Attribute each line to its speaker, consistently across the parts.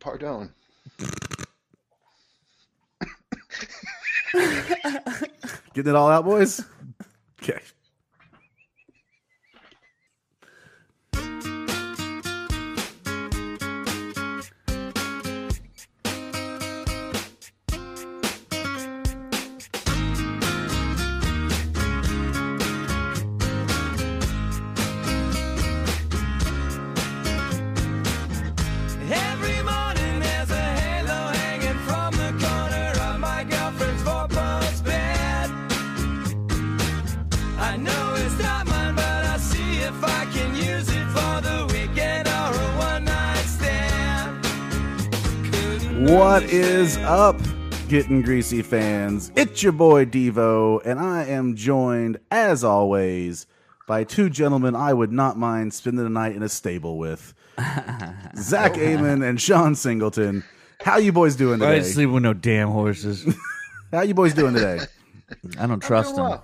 Speaker 1: Pardon.
Speaker 2: Getting it all out, boys? Okay.
Speaker 3: Every morning there's a halo hanging from the corner of my girlfriend's four-post bed. I know it's not mine, but I'll see if I can use it for the weekend or a one-night stand. Couldn't
Speaker 2: What is
Speaker 3: understand.
Speaker 2: up, Getting Greasy fans? It's your boy Devo, and I am joined, as always, by two gentlemen I would not mind spending the night in a stable with Zach Amon and Sean Singleton. How you boys doing
Speaker 4: I
Speaker 2: today?
Speaker 4: didn't sleep with no damn horses.
Speaker 2: How you boys doing today?
Speaker 4: I don't trust them.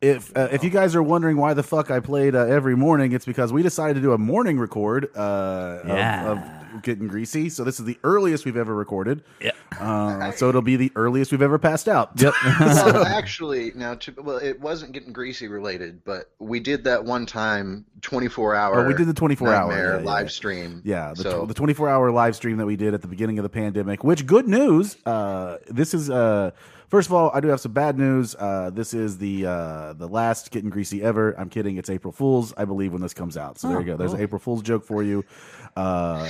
Speaker 2: If uh, if you guys are wondering why the fuck I played uh, every morning, it's because we decided to do a morning record uh,
Speaker 4: Yeah.
Speaker 2: of, of getting greasy. So this is the earliest we've ever recorded.
Speaker 4: Yeah.
Speaker 2: Uh, so it'll be the earliest we've ever passed out.
Speaker 4: Yep.
Speaker 1: well, actually, now to well, it wasn't getting greasy related, but we did that one time, twenty-four hour.
Speaker 2: Oh, we did the 24 hour,
Speaker 1: nightmare
Speaker 2: yeah, yeah,
Speaker 1: live
Speaker 2: yeah.
Speaker 1: stream.
Speaker 2: Yeah, the,
Speaker 1: so
Speaker 2: tw- the 24 hour live stream that we did at the beginning of the pandemic, which good news. Uh, this is, uh, first of all, I do have some bad news. Uh, this is the uh, the last Getting Greasy ever. I'm kidding. It's April Fool's, I believe, when this comes out. So there you go. There's an April Fool's joke for you. Uh,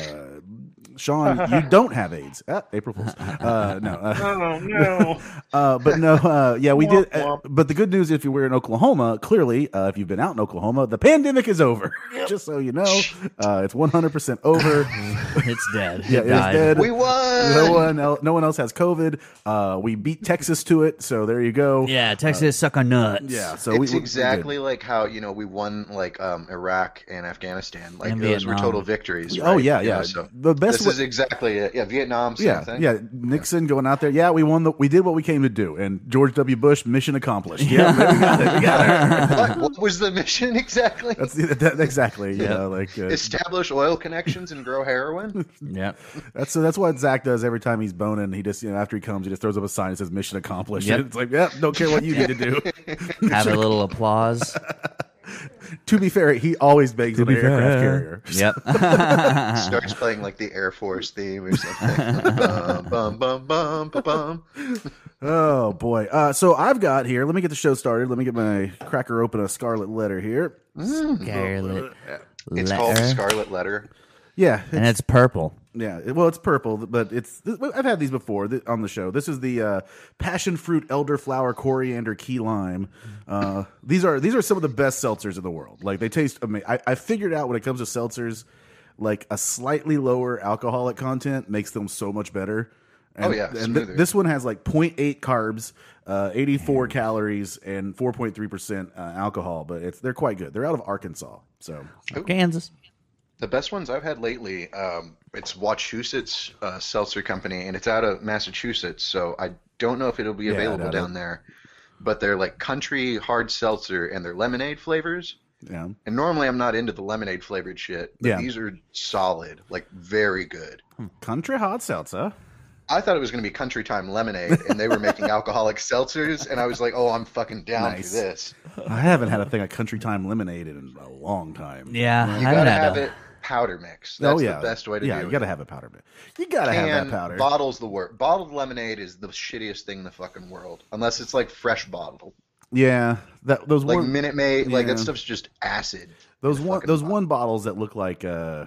Speaker 2: Sean, you don't have AIDS. Ah, April Fool's. Uh, no. Uh,
Speaker 5: Oh no!
Speaker 2: Uh, but no, uh, yeah, we did.
Speaker 5: Womp
Speaker 2: Uh,
Speaker 5: womp.
Speaker 2: but the good news, if you were in Oklahoma, clearly, uh, if you've been out in Oklahoma, the pandemic is over. Just so you know, uh, it's one hundred percent over.
Speaker 4: it's dead.
Speaker 2: yeah,
Speaker 4: it
Speaker 2: it's
Speaker 4: died.
Speaker 2: dead.
Speaker 1: we won.
Speaker 2: no one, el- no one else has COVID. Uh, we beat Texas to it, so there you go.
Speaker 4: Yeah, Texas suck on nuts.
Speaker 2: yeah. So we-
Speaker 1: it's
Speaker 2: we,
Speaker 1: exactly like how you know we won like um, Iraq and Afghanistan. Like
Speaker 4: And
Speaker 1: those were
Speaker 4: Vietnam.
Speaker 1: total victories.
Speaker 2: Oh,
Speaker 1: right?
Speaker 2: yeah,
Speaker 1: You
Speaker 2: yeah.
Speaker 1: know, so
Speaker 2: The best
Speaker 1: This
Speaker 2: wa-
Speaker 1: is exactly it. Yeah, Vietnam. Same
Speaker 2: Yeah,
Speaker 1: thing.
Speaker 2: yeah. Nixon going out there. Yeah, we won the. We did what we came to do, and George W. Bush, mission accomplished. Yeah, we got it. We got
Speaker 1: What,
Speaker 2: it.
Speaker 1: what was the mission exactly?
Speaker 2: That's that, exactly. You
Speaker 4: Yeah.
Speaker 2: know, like uh,
Speaker 1: Establish oil connections and grow heroin.
Speaker 4: Yeah.
Speaker 2: That's so. That's what Zach does every time he's boning. He just you know after he comes, he just throws up a sign that says "Mission accomplished."
Speaker 4: Yep.
Speaker 2: And it's like, yeah, don't care what you need to do.
Speaker 4: Have a little applause.
Speaker 2: to be fair, he always begs on an
Speaker 4: be fair.
Speaker 2: aircraft carrier.
Speaker 4: Yep.
Speaker 1: Starts playing like the Air Force theme or something. bum bum bum bum bum. bum.
Speaker 2: Oh boy. Uh, so I've got here. Let me get the show started. Let me get my cracker open. A scarlet letter here.
Speaker 4: Scarlet
Speaker 1: It's
Speaker 4: letter.
Speaker 1: called the Scarlet Letter.
Speaker 2: Yeah,
Speaker 4: and it's purple.
Speaker 2: yeah. It- Well, it's purple, but it's. th- I've had these before th- on the show. This is the uh, passion fruit, elderflower, coriander, key lime. Uh, these are these are some of the best seltzers in the world. Like they taste amazing. I, I figured out when it comes to seltzers, like a slightly lower alcoholic content makes them so much better. And,
Speaker 1: Oh, yeah,
Speaker 2: and th-
Speaker 1: smoother.
Speaker 2: this one has like 0.8 carbs, uh, 84 calories, and 4.3 percent uh, alcohol. But it's they're quite good. They're out of Arkansas, so
Speaker 4: Kansas.
Speaker 1: The best ones I've had lately, um, it's Wachusett's uh, seltzer company, and it's out of Massachusetts, so I don't know if it'll be
Speaker 2: I
Speaker 1: available
Speaker 2: doubt
Speaker 1: down
Speaker 2: it.
Speaker 1: there. But they're like country hard seltzer, and they're lemonade flavors.
Speaker 2: yeah.
Speaker 1: And normally I'm not into the lemonade flavored shit, but
Speaker 2: Yeah.
Speaker 1: these are solid, like very good.
Speaker 2: Country hot seltzer.
Speaker 1: I thought it was going to be Country Time Lemonade, and they were making alcoholic seltzers, and I was like, oh, I'm fucking down
Speaker 2: Nice.
Speaker 1: for this.
Speaker 2: I haven't had a thing of country time lemonade in a long time.
Speaker 4: Yeah.
Speaker 1: You
Speaker 4: I
Speaker 1: gotta
Speaker 4: don't
Speaker 1: have
Speaker 4: know.
Speaker 1: it powder mix.
Speaker 2: Oh
Speaker 1: That's
Speaker 2: yeah,
Speaker 1: the best way to
Speaker 2: yeah,
Speaker 1: do
Speaker 2: you
Speaker 1: it.
Speaker 2: gotta have a powder bit. You gotta have
Speaker 1: can
Speaker 2: that powder.
Speaker 1: bottles the worst. Bottled lemonade is the shittiest thing in the fucking world, unless it's like fresh bottled,
Speaker 2: yeah, that those
Speaker 1: like
Speaker 2: one
Speaker 1: Minute Maid. Like that
Speaker 2: yeah.
Speaker 1: stuff's just acid.
Speaker 2: those
Speaker 1: in a
Speaker 2: one
Speaker 1: fucking
Speaker 2: those
Speaker 1: bottle.
Speaker 2: one bottles that look like uh,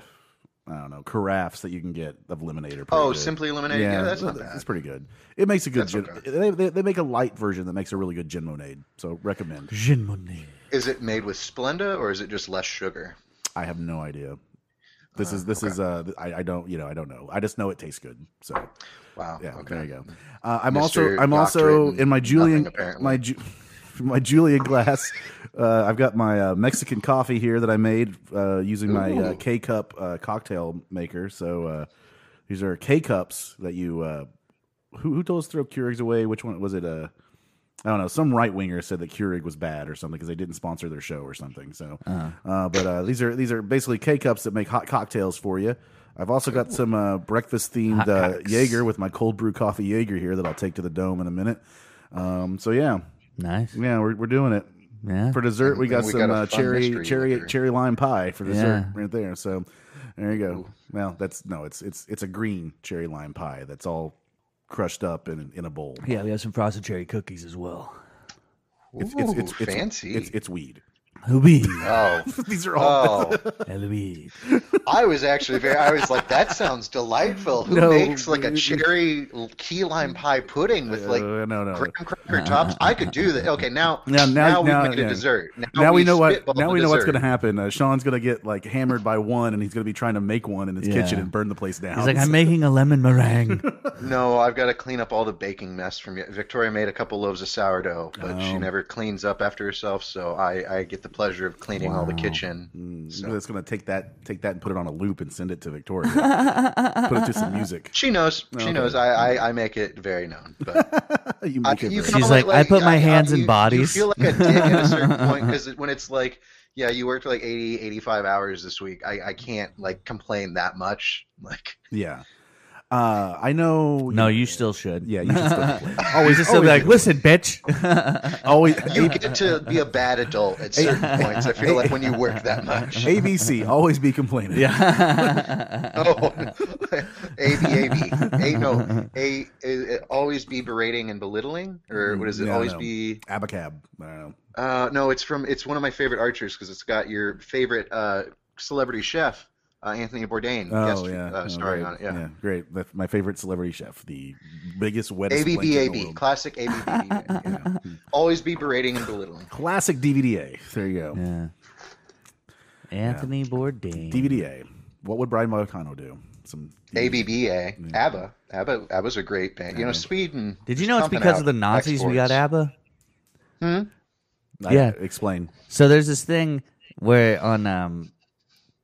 Speaker 2: I don't know carafes that you can get of lemonade or
Speaker 1: Oh, simply lemonade. Yeah, that's not
Speaker 2: that's
Speaker 1: bad.
Speaker 2: pretty good. It makes a good.
Speaker 1: That's
Speaker 2: Gin,
Speaker 1: okay.
Speaker 2: they, they they make a light version that makes a really good gin monade. So recommend.
Speaker 4: Gin money.
Speaker 1: Is it made with Splenda or is it just less sugar?
Speaker 2: I have no idea. This is this is uh I, I don't you know I don't know I just know it tastes good so
Speaker 1: Wow.
Speaker 2: Yeah,
Speaker 1: okay.
Speaker 2: there you go. Uh, I'm
Speaker 1: Mr.
Speaker 2: also
Speaker 1: Doctorate
Speaker 2: I'm also
Speaker 1: and
Speaker 2: in my Julian
Speaker 1: nothing, apparently.
Speaker 2: my Ju- my Julian glass. Uh, I've got my uh, Mexican coffee here that I made uh, using my uh,
Speaker 1: Ooh.
Speaker 2: K cup uh, cocktail maker. So uh, these are K cups that you. Uh, who, who told us to throw Keurigs away? Which one was it? Uh, I don't know. Some right winger said that Keurig was bad or something because they didn't sponsor their
Speaker 1: Uh-huh.
Speaker 2: show or something. So, uh but uh, these are these are basically K cups that make hot cocktails for you. I've also got some uh, breakfast themed
Speaker 4: Hot
Speaker 2: uh,
Speaker 4: cocks.
Speaker 2: Jaeger with my cold brew coffee Jaeger here that I'll take to the dome in a minute. Um, so yeah,
Speaker 4: Nice.
Speaker 2: yeah, we're we're doing it.
Speaker 4: Yeah.
Speaker 2: For dessert, we
Speaker 1: And then
Speaker 2: got
Speaker 1: we
Speaker 2: some
Speaker 1: got a
Speaker 2: uh,
Speaker 1: fun
Speaker 2: cherry
Speaker 1: mystery
Speaker 2: cherry
Speaker 1: later.
Speaker 2: cherry lime pie for dessert
Speaker 4: Yeah.
Speaker 2: right there. So there you go. Well, that's no, it's it's it's a green cherry lime pie that's all crushed up in in a bowl.
Speaker 4: Yeah, we have some frosted cherry cookies as well.
Speaker 2: It's
Speaker 1: Ooh, fancy.
Speaker 2: It's, it's weed.
Speaker 4: Hubie.
Speaker 1: oh,
Speaker 2: These are all
Speaker 1: oh!
Speaker 4: Hubie.
Speaker 1: I was actually very. I was like, that sounds delightful. Who
Speaker 2: No.
Speaker 1: makes like a cherry key lime pie pudding with like
Speaker 2: Uh, no, no.
Speaker 1: graham cracker tops? I could do that. Okay, now
Speaker 2: Now-
Speaker 1: now,
Speaker 2: now-
Speaker 1: we
Speaker 2: now-
Speaker 1: made
Speaker 2: yeah.
Speaker 1: a dessert.
Speaker 2: now, we know what
Speaker 1: spitballed
Speaker 2: now
Speaker 1: the
Speaker 2: we know what's
Speaker 1: dessert.
Speaker 2: going to happen. Uh, Sean's going to get like hammered by one, and he's going to be trying to make one in his
Speaker 4: Yeah.
Speaker 2: kitchen and burn the place down.
Speaker 4: He's like, I'm making a lemon meringue.
Speaker 1: No, I've got to clean up all the baking mess from y- Victoria. Made a couple loaves of sourdough, but
Speaker 2: Oh.
Speaker 1: she never cleans up after herself, so I, I get the pleasure of cleaning all the
Speaker 2: Mm.
Speaker 1: kitchen. So
Speaker 2: That's going to take that take that and put it on a loop and send it to Victoria. put it to some music.
Speaker 1: she knows. She knows. I, I, I make it very known. But
Speaker 2: you
Speaker 1: I,
Speaker 2: make it
Speaker 1: you
Speaker 2: very-
Speaker 1: can
Speaker 4: She's
Speaker 1: only,
Speaker 4: like, "I put my hands in
Speaker 1: you-
Speaker 4: bodies."
Speaker 1: You feel like a dick at a certain point because when it's like, yeah, you worked like 80, 85 hours this week. I, I can't like complain that much. Like,
Speaker 2: yeah. Uh, I know.
Speaker 4: no, you still should.
Speaker 2: Yeah, you should still complain.
Speaker 4: Always just still be like, listen, bitch.
Speaker 2: always
Speaker 1: you get to be a bad adult at certain points. I feel like when you work that much.
Speaker 2: ABC. Always be complaining.
Speaker 4: yeah.
Speaker 1: Oh, A B A B A no A, A, always be berating and belittling or what is it?
Speaker 2: No,
Speaker 1: always
Speaker 2: no.
Speaker 1: be
Speaker 2: Abacab. I don't know.
Speaker 1: uh, no. It's from it's one of my favorite archers because it's got your favorite uh, celebrity chef uh, Anthony Bourdain
Speaker 2: Oh
Speaker 1: guest
Speaker 2: yeah,
Speaker 1: uh,
Speaker 2: Oh,
Speaker 1: starring
Speaker 2: great.
Speaker 1: on it. Yeah.
Speaker 2: great. That's my favorite celebrity chef, the biggest wettest.
Speaker 1: A B B
Speaker 2: blanket
Speaker 1: A
Speaker 2: in the
Speaker 1: B
Speaker 2: world.
Speaker 1: classic A B B B. yeah. Always be berating and belittling.
Speaker 2: Classic DVDA. There you go.
Speaker 4: yeah. Anthony Bourdain.
Speaker 2: DVDA. What would Brian Moicano do? Some
Speaker 1: A B B A ABBA ABBA ABBA's a great band. You know Sweden.
Speaker 4: Did
Speaker 1: is
Speaker 4: you know it's
Speaker 1: pumping
Speaker 4: because
Speaker 1: out
Speaker 4: of the Nazis we got
Speaker 1: exports.
Speaker 4: ABBA?
Speaker 2: I-
Speaker 4: Yeah.
Speaker 2: Explain.
Speaker 4: So there's this thing where on um,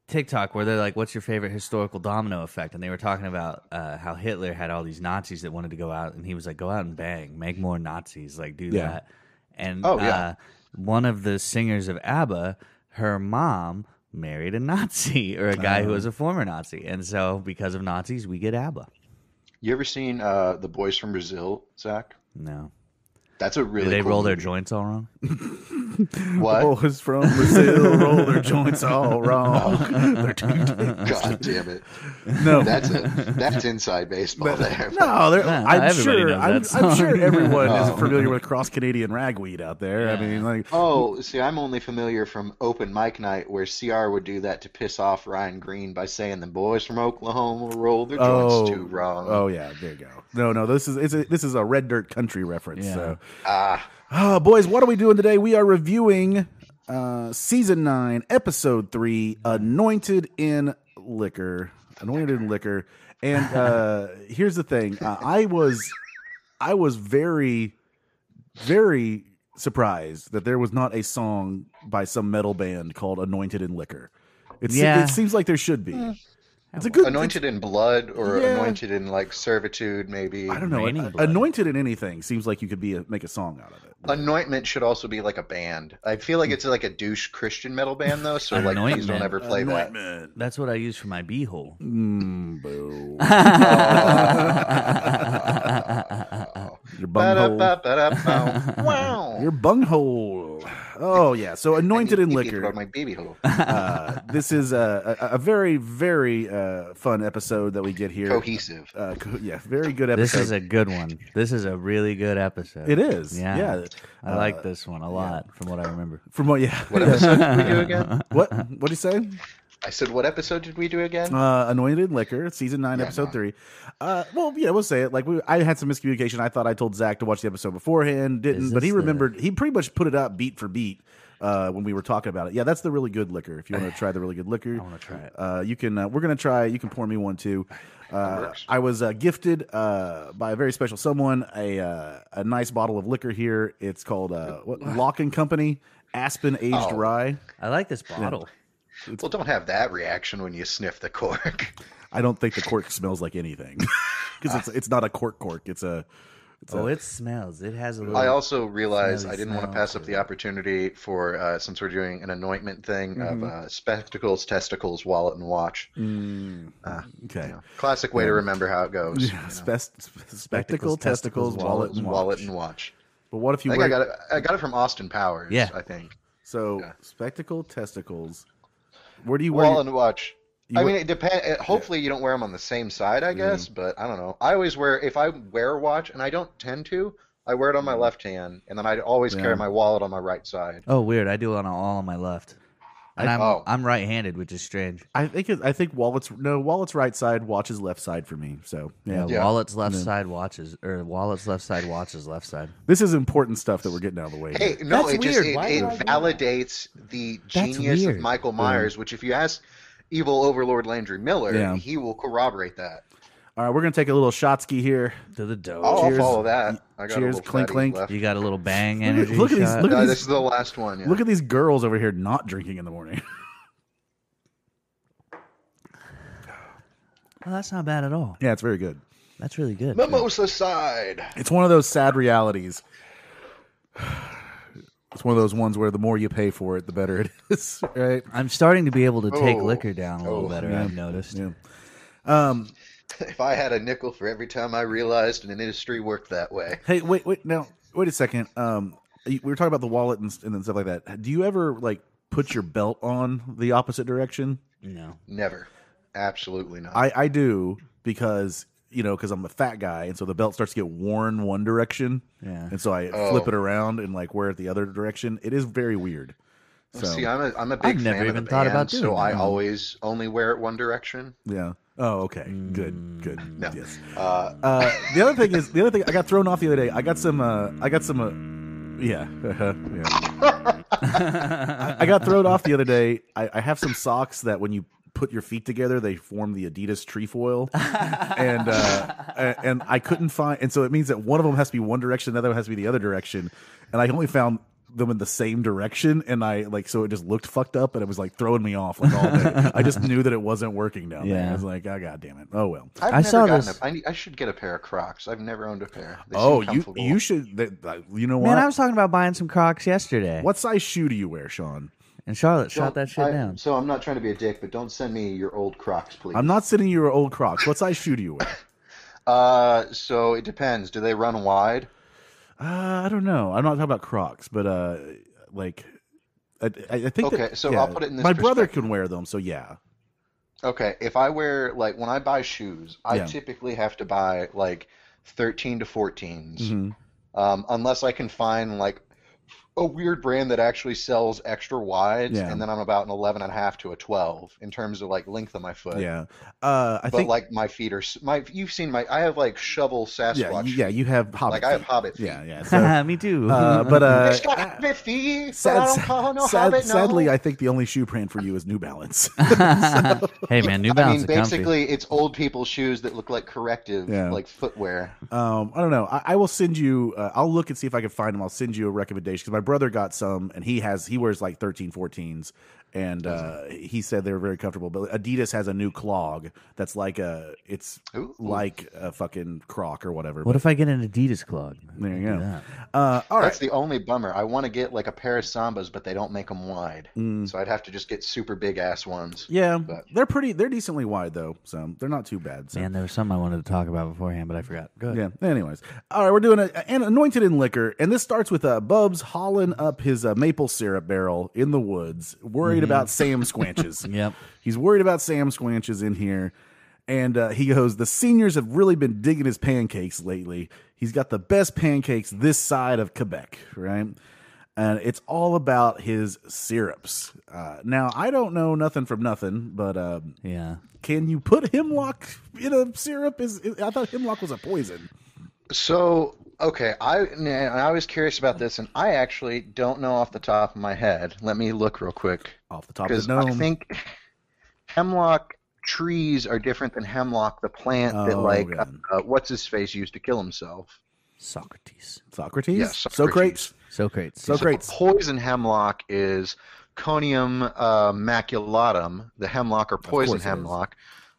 Speaker 4: TikTok where they're like, "What's your favorite historical domino effect?" And they were talking about uh, how Hitler had all these Nazis that wanted to go out, and he was like, "Go out and bang, make more Nazis, like do
Speaker 2: Yeah.
Speaker 4: that." And
Speaker 1: Oh, yeah.
Speaker 4: uh, one of the singers of ABBA, her mom married a Nazi or a guy
Speaker 2: Oh.
Speaker 4: who was a former Nazi, and so because of Nazis, we get ABBA.
Speaker 1: You ever seen uh, the Boys from Brazil, Zach?
Speaker 4: No,
Speaker 1: That's a
Speaker 4: do
Speaker 1: really.
Speaker 4: they
Speaker 1: cool
Speaker 4: roll their Oh.
Speaker 1: movie.
Speaker 4: joints all wrong?
Speaker 1: What?
Speaker 2: Boys Oh, from Brazil roll their joints all wrong. They're too-
Speaker 1: God damn it!
Speaker 2: no,
Speaker 1: That's a, that's inside baseball there.
Speaker 2: no. Oh, They're,
Speaker 4: Yeah,
Speaker 2: I'm
Speaker 4: everybody
Speaker 2: sure.
Speaker 4: knows
Speaker 2: I'm,
Speaker 4: that
Speaker 2: I'm sure
Speaker 4: song.
Speaker 2: everyone is familiar with cross Canadian ragweed out there. I mean, like,
Speaker 1: Oh, see, I'm only familiar from open mic night where CR would do that to piss off Ryan Green by saying the boys from Oklahoma rolled their joints too wrong.
Speaker 2: Oh yeah, there you go. No, no, this is it's a, this is a red dirt country reference.
Speaker 4: Yeah.
Speaker 2: So,
Speaker 1: Ah,
Speaker 2: Ah, boys, what are we doing today? We are reviewing uh season nine, episode three, anointed in liquor, anointed in liquor. And uh here's the thing: uh, I was, I was very, very surprised that there was not a song by some metal band called "Anointed in Liquor." It, se-
Speaker 4: Yeah. Hmm.
Speaker 2: it seems like there should be. It's a good
Speaker 1: anointed in blood or
Speaker 2: Yeah.
Speaker 1: anointed in like servitude, maybe.
Speaker 2: I don't know.
Speaker 4: Raining
Speaker 2: a-
Speaker 4: blood.
Speaker 2: Anointed in anything seems like you could be a, make a song out of it.
Speaker 1: Anointment should also be like a band. I feel like it's like a douche Christian metal band though, so like please
Speaker 4: Anointment.
Speaker 1: don't ever play that.
Speaker 4: That's what I use for my beehole.
Speaker 2: Mm, boo. Your bunghole.
Speaker 1: Ba-da-ba-ba-da-bow. Wow.
Speaker 2: Your bunghole. Oh yeah. So anointed in
Speaker 1: You can throw
Speaker 2: liquor.
Speaker 1: my baby hole.
Speaker 2: Uh, this is a, a, a very very uh, fun episode that we get here.
Speaker 1: Cohesive.
Speaker 2: Uh, co- yeah, very good episode.
Speaker 4: This is a good one. This is a really good episode.
Speaker 2: it is. Yeah.
Speaker 4: Yeah. I
Speaker 2: Uh,
Speaker 4: like this one a lot from what I remember.
Speaker 2: From what? Yeah.
Speaker 1: What episode did we do again?
Speaker 2: what? What do you say?
Speaker 1: I said, what episode did we do again?
Speaker 2: Uh, Anointed Liquor, season nine,
Speaker 1: Yeah,
Speaker 2: episode
Speaker 1: no.
Speaker 2: three. Uh, well, yeah, we'll say it. Like we, I had some miscommunication. I thought I told Zach to watch the episode beforehand, didn't,
Speaker 4: Is
Speaker 2: but he
Speaker 4: this the-
Speaker 2: remembered. He pretty much put it up beat for beat. Uh, when we were talking about it, yeah, that's the really good liquor. If you want to try the really good liquor, I
Speaker 4: wanna try it.
Speaker 2: Uh, you can. Uh, we're gonna try. You can pour me one too. Uh,
Speaker 1: works.
Speaker 2: I was uh, gifted uh, by a very special someone a uh, a nice bottle of liquor here. It's called uh, what, Lock and Company Aspen Aged
Speaker 1: Oh.
Speaker 2: Rye.
Speaker 4: I like this bottle.
Speaker 1: Well, don't have that reaction when you sniff the cork. Ah.
Speaker 2: I don't think the cork smells like anything because it's it's not a cork cork. It's a
Speaker 4: oh, it smells. It has a little.
Speaker 1: I also realized I didn't want to
Speaker 4: Oh, smell
Speaker 1: pass up
Speaker 4: to
Speaker 1: the
Speaker 4: it.
Speaker 1: opportunity for uh, since we're doing an anointment thing of uh, spectacles, testicles, wallet, and watch.
Speaker 2: Mm,
Speaker 1: Uh, You
Speaker 2: okay.
Speaker 1: know, classic way to remember how it goes. you
Speaker 2: Yeah,
Speaker 1: know.
Speaker 2: spe- sp- spectacles, testicles, wallet, and watch.
Speaker 1: wallet, and watch.
Speaker 2: But what if
Speaker 1: I
Speaker 2: you
Speaker 1: think I
Speaker 2: wear
Speaker 1: got it. I got it from Austin Powers.
Speaker 4: Yeah.
Speaker 1: I think
Speaker 2: so
Speaker 1: Yeah.
Speaker 2: spectacle, testicles? Where do you wear?
Speaker 1: wallet
Speaker 2: your-
Speaker 1: and watch.
Speaker 2: you
Speaker 1: I
Speaker 2: wear- Mm-hmm.
Speaker 1: mean, it depends. Hopefully, you don't wear them on the same side, I guess. But I don't know. I always wear if I wear a watch, and I don't tend to. I wear it on my left hand, and then I always
Speaker 2: Mm-hmm. Yeah.
Speaker 1: carry my wallet on my right side.
Speaker 4: Oh, weird. I do it on all on my left, and
Speaker 2: I-
Speaker 4: I'm
Speaker 1: oh.
Speaker 4: I'm right-handed, which is strange.
Speaker 2: I think it, I think wallets no wallets right side, watches left side for me. So yeah,
Speaker 4: Yeah,
Speaker 1: Yeah.
Speaker 4: wallet's left side watches or wallet's left side watches left side.
Speaker 2: this is important stuff that we're getting out of the way.
Speaker 1: Hey, no,
Speaker 4: That's
Speaker 1: it
Speaker 4: weird.
Speaker 1: just it,
Speaker 4: Why
Speaker 1: it
Speaker 4: would I do
Speaker 1: validates the genius of
Speaker 4: weird.
Speaker 1: Michael Myers, which if you ask evil overlord Landry Miller,
Speaker 2: Yeah.
Speaker 1: he will corroborate that.
Speaker 2: All right, we're gonna take a little shot ski here.
Speaker 4: To the dough.
Speaker 1: I'll
Speaker 2: Oh. Cheers.
Speaker 1: follow that. I got a
Speaker 2: Cheers,
Speaker 1: little
Speaker 2: clink,
Speaker 1: fatty
Speaker 2: clink.
Speaker 1: Left.
Speaker 4: You got a little bang
Speaker 2: at-
Speaker 4: energy.
Speaker 2: look at these-
Speaker 4: shot.
Speaker 2: look at
Speaker 1: No,
Speaker 2: these-
Speaker 1: this is the last one. Yeah.
Speaker 2: Look at these girls over here not drinking in the morning.
Speaker 4: Oh, that's not bad at all.
Speaker 2: yeah, it's very good.
Speaker 4: That's really good.
Speaker 1: Mimosa side.
Speaker 2: It's one of those sad realities. It's one of those ones where the more you pay for it, the better it is, right?
Speaker 4: I'm starting to be able to take
Speaker 1: Oh.
Speaker 4: liquor down a little
Speaker 1: Oh,
Speaker 4: better.
Speaker 2: yeah.
Speaker 4: I've noticed.
Speaker 2: Yeah. Um.
Speaker 1: If I had a nickel for every time I realized an industry worked that way,
Speaker 2: Hey, wait, wait. Now, wait a second. Um, you- we were talking about the wallet and, s- and then stuff like that. Do you ever like put your belt on the opposite direction?
Speaker 4: No.
Speaker 1: never. Absolutely not.
Speaker 2: I, I do because you know because I'm a fat guy, and so the belt starts to get worn one direction,
Speaker 4: Yeah.
Speaker 2: and so I
Speaker 1: Oh.
Speaker 2: flip it around and like wear it the other direction. It is very weird. So
Speaker 1: Oh, See, I'm a, I'm a big
Speaker 4: I've never
Speaker 1: fan of the
Speaker 4: even thought
Speaker 1: band,
Speaker 4: about
Speaker 1: so
Speaker 4: doing
Speaker 1: I
Speaker 4: that.
Speaker 1: always only wear it one direction.
Speaker 2: yeah. Oh, okay. Good. Good.
Speaker 1: No.
Speaker 2: Yes.
Speaker 1: Uh,
Speaker 2: Uh, the other thing is the other thing I got thrown off the other day. I got some. Uh, I got some. Uh, yeah. yeah. I, I got thrown off the other day. I, I have some socks that when you put your feet together, they form the Adidas trefoil, and uh, a- and I couldn't find. And so it means that one of them has to be one direction, the other one has to be the other direction, and I only found them in the same direction and i like so it just looked fucked up and it was like throwing me off like all day i just knew that it wasn't working down there
Speaker 4: Yeah.
Speaker 2: i was like oh god damn it oh well
Speaker 1: I've
Speaker 4: I
Speaker 1: never
Speaker 4: saw
Speaker 1: gotten
Speaker 4: this-
Speaker 1: A, I, need- I should get a pair of Crocs. I've never owned a pair. They seem
Speaker 2: Oh, you
Speaker 1: comfortable.
Speaker 2: you should. That, that- you know what?
Speaker 4: Man, I was talking about buying some Crocs yesterday.
Speaker 2: what size shoe do you wear, Sean?
Speaker 4: And Charlotte
Speaker 1: Don't-
Speaker 4: shot that shit
Speaker 1: I-
Speaker 4: down.
Speaker 1: So I'm not trying to be a dick, but don't send me your old Crocs, please.
Speaker 2: I'm not sitting in your old Crocs. What size shoe do you wear?
Speaker 1: Uh, so it depends. Do they run wide?
Speaker 2: Uh, I don't know. I'm not talking about Crocs, but uh, like, I, I I think.
Speaker 1: Okay,
Speaker 2: that-
Speaker 1: so
Speaker 2: yeah.
Speaker 1: I'll put it in this
Speaker 2: My brother
Speaker 1: perspective.
Speaker 2: can wear them, so yeah.
Speaker 1: Okay, if I wear like when I buy shoes, I
Speaker 2: Yeah.
Speaker 1: typically have to buy like 13 to 14s,
Speaker 2: Mm-hmm.
Speaker 1: um, unless I can find like a weird brand that actually sells extra wides,
Speaker 2: Yeah.
Speaker 1: and then I'm about an 11 and a half to a 12 in terms of like length of my foot.
Speaker 2: Yeah. Uh, I
Speaker 1: But
Speaker 2: think.
Speaker 1: like my feet are s- my you've seen my I have like shovel Sasquatch.
Speaker 2: yeah, you,
Speaker 1: feet.
Speaker 2: yeah. You have hobbit.
Speaker 1: Like, I have
Speaker 2: feet.
Speaker 1: hobbit feet.
Speaker 2: Yeah, yeah. So,
Speaker 4: Me too.
Speaker 2: uh, but uh,
Speaker 1: It's got hobbit feet, but I
Speaker 2: sad-
Speaker 1: don't call no
Speaker 2: sad-
Speaker 1: hobbit, no.
Speaker 2: sadly, I think the only shoe brand for you is New Balance. uh,
Speaker 4: hey man, New
Speaker 1: I
Speaker 4: Balance
Speaker 1: mean,
Speaker 4: are comfy.
Speaker 1: basically, it's old people shoes that look like corrective,
Speaker 2: Yeah.
Speaker 1: like footwear.
Speaker 2: Um, I don't know. I, I will send you. Uh, I'll look and see if I can find them. I'll send you a recommendation because my brother got some, and he has he wears like 13, 14s, and uh, he said they were very comfortable. But Adidas has a new clog that's like a it's
Speaker 1: Ooh.
Speaker 2: like a fucking croc or whatever.
Speaker 4: What if I get an Adidas clog?
Speaker 2: there you
Speaker 4: Do
Speaker 2: go.
Speaker 4: that.
Speaker 2: Uh, all
Speaker 1: That's
Speaker 2: right.
Speaker 1: the only bummer. I want to get like a pair of Sambas, but they don't make them wide,
Speaker 2: Mm.
Speaker 1: so I'd have to just get super big ass ones.
Speaker 2: Yeah,
Speaker 1: But-
Speaker 2: they're pretty. They're decently wide though, so they're not too bad. So
Speaker 4: Man, there was something I wanted to talk about beforehand, but I forgot. Go ahead.
Speaker 2: Yeah. Anyways, all right, we're doing a, an anointed in liquor, and this starts with uh, Bubs hauling up his uh, maple syrup barrel in the woods, worried about Sam Squanches.
Speaker 4: Mm-hmm. Yep.
Speaker 2: he's worried about Sam Squanches in here, and uh, he goes, "The seniors have really been digging his pancakes lately. He's got the best pancakes this side of Quebec, right?" And it's all about his syrups. Uh, now I don't know nothing from nothing, but um,
Speaker 4: Yeah.
Speaker 2: can you put hemlock in a syrup? Is, is I thought hemlock was a poison.
Speaker 1: So okay, I and I was curious about this, and I actually don't know off the top of my head. Let me look real quick
Speaker 2: off the top of
Speaker 1: because
Speaker 2: the dome.
Speaker 1: I think hemlock trees are different than hemlock, the plant that
Speaker 2: Oh,
Speaker 1: like uh,
Speaker 2: God.
Speaker 1: uh, what's his face used to kill himself.
Speaker 4: Socrates.
Speaker 2: Socrates?
Speaker 1: Yeah,
Speaker 2: Socrates.
Speaker 1: Socrates.
Speaker 4: Socrates.
Speaker 2: So- Great.
Speaker 1: Poison hemlock is Conium uh, maculatum, the hemlock or
Speaker 2: course
Speaker 1: poison
Speaker 2: it is.
Speaker 1: hemlock,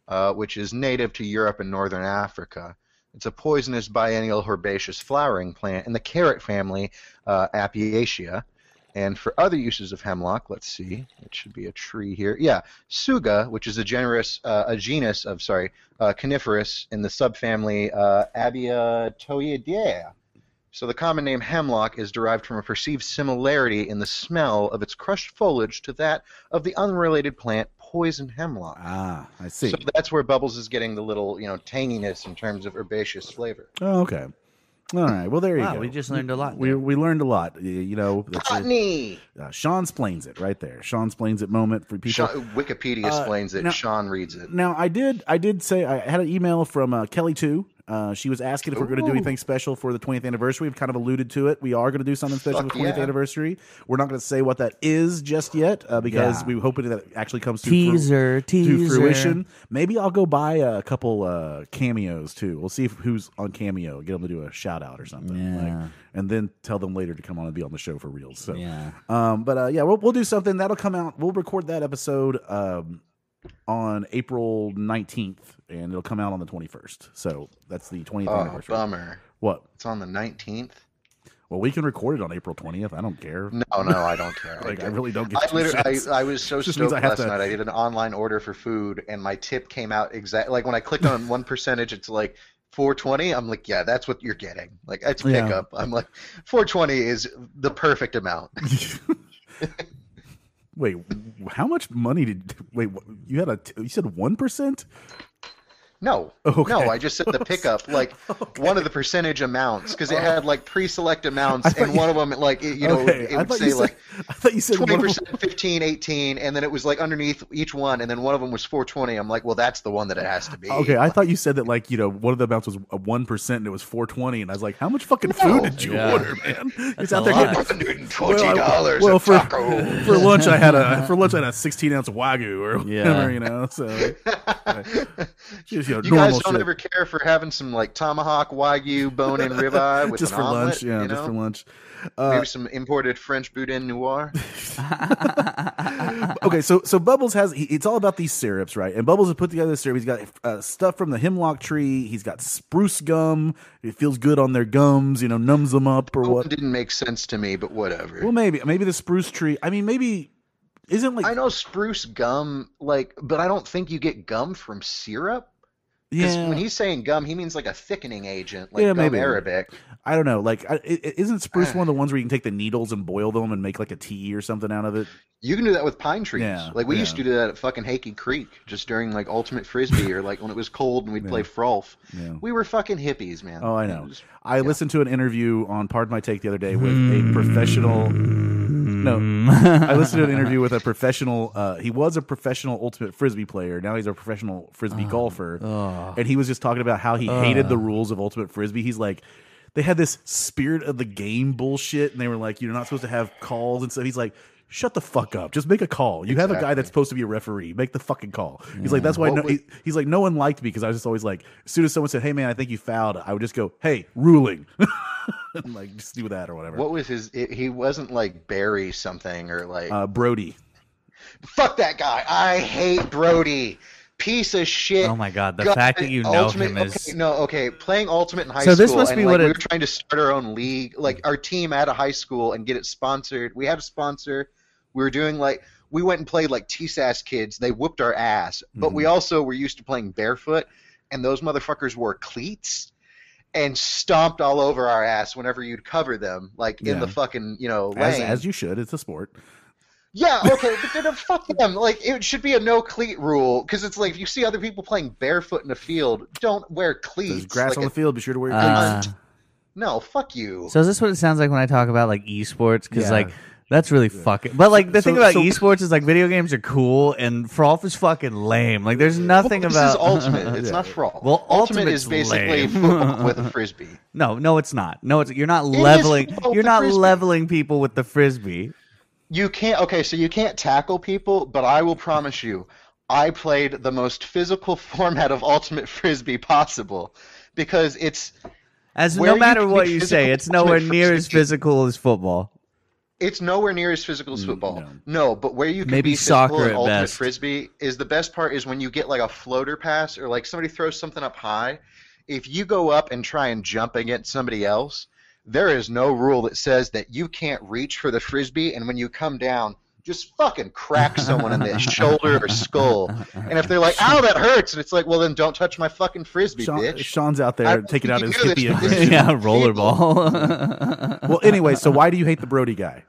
Speaker 1: uh, which is native to Europe and northern Africa. It's a poisonous biennial herbaceous flowering plant in the carrot family, uh, Apiaceae. And for other uses of hemlock, let's see, it should be a tree here. Yeah, suga, which is a generous uh, a genus of sorry uh, coniferous in the subfamily uh, Abiatoideae. So the common name hemlock is derived from a perceived similarity in the smell of its crushed foliage to that of the unrelated plant poison hemlock.
Speaker 2: Ah, I see.
Speaker 1: So that's where Bubbles is getting the little, you know, tanginess in terms of herbaceous flavor.
Speaker 2: oh, okay. All right. Well, there you
Speaker 4: Wow,
Speaker 2: go.
Speaker 4: we just learned a lot.
Speaker 2: we, we learned a lot. Y- You know, that's it.
Speaker 1: Botany.
Speaker 2: Uh, Sean explains it right there. Sean explains it moment for people.
Speaker 1: Sean, Wikipedia
Speaker 2: Uh,
Speaker 1: explains it.
Speaker 2: now-
Speaker 1: Sean reads it.
Speaker 2: Now, I did, I did say I had an email from uh, Kelly too. Uh, she was asking if we're going to do
Speaker 1: Ooh.
Speaker 2: anything special for the 20th anniversary. We've kind of alluded to it. We are going to do something special
Speaker 1: Fuck
Speaker 2: for the 20th
Speaker 1: yeah.
Speaker 2: anniversary. We're not going to say what that is just yet uh, because
Speaker 4: Yeah.
Speaker 2: we hope that it actually comes to fru-
Speaker 4: teaser, teaser.
Speaker 2: to fruition. Maybe I'll go buy a couple uh, cameos too. We'll see if, who's on cameo. Get them to do a shout out or something.
Speaker 4: Yeah.
Speaker 2: Like, and then tell them later to come on and be on the show for reals. So
Speaker 4: Yeah.
Speaker 2: um, but uh, yeah, we'll, we'll do something that'll come out. We'll record that episode um, on April nineteenth, and it'll come out on the twenty first. So that's the twentieth
Speaker 1: Oh,
Speaker 2: anniversary.
Speaker 1: bummer.
Speaker 2: What?
Speaker 1: It's on the 19th?
Speaker 2: Well, we can record it on April twentieth. I don't care.
Speaker 1: No, no, Mm, I don't care.
Speaker 2: Like, I
Speaker 1: don't-
Speaker 2: really don't give
Speaker 1: I
Speaker 2: two
Speaker 1: literally,
Speaker 2: cents.
Speaker 1: I, I was so
Speaker 2: Just means
Speaker 1: stoked
Speaker 2: I have
Speaker 1: last
Speaker 2: to-
Speaker 1: night. I did an online order for food, and my tip came out exact. Like when I clicked on one percentage, it's like 420. I'm like, yeah, that's what you're getting. Like it's
Speaker 2: Yeah.
Speaker 1: pickup. I'm like, 420 is the perfect amount.
Speaker 2: Wait, how much money did? Wait, what- you had a? t- You said one percent?
Speaker 1: No,
Speaker 2: Okay.
Speaker 1: no, I just said the pickup, like one of the percentage amounts, because it had like pre-select amounts, and one of them, like it, you know, it
Speaker 2: I
Speaker 1: would
Speaker 2: thought
Speaker 1: say
Speaker 2: you said.
Speaker 1: like
Speaker 2: I thought you said one
Speaker 1: twenty
Speaker 2: of them-
Speaker 1: percent, 15, 18, and then it was like underneath each one, and then one of them was four twenty. I'm like, well, that's the one that it has to be.
Speaker 2: Okay, I thought you said that like you know one of the amounts was one percent and it was four twenty, and I was like, how much fucking food did you
Speaker 4: Yeah.
Speaker 2: order, man? It's
Speaker 4: a
Speaker 2: out there
Speaker 4: lot.
Speaker 2: getting
Speaker 1: Hundred and
Speaker 2: Well, I-
Speaker 1: twenty dollars
Speaker 2: well,
Speaker 1: a
Speaker 2: for,
Speaker 1: taco.
Speaker 2: for lunch I had a for lunch I had a sixteen ounce wagyu or whatever,
Speaker 4: Yeah.
Speaker 2: you know. So just, you know,
Speaker 1: You
Speaker 2: normal
Speaker 1: guys don't
Speaker 2: shit.
Speaker 1: ever care for having some like tomahawk wagyu bone-in ribeye with
Speaker 2: just
Speaker 1: an
Speaker 2: for
Speaker 1: omelet,
Speaker 2: lunch, yeah,
Speaker 1: you know?
Speaker 2: just for lunch.
Speaker 1: Maybe some imported French boudin noir.
Speaker 2: okay, so so Bubbles has he, it's all about these syrups, right? And Bubbles has put together this syrup. He's got uh, stuff from the hemlock tree. He's got spruce gum. It feels good on their gums, you know, numbs them up or
Speaker 1: One
Speaker 2: what?
Speaker 1: didn't make sense to me, but whatever.
Speaker 2: Well, maybe maybe the spruce tree. I mean, maybe isn't like
Speaker 1: I know spruce gum, like, but I don't think you get gum from syrup. Because
Speaker 2: yeah.
Speaker 1: when he's saying gum, he means like a thickening agent, like
Speaker 2: Yeah,
Speaker 1: gum
Speaker 2: maybe.
Speaker 1: Arabic.
Speaker 2: I don't know. Like, I, i- i- isn't spruce
Speaker 1: Uh.
Speaker 2: one of the ones where you can take the needles and boil them and make like a tea or something out of it?
Speaker 1: You can do that with pine trees.
Speaker 2: Yeah,
Speaker 1: like we
Speaker 2: yeah.
Speaker 1: used to do that at fucking Hakey Creek, just during like ultimate frisbee or like when it was cold and we'd play frolf.
Speaker 2: Yeah.
Speaker 1: We were fucking hippies, man.
Speaker 2: Oh, I know.
Speaker 1: Just-
Speaker 2: I listened to an interview on Pardon My Take the other day with a professional. No, I listened to an interview with a professional. Uh, he was a professional ultimate frisbee player. Now he's a professional frisbee golfer, and he was just talking about how he hated the rules of ultimate frisbee. He's like. They had this spirit of the game bullshit, and they were like, "You're not supposed to have calls and stuff." He's like, "Shut the fuck up! Just make a call. You have a guy
Speaker 1: Exactly.
Speaker 2: that's supposed to be a referee. Make the fucking call." He's like, "That's why."
Speaker 1: What
Speaker 2: no,
Speaker 1: would-
Speaker 2: he- he's like, "No one liked me because I was just always like, as soon as someone said, "Hey man, I think you fouled," I would just go, "Hey, ruling." and like just do that or whatever.
Speaker 1: What was his? It, he wasn't like Barry something or like
Speaker 2: Uh, Brody.
Speaker 1: fuck that guy. I hate Brody. Piece of shit.
Speaker 4: Oh my God, the fact that you know
Speaker 1: Ultimate-
Speaker 4: him
Speaker 1: okay,
Speaker 4: is-
Speaker 1: no okay. Playing ultimate in high
Speaker 4: So
Speaker 1: school.
Speaker 4: this must
Speaker 1: and,
Speaker 4: be
Speaker 1: like,
Speaker 4: what
Speaker 1: we
Speaker 4: it-
Speaker 1: were trying to start our own league, like our team out of high school, and get it sponsored. We had a sponsor. We were doing like we went and played like TSAS kids. They whooped our ass, but
Speaker 4: Mm-hmm.
Speaker 1: we also were used to playing barefoot, and those motherfuckers wore cleats. And stomped all over our ass whenever you'd cover them, like in
Speaker 2: Yeah.
Speaker 1: the fucking you know lane.
Speaker 2: As, as you should. It's a sport.
Speaker 1: Yeah, okay, but then uh, fuck them. Like it should be a no cleat rule because it's like if you see other people playing barefoot in a field, don't wear cleats.
Speaker 2: There's grass
Speaker 1: Like,
Speaker 2: on the
Speaker 1: it-
Speaker 2: field. Be sure to wear your cleats.
Speaker 4: Uh,
Speaker 1: No, fuck you.
Speaker 4: so is this what it sounds like when I talk about like esports? Because
Speaker 2: Yeah.
Speaker 4: like that's really fucking. But like the
Speaker 2: So-
Speaker 4: thing about
Speaker 2: so-
Speaker 4: esports is like video games are cool and Frolf is fucking lame. Like there's nothing
Speaker 1: this
Speaker 4: about
Speaker 1: is ultimate. It's not for all.
Speaker 4: Well,
Speaker 1: ultimate is
Speaker 4: Ultimate's
Speaker 1: basically
Speaker 4: lame.
Speaker 1: football with a frisbee.
Speaker 4: No, no, it's not. No, it's you're not
Speaker 1: is
Speaker 4: leveling.
Speaker 1: football with
Speaker 4: You're
Speaker 1: the
Speaker 4: not
Speaker 1: frisbee.
Speaker 4: leveling people with the frisbee.
Speaker 1: You can't. Okay, so you can't tackle people, but I will promise you, I played the most physical format of ultimate frisbee possible because it's
Speaker 4: As
Speaker 1: Where
Speaker 4: no
Speaker 1: you
Speaker 4: matter
Speaker 1: can
Speaker 4: what
Speaker 1: be
Speaker 4: you
Speaker 1: physical
Speaker 4: say, it's
Speaker 1: with
Speaker 4: nowhere
Speaker 1: the
Speaker 4: near as
Speaker 1: frisbee.
Speaker 4: physical as football.
Speaker 1: it's nowhere near as physical as football. No, but where you can
Speaker 4: Maybe
Speaker 1: be physical
Speaker 4: soccer
Speaker 1: and
Speaker 4: at
Speaker 1: ultimate
Speaker 4: best.
Speaker 1: frisbee is the best part is when you get like a floater pass or like somebody throws something up high if you go up and try and jump against somebody else, there is no rule that says that you can't reach for the frisbee, and when you come down, just fucking crack someone in the shoulder or skull. And if they're like, "Ow, that hurts," and it's like, "Well, then don't touch my fucking frisbee,
Speaker 2: Sean,
Speaker 1: bitch."
Speaker 2: Sean's out
Speaker 1: I
Speaker 2: there
Speaker 1: don't
Speaker 2: taking out his
Speaker 1: think you knew this,
Speaker 2: hippie
Speaker 1: but this
Speaker 2: aggression.
Speaker 1: is-
Speaker 4: yeah, rollerball.
Speaker 2: Well, anyway, so why do you hate the Brody guy?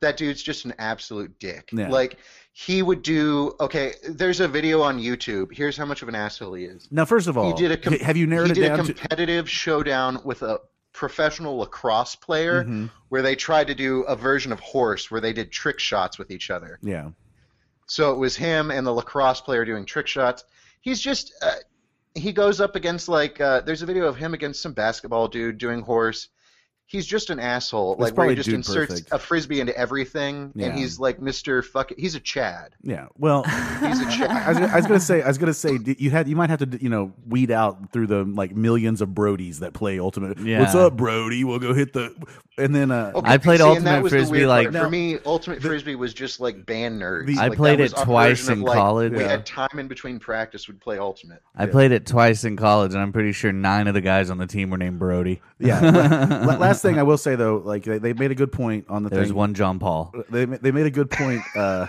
Speaker 1: that dude's just an absolute dick.
Speaker 2: Yeah.
Speaker 1: Like he would do. Okay, there's a video on YouTube. Here's how much of an asshole he is.
Speaker 2: Now, first of all,
Speaker 1: He did a com-
Speaker 2: Oh. have you narrowed
Speaker 1: he
Speaker 2: it
Speaker 1: did
Speaker 2: down
Speaker 1: a
Speaker 2: to?
Speaker 1: competitive showdown with a professional lacrosse player
Speaker 2: Mhm.
Speaker 1: where they tried to do a version of horse where they did trick shots with each other.
Speaker 2: Yeah,
Speaker 1: So it was him and the lacrosse player doing trick shots. He's just uh, he goes up against like uh, there's a video of him against some basketball dude doing horse. He's just an asshole.
Speaker 2: That's
Speaker 1: like where
Speaker 2: probably
Speaker 1: he just
Speaker 2: Dude
Speaker 1: inserts
Speaker 2: Perfect.
Speaker 1: a frisbee into everything,
Speaker 2: Yeah.
Speaker 1: and he's like Mister Fuck. He's a Chad.
Speaker 2: yeah. Well,
Speaker 1: He's a
Speaker 2: I
Speaker 1: Chad.
Speaker 2: was, I was gonna say, I was gonna say, d- you had, you might have to, you know, weed out through the like millions of Brodies that play Ultimate.
Speaker 4: Yeah.
Speaker 2: What's up, Brody? We'll go hit the, and then uh,
Speaker 1: Okay,
Speaker 4: I played
Speaker 1: see, and
Speaker 4: Ultimate
Speaker 1: that was the
Speaker 4: Frisbee,
Speaker 1: weird
Speaker 4: like-
Speaker 1: part.
Speaker 2: No.
Speaker 1: for me, Ultimate Frisbee was just like band nerds.
Speaker 2: The-
Speaker 1: Like,
Speaker 2: I
Speaker 1: that
Speaker 4: played
Speaker 1: was
Speaker 4: it
Speaker 1: our
Speaker 4: twice
Speaker 1: version of,
Speaker 4: in
Speaker 1: like,
Speaker 4: college.
Speaker 1: We
Speaker 2: Yeah.
Speaker 1: had time in between practice. We'd play Ultimate.
Speaker 4: I played it twice in college, and I'm pretty sure nine of the guys on the team were named Brody.
Speaker 2: yeah. La- la- Last thing I will say though, like they, they made a good point on the
Speaker 4: There's
Speaker 2: thing.
Speaker 4: one John Paul.
Speaker 2: They ma- they made a good point. Uh,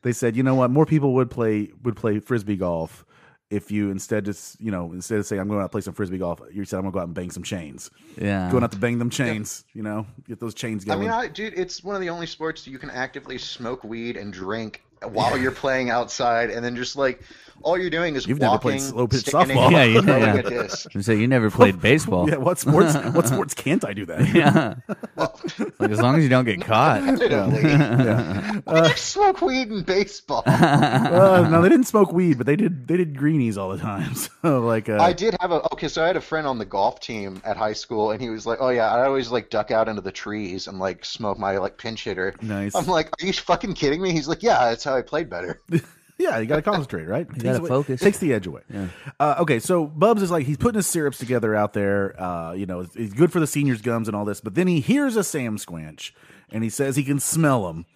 Speaker 2: they said, you know what, more people would play would play frisbee golf if you instead just you know instead of saying I'm going out to play some frisbee golf, you said I'm gonna go out and bang some chains.
Speaker 4: Yeah,
Speaker 2: Going out to bang them chains, you know, get those chains
Speaker 1: I
Speaker 2: going.
Speaker 1: mean, I, dude, it's one of the only sports you can actively smoke weed and drink while you're playing outside, and then just like all you're doing is
Speaker 2: You've never
Speaker 1: walking,
Speaker 2: played slow pitch
Speaker 1: standing,
Speaker 2: softball.
Speaker 4: Yeah, you-
Speaker 1: throwing
Speaker 4: yeah.
Speaker 1: a disc.
Speaker 4: And so you never played baseball.
Speaker 2: yeah, what sports? what sports can't I do that?
Speaker 4: Yeah. like as long as you don't get caught.
Speaker 1: Literally.
Speaker 2: Yeah.
Speaker 1: Why do you smoke weed in baseball?
Speaker 2: Uh, no, they didn't smoke weed, but they did. They did greenies all the time. So like, uh,
Speaker 1: I did have a okay, so I had a friend on the golf team at high school, and he was like, "Oh yeah, I always like duck out into the trees and like smoke my like pinch hitter."
Speaker 2: Nice.
Speaker 1: I'm like, "Are you fucking kidding me?" He's like, "Yeah, that's how I played better."
Speaker 2: Yeah, you got to concentrate, right? Takes
Speaker 4: gotta
Speaker 2: away-
Speaker 4: focus.
Speaker 2: Takes the edge away. Uh, okay, so Bubs is like he's putting his syrups together out there. Uh, you know, it's, it's good for the seniors' gums and all this. But then he hears a Sam Squanch, and he says he can smell them,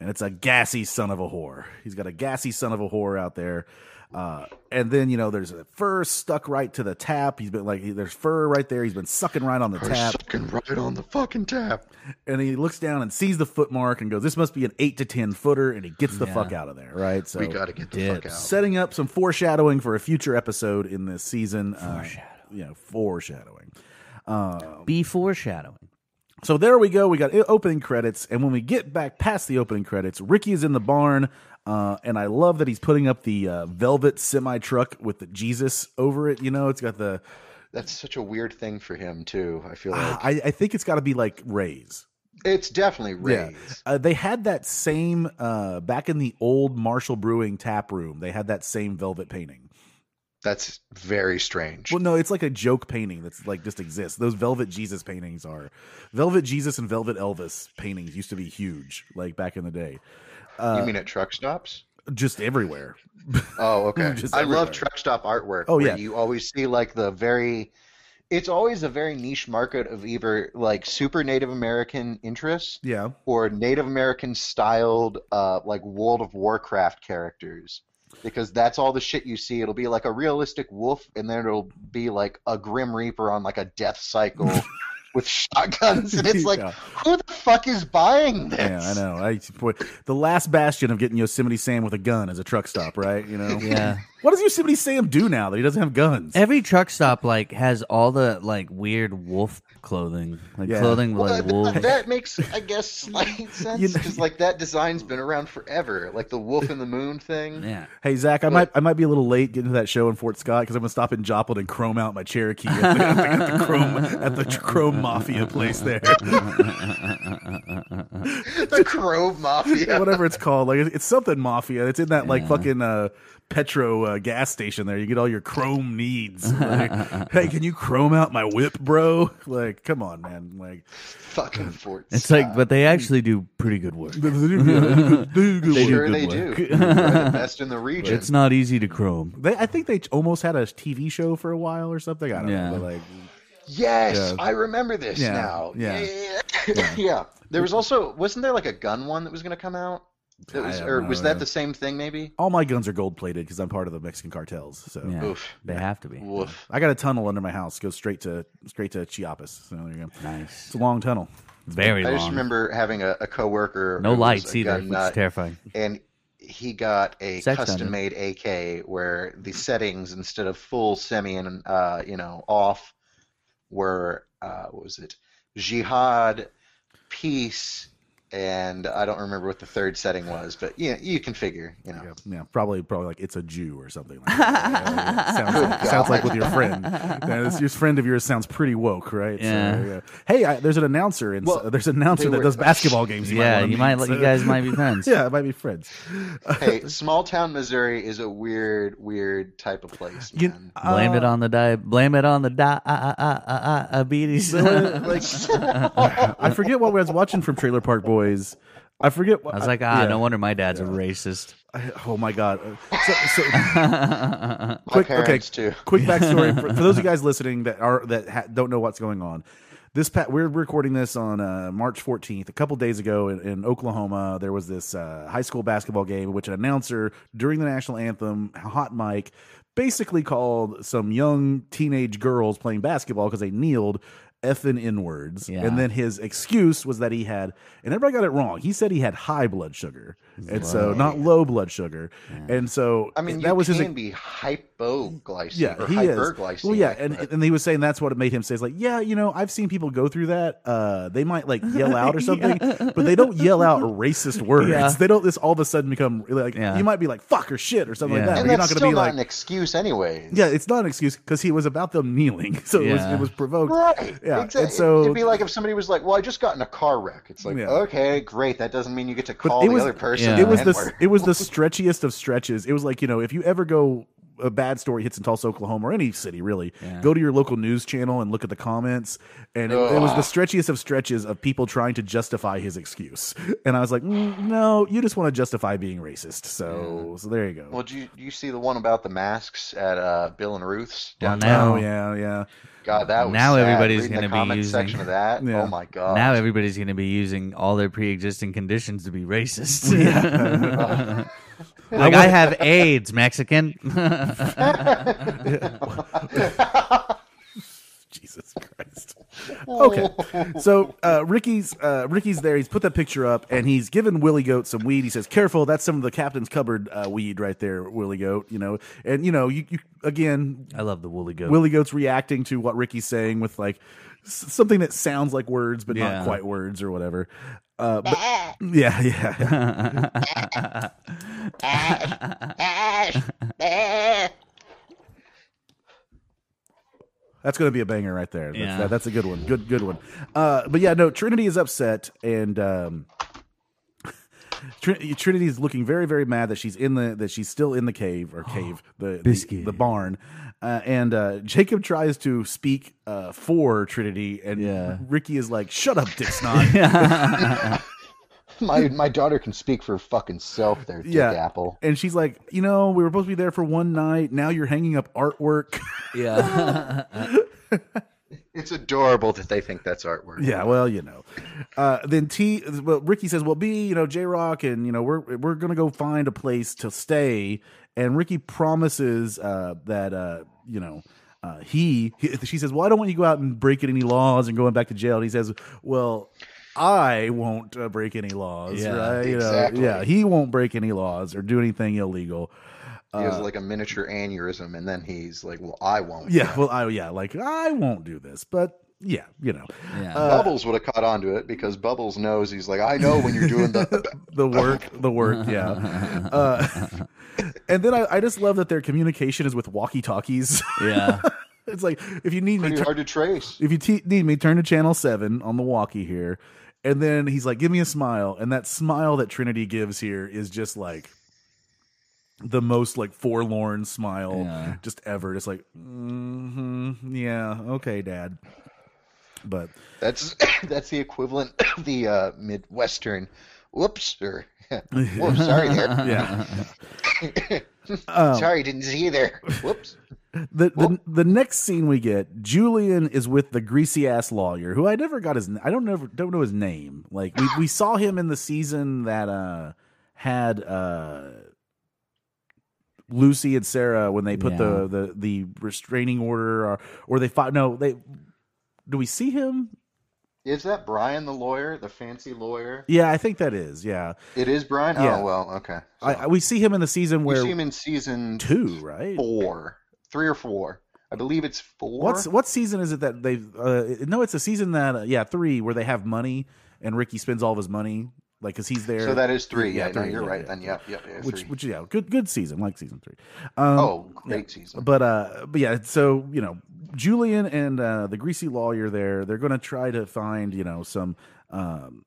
Speaker 2: and it's a gassy son of a whore. He's got a gassy son of a whore out there. Uh, and then you know, there's a fur stuck right to the tap. He's been like, there's fur right there. He's been sucking right on the tap
Speaker 1: Sucking right on the fucking tap.
Speaker 2: and he looks down and sees the foot mark and goes, "This must be an eight to ten footer," and he gets the fuck out of there, right? So
Speaker 1: We gotta get the fuck
Speaker 4: Dips.
Speaker 1: out.
Speaker 2: setting up some foreshadowing for a future episode in this season. Foreshadowing, you know, foreshadowing.
Speaker 4: Be foreshadowing.
Speaker 2: So there we go. We got i- opening credits, and when we get back past the opening credits, Ricky is in the barn, uh, and I love that he's putting up the uh, velvet semi truck with the Jesus over it. You know, it's got the.
Speaker 1: That's such a weird thing for him too. I feel like
Speaker 2: I, I think it's got to be like rays.
Speaker 1: it's definitely raised.
Speaker 2: Uh, they had that same uh, back in the old Marshall Brewing tap room. They had that same velvet painting.
Speaker 1: That's very strange.
Speaker 2: Well, no, it's like a joke painting that's like just exists. Those velvet Jesus paintings are velvet Jesus and velvet Elvis paintings used to be huge, like back in the day, uh,
Speaker 1: you mean at truck stops?
Speaker 2: just everywhere.
Speaker 1: Oh, okay.
Speaker 2: Just
Speaker 1: I
Speaker 2: everywhere.
Speaker 1: love truck stop artwork.
Speaker 2: Oh,
Speaker 1: where
Speaker 2: yeah.
Speaker 1: You always see like the very. It's always a very niche market of either like super Native American interests
Speaker 2: Yeah,
Speaker 1: or Native American styled uh, like World of Warcraft characters. Because that's all the shit you see. It'll be like a realistic wolf, and then it'll be like a Grim Reaper on like a death cycle with shotguns. And it's like,
Speaker 2: Yeah.
Speaker 1: who the fuck is buying this?
Speaker 2: yeah, I know. I boy, the last bastion of getting Yosemite Sam with a gun is a truck stop, right? You know.
Speaker 4: Yeah.
Speaker 2: What does Yosemite Sam do now that he doesn't have guns?
Speaker 4: Every truck stop like has all the like weird wolf clothing, like
Speaker 2: Yeah.
Speaker 4: clothing with,
Speaker 1: Well,
Speaker 4: like
Speaker 1: that-
Speaker 4: wolves.
Speaker 1: that makes, I guess, slight sense
Speaker 2: You know-
Speaker 1: because like that design's been around forever, like the wolf in the moon thing.
Speaker 4: Yeah.
Speaker 2: Hey Zach, I might I might be a little late getting to that show in Fort Scott because I'm gonna stop in Joplin and chrome out my Cherokee at the, at the, at the chrome at the chrome mafia place there,
Speaker 1: the Crow Mafia.
Speaker 2: whatever it's called. Like it's, it's something mafia. It's in that like fucking uh, petro uh, gas station there. You get all your chrome needs. Like, hey, can you chrome out my whip, bro? Like, come on, man. Like,
Speaker 1: Fucking Fort.
Speaker 4: It's
Speaker 1: Scott.
Speaker 4: like, but they actually do pretty good work.
Speaker 1: I'm
Speaker 2: they,
Speaker 1: sure
Speaker 4: good
Speaker 1: they
Speaker 4: work.
Speaker 1: do. They're the best in the region.
Speaker 4: It's not easy to chrome.
Speaker 2: I think they almost had a TV show for a while or something. I don't
Speaker 4: Yeah.
Speaker 2: know. But like,
Speaker 1: yes,
Speaker 2: Yeah.
Speaker 1: I remember this
Speaker 2: Yeah,
Speaker 1: now.
Speaker 2: yeah.
Speaker 1: yeah. yeah. There was also wasn't there like a gun one that was going to come out? That was-
Speaker 2: I-
Speaker 1: or
Speaker 2: I
Speaker 1: was
Speaker 2: don't
Speaker 1: that
Speaker 2: know.
Speaker 1: the same thing? Maybe.
Speaker 2: All my guns are gold plated because I'm part of the Mexican cartels. So
Speaker 4: Yeah,
Speaker 1: Oof.
Speaker 4: they have to be.
Speaker 1: Woof.
Speaker 2: I got a tunnel under my house. Goes straight to straight to Chiapas. So there you go.
Speaker 4: Nice.
Speaker 2: It's a long tunnel.
Speaker 4: Very
Speaker 1: I
Speaker 4: long.
Speaker 1: just remember having a, a coworker. who
Speaker 4: no
Speaker 1: was
Speaker 4: lights
Speaker 1: a
Speaker 4: either,
Speaker 1: gun
Speaker 4: which is
Speaker 1: nut,
Speaker 4: terrifying.
Speaker 1: and he got a
Speaker 4: Sex
Speaker 1: custom made AK where the settings instead of full semi and uh, you know off were uh, what was it jihad peace and I don't remember what the third setting was but yeah you can figure you know
Speaker 2: Yeah, probably probably like it's a Jew or something. Like that. Yeah, yeah, yeah. sounds, sounds like with your friend. Yeah, this, your friend of yours sounds pretty woke, right? So,
Speaker 4: Yeah.
Speaker 2: Hey, I, there's an announcer in
Speaker 1: Well,
Speaker 2: there's an announcer
Speaker 1: they
Speaker 2: that
Speaker 1: were-
Speaker 2: does basketball games.
Speaker 4: yeah,
Speaker 2: wanna
Speaker 4: you
Speaker 2: meet,
Speaker 4: might. You
Speaker 2: so-
Speaker 4: guys might be friends.
Speaker 2: Yeah, it might be friends.
Speaker 1: hey small town Missouri is a weird weird type of place
Speaker 2: You-
Speaker 1: man.
Speaker 4: Blame it
Speaker 2: uh,
Speaker 4: on the di- ah, blame it on the diabetes. ah, I
Speaker 2: like, I forget what I was watching from Trailer Park Boys. I forget. What,
Speaker 4: was like, ah,
Speaker 2: yeah.
Speaker 4: no wonder my dad's a racist.
Speaker 2: I- oh my god. Uh, So, so,
Speaker 1: my
Speaker 2: quick, okay,
Speaker 1: parents too
Speaker 2: quick backstory for, for those of you guys listening that are that ha- don't know what's going on. This pat we're recording this on uh, March 14th. A couple days ago in, in Oklahoma, there was this uh, high school basketball game in which an announcer during the national anthem, hot mic, basically called some young teenage girls playing basketball because they kneeled effing inwards.
Speaker 4: Yeah.
Speaker 2: And then his excuse was that he had, and everybody got it wrong. He said he had high blood sugar, and so
Speaker 4: Right.
Speaker 2: not low blood sugar. And so
Speaker 1: I mean
Speaker 2: that
Speaker 1: you
Speaker 2: was
Speaker 1: can
Speaker 2: his
Speaker 1: be hypoglycemic
Speaker 2: yeah,
Speaker 1: or
Speaker 2: he
Speaker 1: hyperglycemic
Speaker 2: is. Well, yeah, and,
Speaker 1: but-
Speaker 2: and he was saying that's what it made him say. It's like, yeah, you know, I've seen people go through that. Uh, they might like yell out or something, but they don't yell out racist words.
Speaker 4: Yeah.
Speaker 2: They don't. This all of a sudden become like
Speaker 4: Yeah.
Speaker 2: you might be like fuck or shit or something
Speaker 4: Yeah.
Speaker 2: like that.
Speaker 1: and
Speaker 2: but you're
Speaker 1: that's
Speaker 2: not
Speaker 1: still
Speaker 2: going to be
Speaker 1: not
Speaker 2: like
Speaker 1: an excuse anyways
Speaker 2: yeah. It's not an excuse because he was about them kneeling, so it was
Speaker 4: Yeah.
Speaker 2: it was provoked.
Speaker 1: Right.
Speaker 2: Yeah,
Speaker 1: Exactly.
Speaker 2: and so-
Speaker 1: it'd be like if somebody was like, "Well, I just got in a car wreck." It's like,
Speaker 2: Yeah.
Speaker 1: okay, great. That doesn't mean you get to call
Speaker 2: it
Speaker 1: the
Speaker 2: was-
Speaker 1: other person.
Speaker 4: yeah.
Speaker 1: an
Speaker 2: it was the
Speaker 1: N-word.
Speaker 2: it was the stretchiest of stretches. It was like you know if you ever go a bad story hits in Tulsa, Oklahoma, or any city really,
Speaker 4: Yeah.
Speaker 2: go to your local news channel and look at the comments. And it, it was the stretchiest of stretches of people trying to justify his excuse. And I was like, "Mm, no, you just want to justify being racist. So so there you go.
Speaker 1: Well, do you, do you see the one about the masks at uh, Bill and Ruth's
Speaker 4: Well,
Speaker 1: downtown?
Speaker 4: now,
Speaker 2: oh yeah, yeah.
Speaker 1: God, that was
Speaker 4: now
Speaker 1: sad.
Speaker 4: everybody's
Speaker 1: Reading
Speaker 4: gonna
Speaker 1: the
Speaker 4: be
Speaker 1: comment
Speaker 4: using-
Speaker 1: section of that.
Speaker 2: Yeah.
Speaker 1: Oh my god.
Speaker 4: now everybody's going to be using all their pre-existing conditions to be racist. like I have AIDS, Mexican.
Speaker 2: Jesus Christ. Okay, so uh, Ricky's uh, Ricky's there. He's put that picture up, and he's given Willie Goat some weed. He says, "Careful, that's some of the captain's cupboard uh, weed right there, Willie Goat." You know, and you know, you, you again,
Speaker 4: I love the woolly goat.
Speaker 2: Willie Goat's reacting to what Ricky's saying with like s- something that sounds like words but
Speaker 4: Yeah.
Speaker 2: not quite words or whatever. Uh, but, yeah, yeah. That's going to be a banger right there. That's,
Speaker 4: Yeah.
Speaker 2: that- that's a good one. Good, good one. Uh, but yeah, no, Trinity is upset and. Um, Trin- Trinity is looking very, very mad that she's in the that she's still in the cave or cave the the,
Speaker 4: Biscuit.
Speaker 2: the barn, uh, and uh, Jacob tries to speak uh, for Trinity, and
Speaker 4: Yeah.
Speaker 2: Ricky is like, "Shut up, Dick Snot."
Speaker 1: my my daughter can speak for her fucking self. There, Dick
Speaker 2: Yeah.
Speaker 1: Apple.
Speaker 2: And she's like, you know, we were supposed to be there for one night. Now you're hanging up artwork.
Speaker 4: yeah.
Speaker 1: It's adorable that they think that's artwork.
Speaker 2: yeah, well, you know. Uh, then T, well, Ricky says, well, B, you know, J Rock, and you know, we're we're gonna go find a place to stay. And Ricky promises uh, that uh, you know. Uh, he, he, she says, "Well, I don't want you to go out and break any laws and going back to jail." And he says, "Well, I won't uh, break any laws,
Speaker 4: Yeah,
Speaker 2: right? You know,
Speaker 1: exactly.
Speaker 2: yeah, he won't break any laws or do anything illegal."
Speaker 1: He has like a miniature aneurysm, and then he's like, "Well, I won't."
Speaker 2: Yeah, well, I yeah, like I won't do this, but yeah, you know,
Speaker 4: Yeah.
Speaker 1: Bubbles would have caught onto it because Bubbles knows he's like, I know when you're doing the
Speaker 2: the work, the work, yeah. Uh, and then I, I just love that their communication is with walkie-talkies.
Speaker 4: yeah.
Speaker 2: it's like if you need me,
Speaker 1: pretty
Speaker 2: tur-
Speaker 1: hard to trace.
Speaker 2: if you te- need me, turn to channel seven on the walkie here. And then he's like, "Give me a smile," and that smile that Trinity gives here is just like the most like forlorn smile
Speaker 4: Yeah.
Speaker 2: just ever. Just like, mm-hmm, yeah, okay, Dad. But
Speaker 1: That's that's the equivalent of the uh, Midwestern. Whoops, or whoops, sorry there.
Speaker 2: yeah.
Speaker 1: sorry, didn't see you there. Whoops.
Speaker 2: The, the the next scene we get, Julian is with the greasy ass lawyer who I never got his I don't never don't know his name. Like we, we saw him in the season that uh had uh, Lucy and Sarah when they put
Speaker 4: Yeah.
Speaker 2: the, the the restraining order or or they fought. No, they do we see him?
Speaker 1: Is that Brian the lawyer, the fancy lawyer?
Speaker 2: Yeah, I think that is. Yeah,
Speaker 1: It is Brian.
Speaker 2: Yeah.
Speaker 1: Oh well, okay.
Speaker 2: I, I, we see him in the season
Speaker 1: we
Speaker 2: where
Speaker 1: see him in season
Speaker 2: two, right?
Speaker 1: four, three or four. I believe it's four.
Speaker 2: What's what season is it that they've? Uh, no, it's a season that uh, yeah three where they have money and Ricky spends all of his money like because he's there.
Speaker 1: so that is three.
Speaker 2: Yeah,
Speaker 1: Yeah, no,
Speaker 2: three,
Speaker 1: you're
Speaker 2: yeah,
Speaker 1: right.
Speaker 2: yeah.
Speaker 1: Then yep, yep, yeah,
Speaker 2: which
Speaker 1: three.
Speaker 2: which yeah good good season like season three. Um,
Speaker 1: oh, great season.
Speaker 2: but uh but yeah so you know julian and uh the greasy lawyer there they're gonna try to find you know some um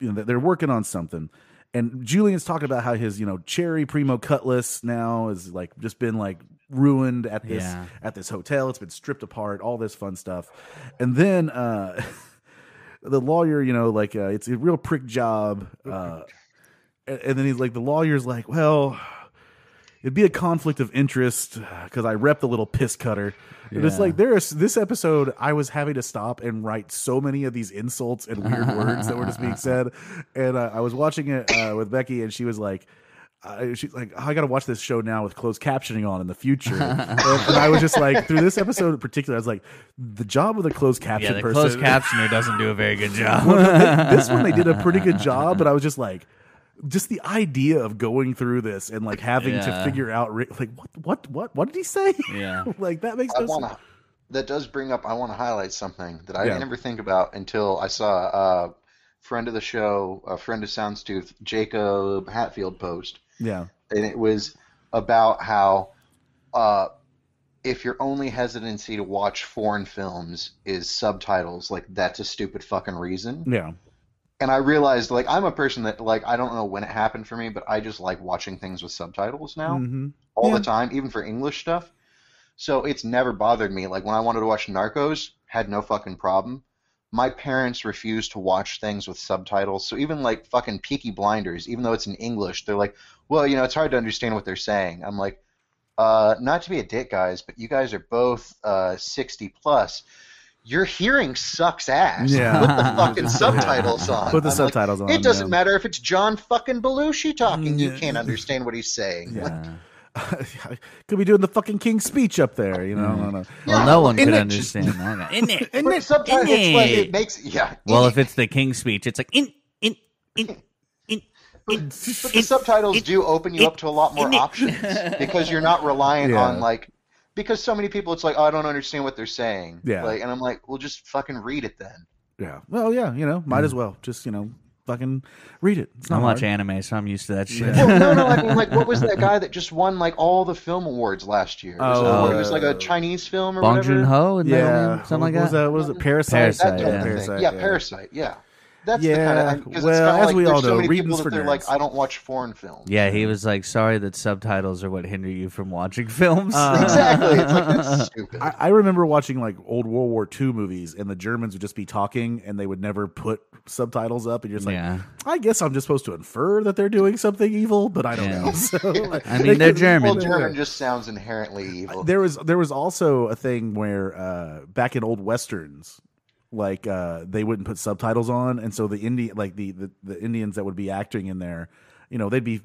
Speaker 2: you know they're working on something and julian's talking about how his you know cherry primo cutlass now is like just been like ruined at this
Speaker 4: Yeah.
Speaker 2: at this hotel it's been stripped apart all this fun stuff and then uh the lawyer, you know, like uh, it's a real prick job. Uh, and, and then he's like, the lawyer's like, well, it'd be a conflict of interest because I rep the little piss cutter. And it's
Speaker 4: Yeah.
Speaker 2: like there is this episode. I was having to stop and write so many of these insults and weird words that were just being said. And uh, I was watching it uh, with Becky, and she was like. I, she's like, oh, I got to watch this show now with closed captioning on in the future. and, and I was just like, through this episode in particular, I was like, the job of the closed caption
Speaker 4: Yeah, the
Speaker 2: person
Speaker 4: closed captioner doesn't do a very good job.
Speaker 2: well, th- this one they did a pretty good job, but I was just like, just the idea of going through this and like having to
Speaker 4: Yeah.
Speaker 2: figure out re- like what what what what did he say?
Speaker 4: Yeah.
Speaker 2: like that makes
Speaker 1: I
Speaker 2: no
Speaker 1: want
Speaker 2: sense.
Speaker 1: to. That does bring up. I want to highlight something that I
Speaker 2: Yeah.
Speaker 1: never think about until I saw a friend of the show, a friend of Soundstooth, Jacob Hatfield post,
Speaker 2: Yeah,
Speaker 1: and it was about how uh, if your only hesitancy to watch foreign films is subtitles, like that's a stupid fucking reason.
Speaker 2: yeah,
Speaker 1: and I realized like I'm a person that like I don't know when it happened for me, but I just like watching things with subtitles now
Speaker 2: hmm
Speaker 1: all
Speaker 2: Yeah.
Speaker 1: the time, even for English stuff. So it's never bothered me. Like when I wanted to watch Narcos, had no fucking problem. My parents refused to watch things with subtitles. So even like fucking Peaky Blinders, even though it's in English, they're like, well, you know, it's hard to understand what they're saying. I'm like, uh, not to be a dick, guys, but you guys are both uh, 60 plus. Your hearing sucks ass.
Speaker 2: Yeah.
Speaker 1: Put the fucking subtitles on.
Speaker 2: Put the
Speaker 1: I'm like,
Speaker 2: subtitles on.
Speaker 1: it doesn't
Speaker 2: yeah.
Speaker 1: matter if it's John fucking Belushi talking. You
Speaker 2: Yeah.
Speaker 1: can't understand what he's saying.
Speaker 4: Yeah.
Speaker 2: Could be doing the fucking king's speech up there, you know. I don't know.
Speaker 4: Well, no one
Speaker 1: Isn't
Speaker 4: could
Speaker 1: it
Speaker 4: understand that. In it, in
Speaker 1: But
Speaker 4: it,
Speaker 1: sometimes
Speaker 4: in
Speaker 1: it's like it
Speaker 4: it.
Speaker 1: makes yeah.
Speaker 4: Well,
Speaker 1: it-
Speaker 4: if it's the King's speech, it's like in in in in in.
Speaker 1: but the subtitles do open you
Speaker 4: it-
Speaker 1: up to a lot more
Speaker 4: it-
Speaker 1: options because you're not reliant
Speaker 2: Yeah.
Speaker 1: on like because so many people it's like oh, I don't understand what they're saying.
Speaker 2: Yeah.
Speaker 1: Like, and I'm like, well, just fucking read it then.
Speaker 2: Yeah, well, yeah, you know, might as well just you know fucking read it. It's
Speaker 4: I
Speaker 2: not
Speaker 4: watch
Speaker 2: hard.
Speaker 4: anime, so Mm. I'm used to that shit.
Speaker 1: Well, no, no, I mean, like, what was that guy that just won like all the film awards last year? It was,
Speaker 2: Oh,
Speaker 1: it was like
Speaker 2: uh,
Speaker 1: a Chinese film or
Speaker 4: Bong
Speaker 1: whatever.
Speaker 4: Joon Ho and
Speaker 2: Yeah,
Speaker 4: something like
Speaker 2: what was
Speaker 4: that.
Speaker 2: What was it? Parasite.
Speaker 1: That
Speaker 4: Parasite,
Speaker 1: type
Speaker 4: yeah.
Speaker 1: of thing.
Speaker 2: Parasite,
Speaker 1: yeah, Parasite. Yeah. That's the
Speaker 2: Yeah,
Speaker 1: kind of because
Speaker 2: well,
Speaker 1: it's kind
Speaker 2: as
Speaker 1: of like
Speaker 2: we all
Speaker 1: there's
Speaker 2: know,
Speaker 1: so many
Speaker 2: readings
Speaker 1: people
Speaker 2: for
Speaker 1: that they're
Speaker 2: nerds.
Speaker 1: like, I don't watch foreign films.
Speaker 4: Yeah, he was like, "Sorry that subtitles are what hinder you from watching films."
Speaker 2: Uh,
Speaker 1: Exactly. It's like that's stupid.
Speaker 2: I, I remember watching like old World War II movies, and the Germans would just be talking, and they would never put subtitles up, and you're just like,
Speaker 4: yeah,
Speaker 2: I guess I'm just supposed to infer that they're doing something evil, but I don't
Speaker 4: Yeah.
Speaker 2: know. So, like,
Speaker 4: I mean, they're German.
Speaker 1: well, German just sounds inherently evil.
Speaker 2: There was there was also a thing where uh, back in old westerns, like uh, they wouldn't put subtitles on, and so the Indian like the, the the Indians that would be acting in there, you know, they'd be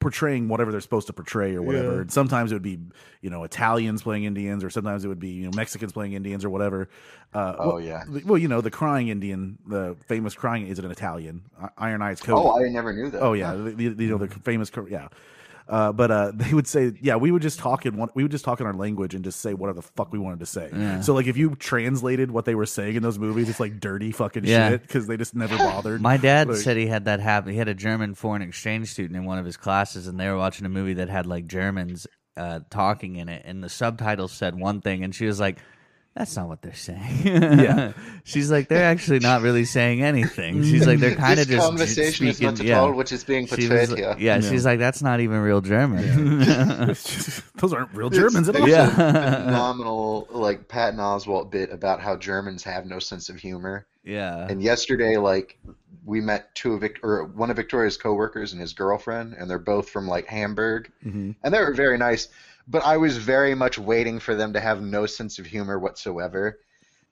Speaker 2: portraying whatever they're supposed to portray or whatever. And sometimes it would be you know Italians playing Indians, or sometimes it would be you know Mexicans playing Indians or whatever. Uh,
Speaker 1: Oh,
Speaker 2: well,
Speaker 1: yeah.
Speaker 2: well you know the crying Indian, the famous crying is it an Italian? I- Iron Eyes Cody.
Speaker 1: Oh, I never knew that.
Speaker 2: Oh yeah, the, the, the- you know the famous cor- yeah. Uh, but uh, they would say, yeah, we would just talk in one, we would just talk in our language and just say whatever the fuck we wanted to say. So like, if you translated what they were saying in those movies, it's like dirty fucking shit 'cause
Speaker 4: Yeah.
Speaker 2: shit because they just never bothered.
Speaker 4: My dad
Speaker 2: Like-
Speaker 4: said he had that happen. He had a German foreign exchange student in one of his classes, and they were watching a movie that had like Germans uh, talking in it, and the subtitles said one thing, and she was like, "That's not what they're saying." Yeah, she's like, "They're actually not really saying anything." She's like, "They're kind of
Speaker 1: this
Speaker 4: just
Speaker 1: conversation is
Speaker 4: speaking."
Speaker 1: not at
Speaker 4: yeah.
Speaker 1: all what is being
Speaker 4: She
Speaker 1: portrayed
Speaker 4: was,
Speaker 1: here.
Speaker 4: yeah, she's like, "That's not even real German."
Speaker 2: those aren't real Germans at all.
Speaker 1: There's
Speaker 4: Yeah.
Speaker 1: a phenomenal like Patton Oswalt bit about how Germans have no sense of humor.
Speaker 4: yeah.
Speaker 1: And yesterday, like we met two of Vic- or one of Victoria's coworkers and his girlfriend, and they're both from like Hamburg,
Speaker 2: Mm-hmm.
Speaker 1: and they were very nice. But I was very much waiting for them to have no sense of humor whatsoever.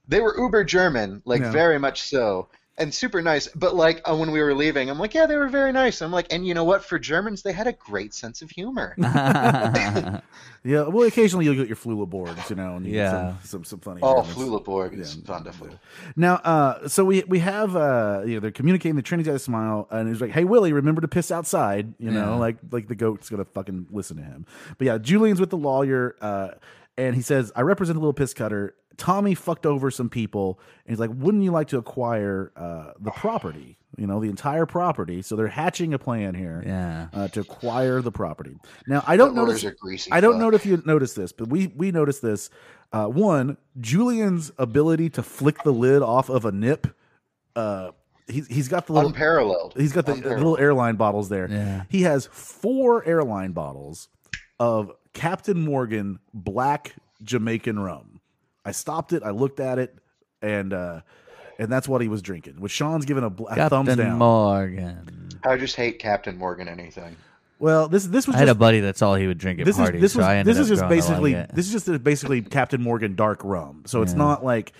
Speaker 1: They were uber German, like
Speaker 2: Yeah.
Speaker 1: very much so. and super nice. But like uh, when we were leaving, I'm like, yeah, they were very nice. I'm like, and you know what? For Germans, they had a great sense of humor.
Speaker 4: yeah.
Speaker 2: Yeah, well, occasionally you'll get your Flula boards, you know, and you get
Speaker 4: Yeah.
Speaker 2: some, some some funny.
Speaker 1: oh,
Speaker 2: Germans.
Speaker 1: Flulaborg is wonderful.
Speaker 2: Now, uh, so we we have uh, you know they're communicating the Trinity's got a smile, and he's like, "Hey Willie, remember to piss outside," you know,
Speaker 4: Yeah.
Speaker 2: like like the goat's gonna fucking listen to him. But yeah, Julian's with the lawyer, uh, and he says, "I represent a little piss cutter." Tommy fucked over some people, and he's like, "Wouldn't you like to acquire uh, the property? You know, the entire property." So they're hatching a plan here
Speaker 4: Yeah.
Speaker 2: uh, to acquire the property. Now, I don't
Speaker 1: The orders
Speaker 2: notice.
Speaker 1: are greasy
Speaker 2: I don't
Speaker 1: fuck.
Speaker 2: know if you noticed this, but we we noticed this. Uh, one, Julian's ability to flick the lid off of a nip. Uh, he's he's got the little
Speaker 1: Unparalleled.
Speaker 2: he's got the, the
Speaker 1: Unparalleled.
Speaker 2: little airline bottles there.
Speaker 4: Yeah.
Speaker 2: He has four airline bottles of Captain Morgan black Jamaican rum. I stopped it. I looked at it, and uh, and that's what he was drinking. Which Sean's giving a, bl- a thumbs
Speaker 4: Captain
Speaker 2: down.
Speaker 4: Morgan.
Speaker 1: I just hate Captain Morgan anything.
Speaker 2: well, this this was
Speaker 4: I had
Speaker 2: just
Speaker 4: a buddy that's all he would drink at
Speaker 2: this
Speaker 4: parties.
Speaker 2: is this
Speaker 4: so
Speaker 2: was
Speaker 4: I ended
Speaker 2: this is
Speaker 4: up
Speaker 2: just
Speaker 4: going along
Speaker 2: basically
Speaker 4: it.
Speaker 2: this is just basically Captain Morgan dark rum. So it's
Speaker 4: Yeah.
Speaker 2: not like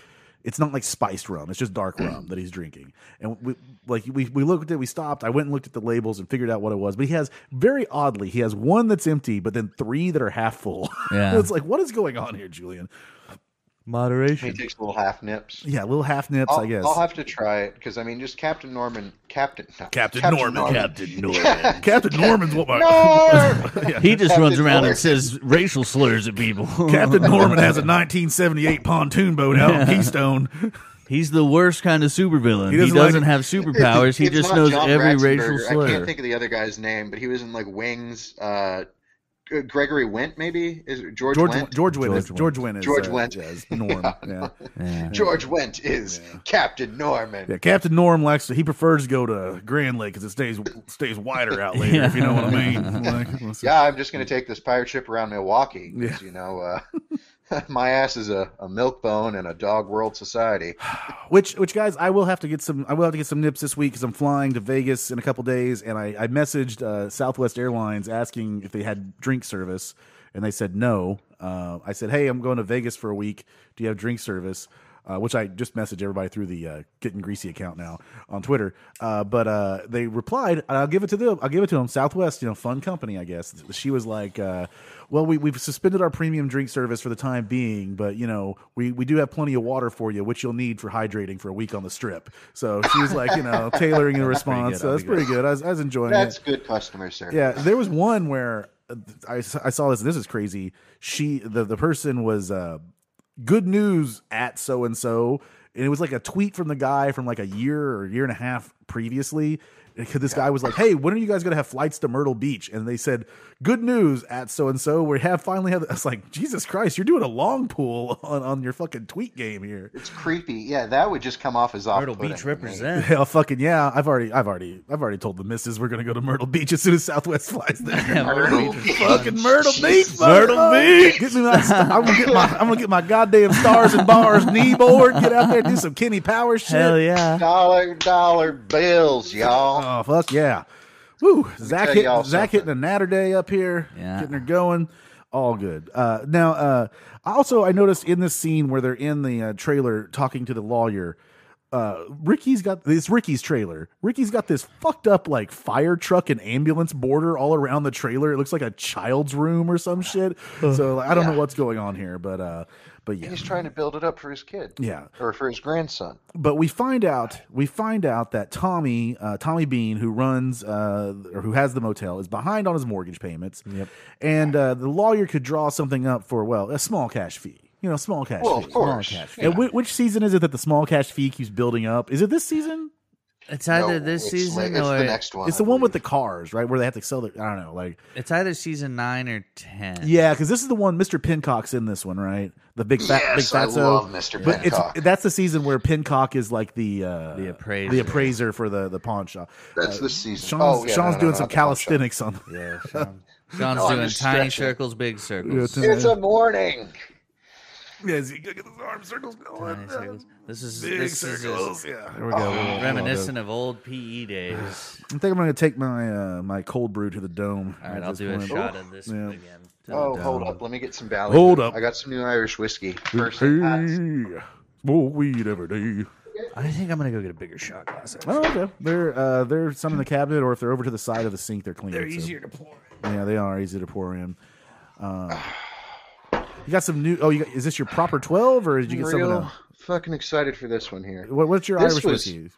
Speaker 2: it's not like spiced rum. It's just dark rum that he's drinking. And we like we we looked at it, we stopped. I went and looked at the labels and figured out what it was. But he has very oddly he has one that's empty, but then three that are half full.
Speaker 4: Yeah.
Speaker 2: it's like what is going on here, Julian?
Speaker 1: He
Speaker 4: moderation.
Speaker 1: takes little half nips.
Speaker 2: Yeah, little half nips,
Speaker 1: I'll,
Speaker 2: I guess.
Speaker 1: I'll have to try it because I mean, just Captain Norman, Captain, no,
Speaker 2: Captain, Norman. Captain
Speaker 1: Norman.
Speaker 2: Captain Norman's what my
Speaker 1: Norm!
Speaker 2: Yeah.
Speaker 4: He just
Speaker 1: Captain
Speaker 4: runs around
Speaker 1: Morgan.
Speaker 4: and says racial slurs at people.
Speaker 2: Captain Norman has a 1978 pontoon boat out in Keystone.
Speaker 4: He's the worst kind of supervillain.
Speaker 2: He
Speaker 4: He
Speaker 2: doesn't
Speaker 4: doesn't,
Speaker 2: like-
Speaker 4: have superpowers. he
Speaker 1: It's
Speaker 4: just
Speaker 1: not
Speaker 4: knows
Speaker 1: John
Speaker 4: every racial
Speaker 1: Ratzenberger.
Speaker 4: slur.
Speaker 1: I can't think of the other guy's name, but he was in like Wings. Uh, G- Gregory Went, maybe is it George,
Speaker 2: George
Speaker 1: Wendt?
Speaker 2: George Wynn is
Speaker 4: George Wendt.
Speaker 1: George
Speaker 2: George Wynn is uh,
Speaker 1: Wendt.
Speaker 2: yeah, is Norm. yeah.
Speaker 4: Yeah.
Speaker 1: George Went is Captain Norman.
Speaker 2: Yeah, Captain Norm likes to. He prefers to go to Grand Lake because it stays stays wider out later. If you know what I mean. Like, let's-
Speaker 1: Yeah, I'm just going to take this pirate ship around Milwaukee. 'cause, You know, uh, my ass is a, a milk bone in a dog world society.
Speaker 2: Which which guys, I will have to get some. I will have to get some nips this week because I'm flying to Vegas in a couple days, and I I messaged uh, Southwest Airlines asking if they had drink service, and they said no. Uh, I said, hey, I'm going to Vegas for a week. Do you have drink service? Uh, which I just message everybody through the uh, Getting Greasy account now on Twitter. Uh, but uh, they replied, and I'll give it to them. I'll give it to them. Southwest, you know, fun company, I guess. She was like, uh, "Well, we, we've suspended our premium drink service for the time being, but you know, we, we do have plenty of water for you, which you'll need for hydrating for a week on the strip." So she was like, you know, tailoring the response.
Speaker 4: good,
Speaker 2: so
Speaker 4: I'll
Speaker 2: that's
Speaker 4: be
Speaker 2: pretty good. I was, I was enjoying it.
Speaker 1: That's good customer service.
Speaker 2: Yeah, there was one where uh, I, s- I saw this. This is crazy. She the the person was uh, good news at so and so, and it was like a tweet from the guy from like a year or year and a half previously. Because this guy was like, "Hey, when are you guys gonna have flights to Myrtle Beach?" And they said, "Good news at so and so. We have finally had." It's like Jesus Christ, you're doing a long pool on on your fucking tweet game here.
Speaker 1: It's creepy. Yeah, that would just come off as off.
Speaker 4: Myrtle Beach represent.
Speaker 2: Hell, fucking yeah! I've already, I've already, I've already told the missus we're gonna go to Myrtle Beach as soon as Southwest flies there.
Speaker 1: Myrtle
Speaker 2: Fucking Myrtle Beach,
Speaker 1: Jesus.
Speaker 2: Myrtle Beach. Get me my, I'm gonna get my, I'm gonna get my goddamn stars and bars knee board. Get out there, do some Kenny Power shit.
Speaker 4: Hell yeah.
Speaker 1: Dollar, dollar bills, y'all.
Speaker 2: Oh fuck yeah! Woo! Zach
Speaker 1: tell
Speaker 2: hit,
Speaker 1: y'all
Speaker 2: Zach
Speaker 1: something.
Speaker 2: hitting a natter day up here,
Speaker 4: Yeah.
Speaker 2: getting her going. All good. Uh, now, uh, also I noticed in this scene where they're in the uh, trailer talking to the lawyer. Uh, Ricky's got this Ricky's trailer. Ricky's got this fucked up like fire truck and ambulance border all around the trailer. It looks like a child's room or some shit. So like, I don't know
Speaker 1: Yeah.
Speaker 2: what's going on here, but uh, but yeah,
Speaker 1: He's trying to build it up for his kid.
Speaker 2: yeah
Speaker 1: Or for his grandson.
Speaker 2: but we find out we find out that Tommy uh, Tommy Bean, who runs uh, or who has the motel, is behind on his mortgage payments. Yep. And uh, the lawyer could draw something up for well a small cash fee. You know, small cash.
Speaker 1: Well,
Speaker 2: fee.
Speaker 1: of course.
Speaker 4: cash.
Speaker 1: Yeah.
Speaker 2: And whi- which season is it that the small cash fee keeps building up? Is it this season?
Speaker 4: It's
Speaker 1: No,
Speaker 4: either this
Speaker 1: it's
Speaker 4: season
Speaker 1: la- it's
Speaker 4: or
Speaker 1: the next one.
Speaker 2: it's
Speaker 1: I
Speaker 2: the one with the
Speaker 1: believe.
Speaker 2: cars, right? Where they have to sell their. I don't know, like
Speaker 4: it's either season nine or ten.
Speaker 2: yeah, because this is the one Mr. Pincock's in this one, right? The big fat, big
Speaker 1: Yes, I
Speaker 2: fatso.
Speaker 1: love Mr.
Speaker 2: But
Speaker 1: Pincock.
Speaker 2: it's that's the season where Pincock is like the uh,
Speaker 4: The appraiser.
Speaker 2: the appraiser for the the pawn shop. Uh,
Speaker 1: That's this season.
Speaker 2: Sean's,
Speaker 1: oh, yeah,
Speaker 2: Sean's
Speaker 1: no, no,
Speaker 2: doing
Speaker 1: no,
Speaker 2: some
Speaker 1: not the whole show.
Speaker 2: calisthenics on.
Speaker 4: Yeah, Sean. Sean's
Speaker 1: No, Oh, I'm
Speaker 4: doing
Speaker 1: just stretching.
Speaker 4: tiny circles, big circles.
Speaker 2: Yeah,
Speaker 1: It's a morning.
Speaker 2: Yeah, as you get his arm circles going.
Speaker 4: Tiny circles. This is
Speaker 2: Big
Speaker 4: this is
Speaker 2: circles.
Speaker 4: just
Speaker 2: Yeah, here we
Speaker 4: Oh,
Speaker 2: go.
Speaker 4: reminiscent of old PE days.
Speaker 2: I think I'm going to take my uh, my cold brew to the dome.
Speaker 4: All right,
Speaker 2: at
Speaker 4: I'll
Speaker 2: this
Speaker 4: do a
Speaker 2: point.
Speaker 4: shot of this
Speaker 2: Yeah.
Speaker 4: again.
Speaker 1: Oh, hold up. Let me get some Bally.
Speaker 2: Hold up.
Speaker 1: I got some new Irish whiskey. First,
Speaker 2: Hey, smoke weed every day.
Speaker 4: I think I'm gonna go get a bigger shot glass. actually.
Speaker 2: Oh, okay. They're uh, they're some in the cabinet, or if they're over to the side of the sink, they're clean.
Speaker 4: They're
Speaker 2: so-
Speaker 4: easier to pour.
Speaker 2: Yeah, they are easy to pour in. Uh, you got some new. Oh, you got, is this your proper twelve, or did you get something
Speaker 1: Real
Speaker 2: else?
Speaker 1: fucking excited for this one here.
Speaker 2: What, what's your
Speaker 1: This
Speaker 2: Irish
Speaker 1: was-
Speaker 2: whiskey?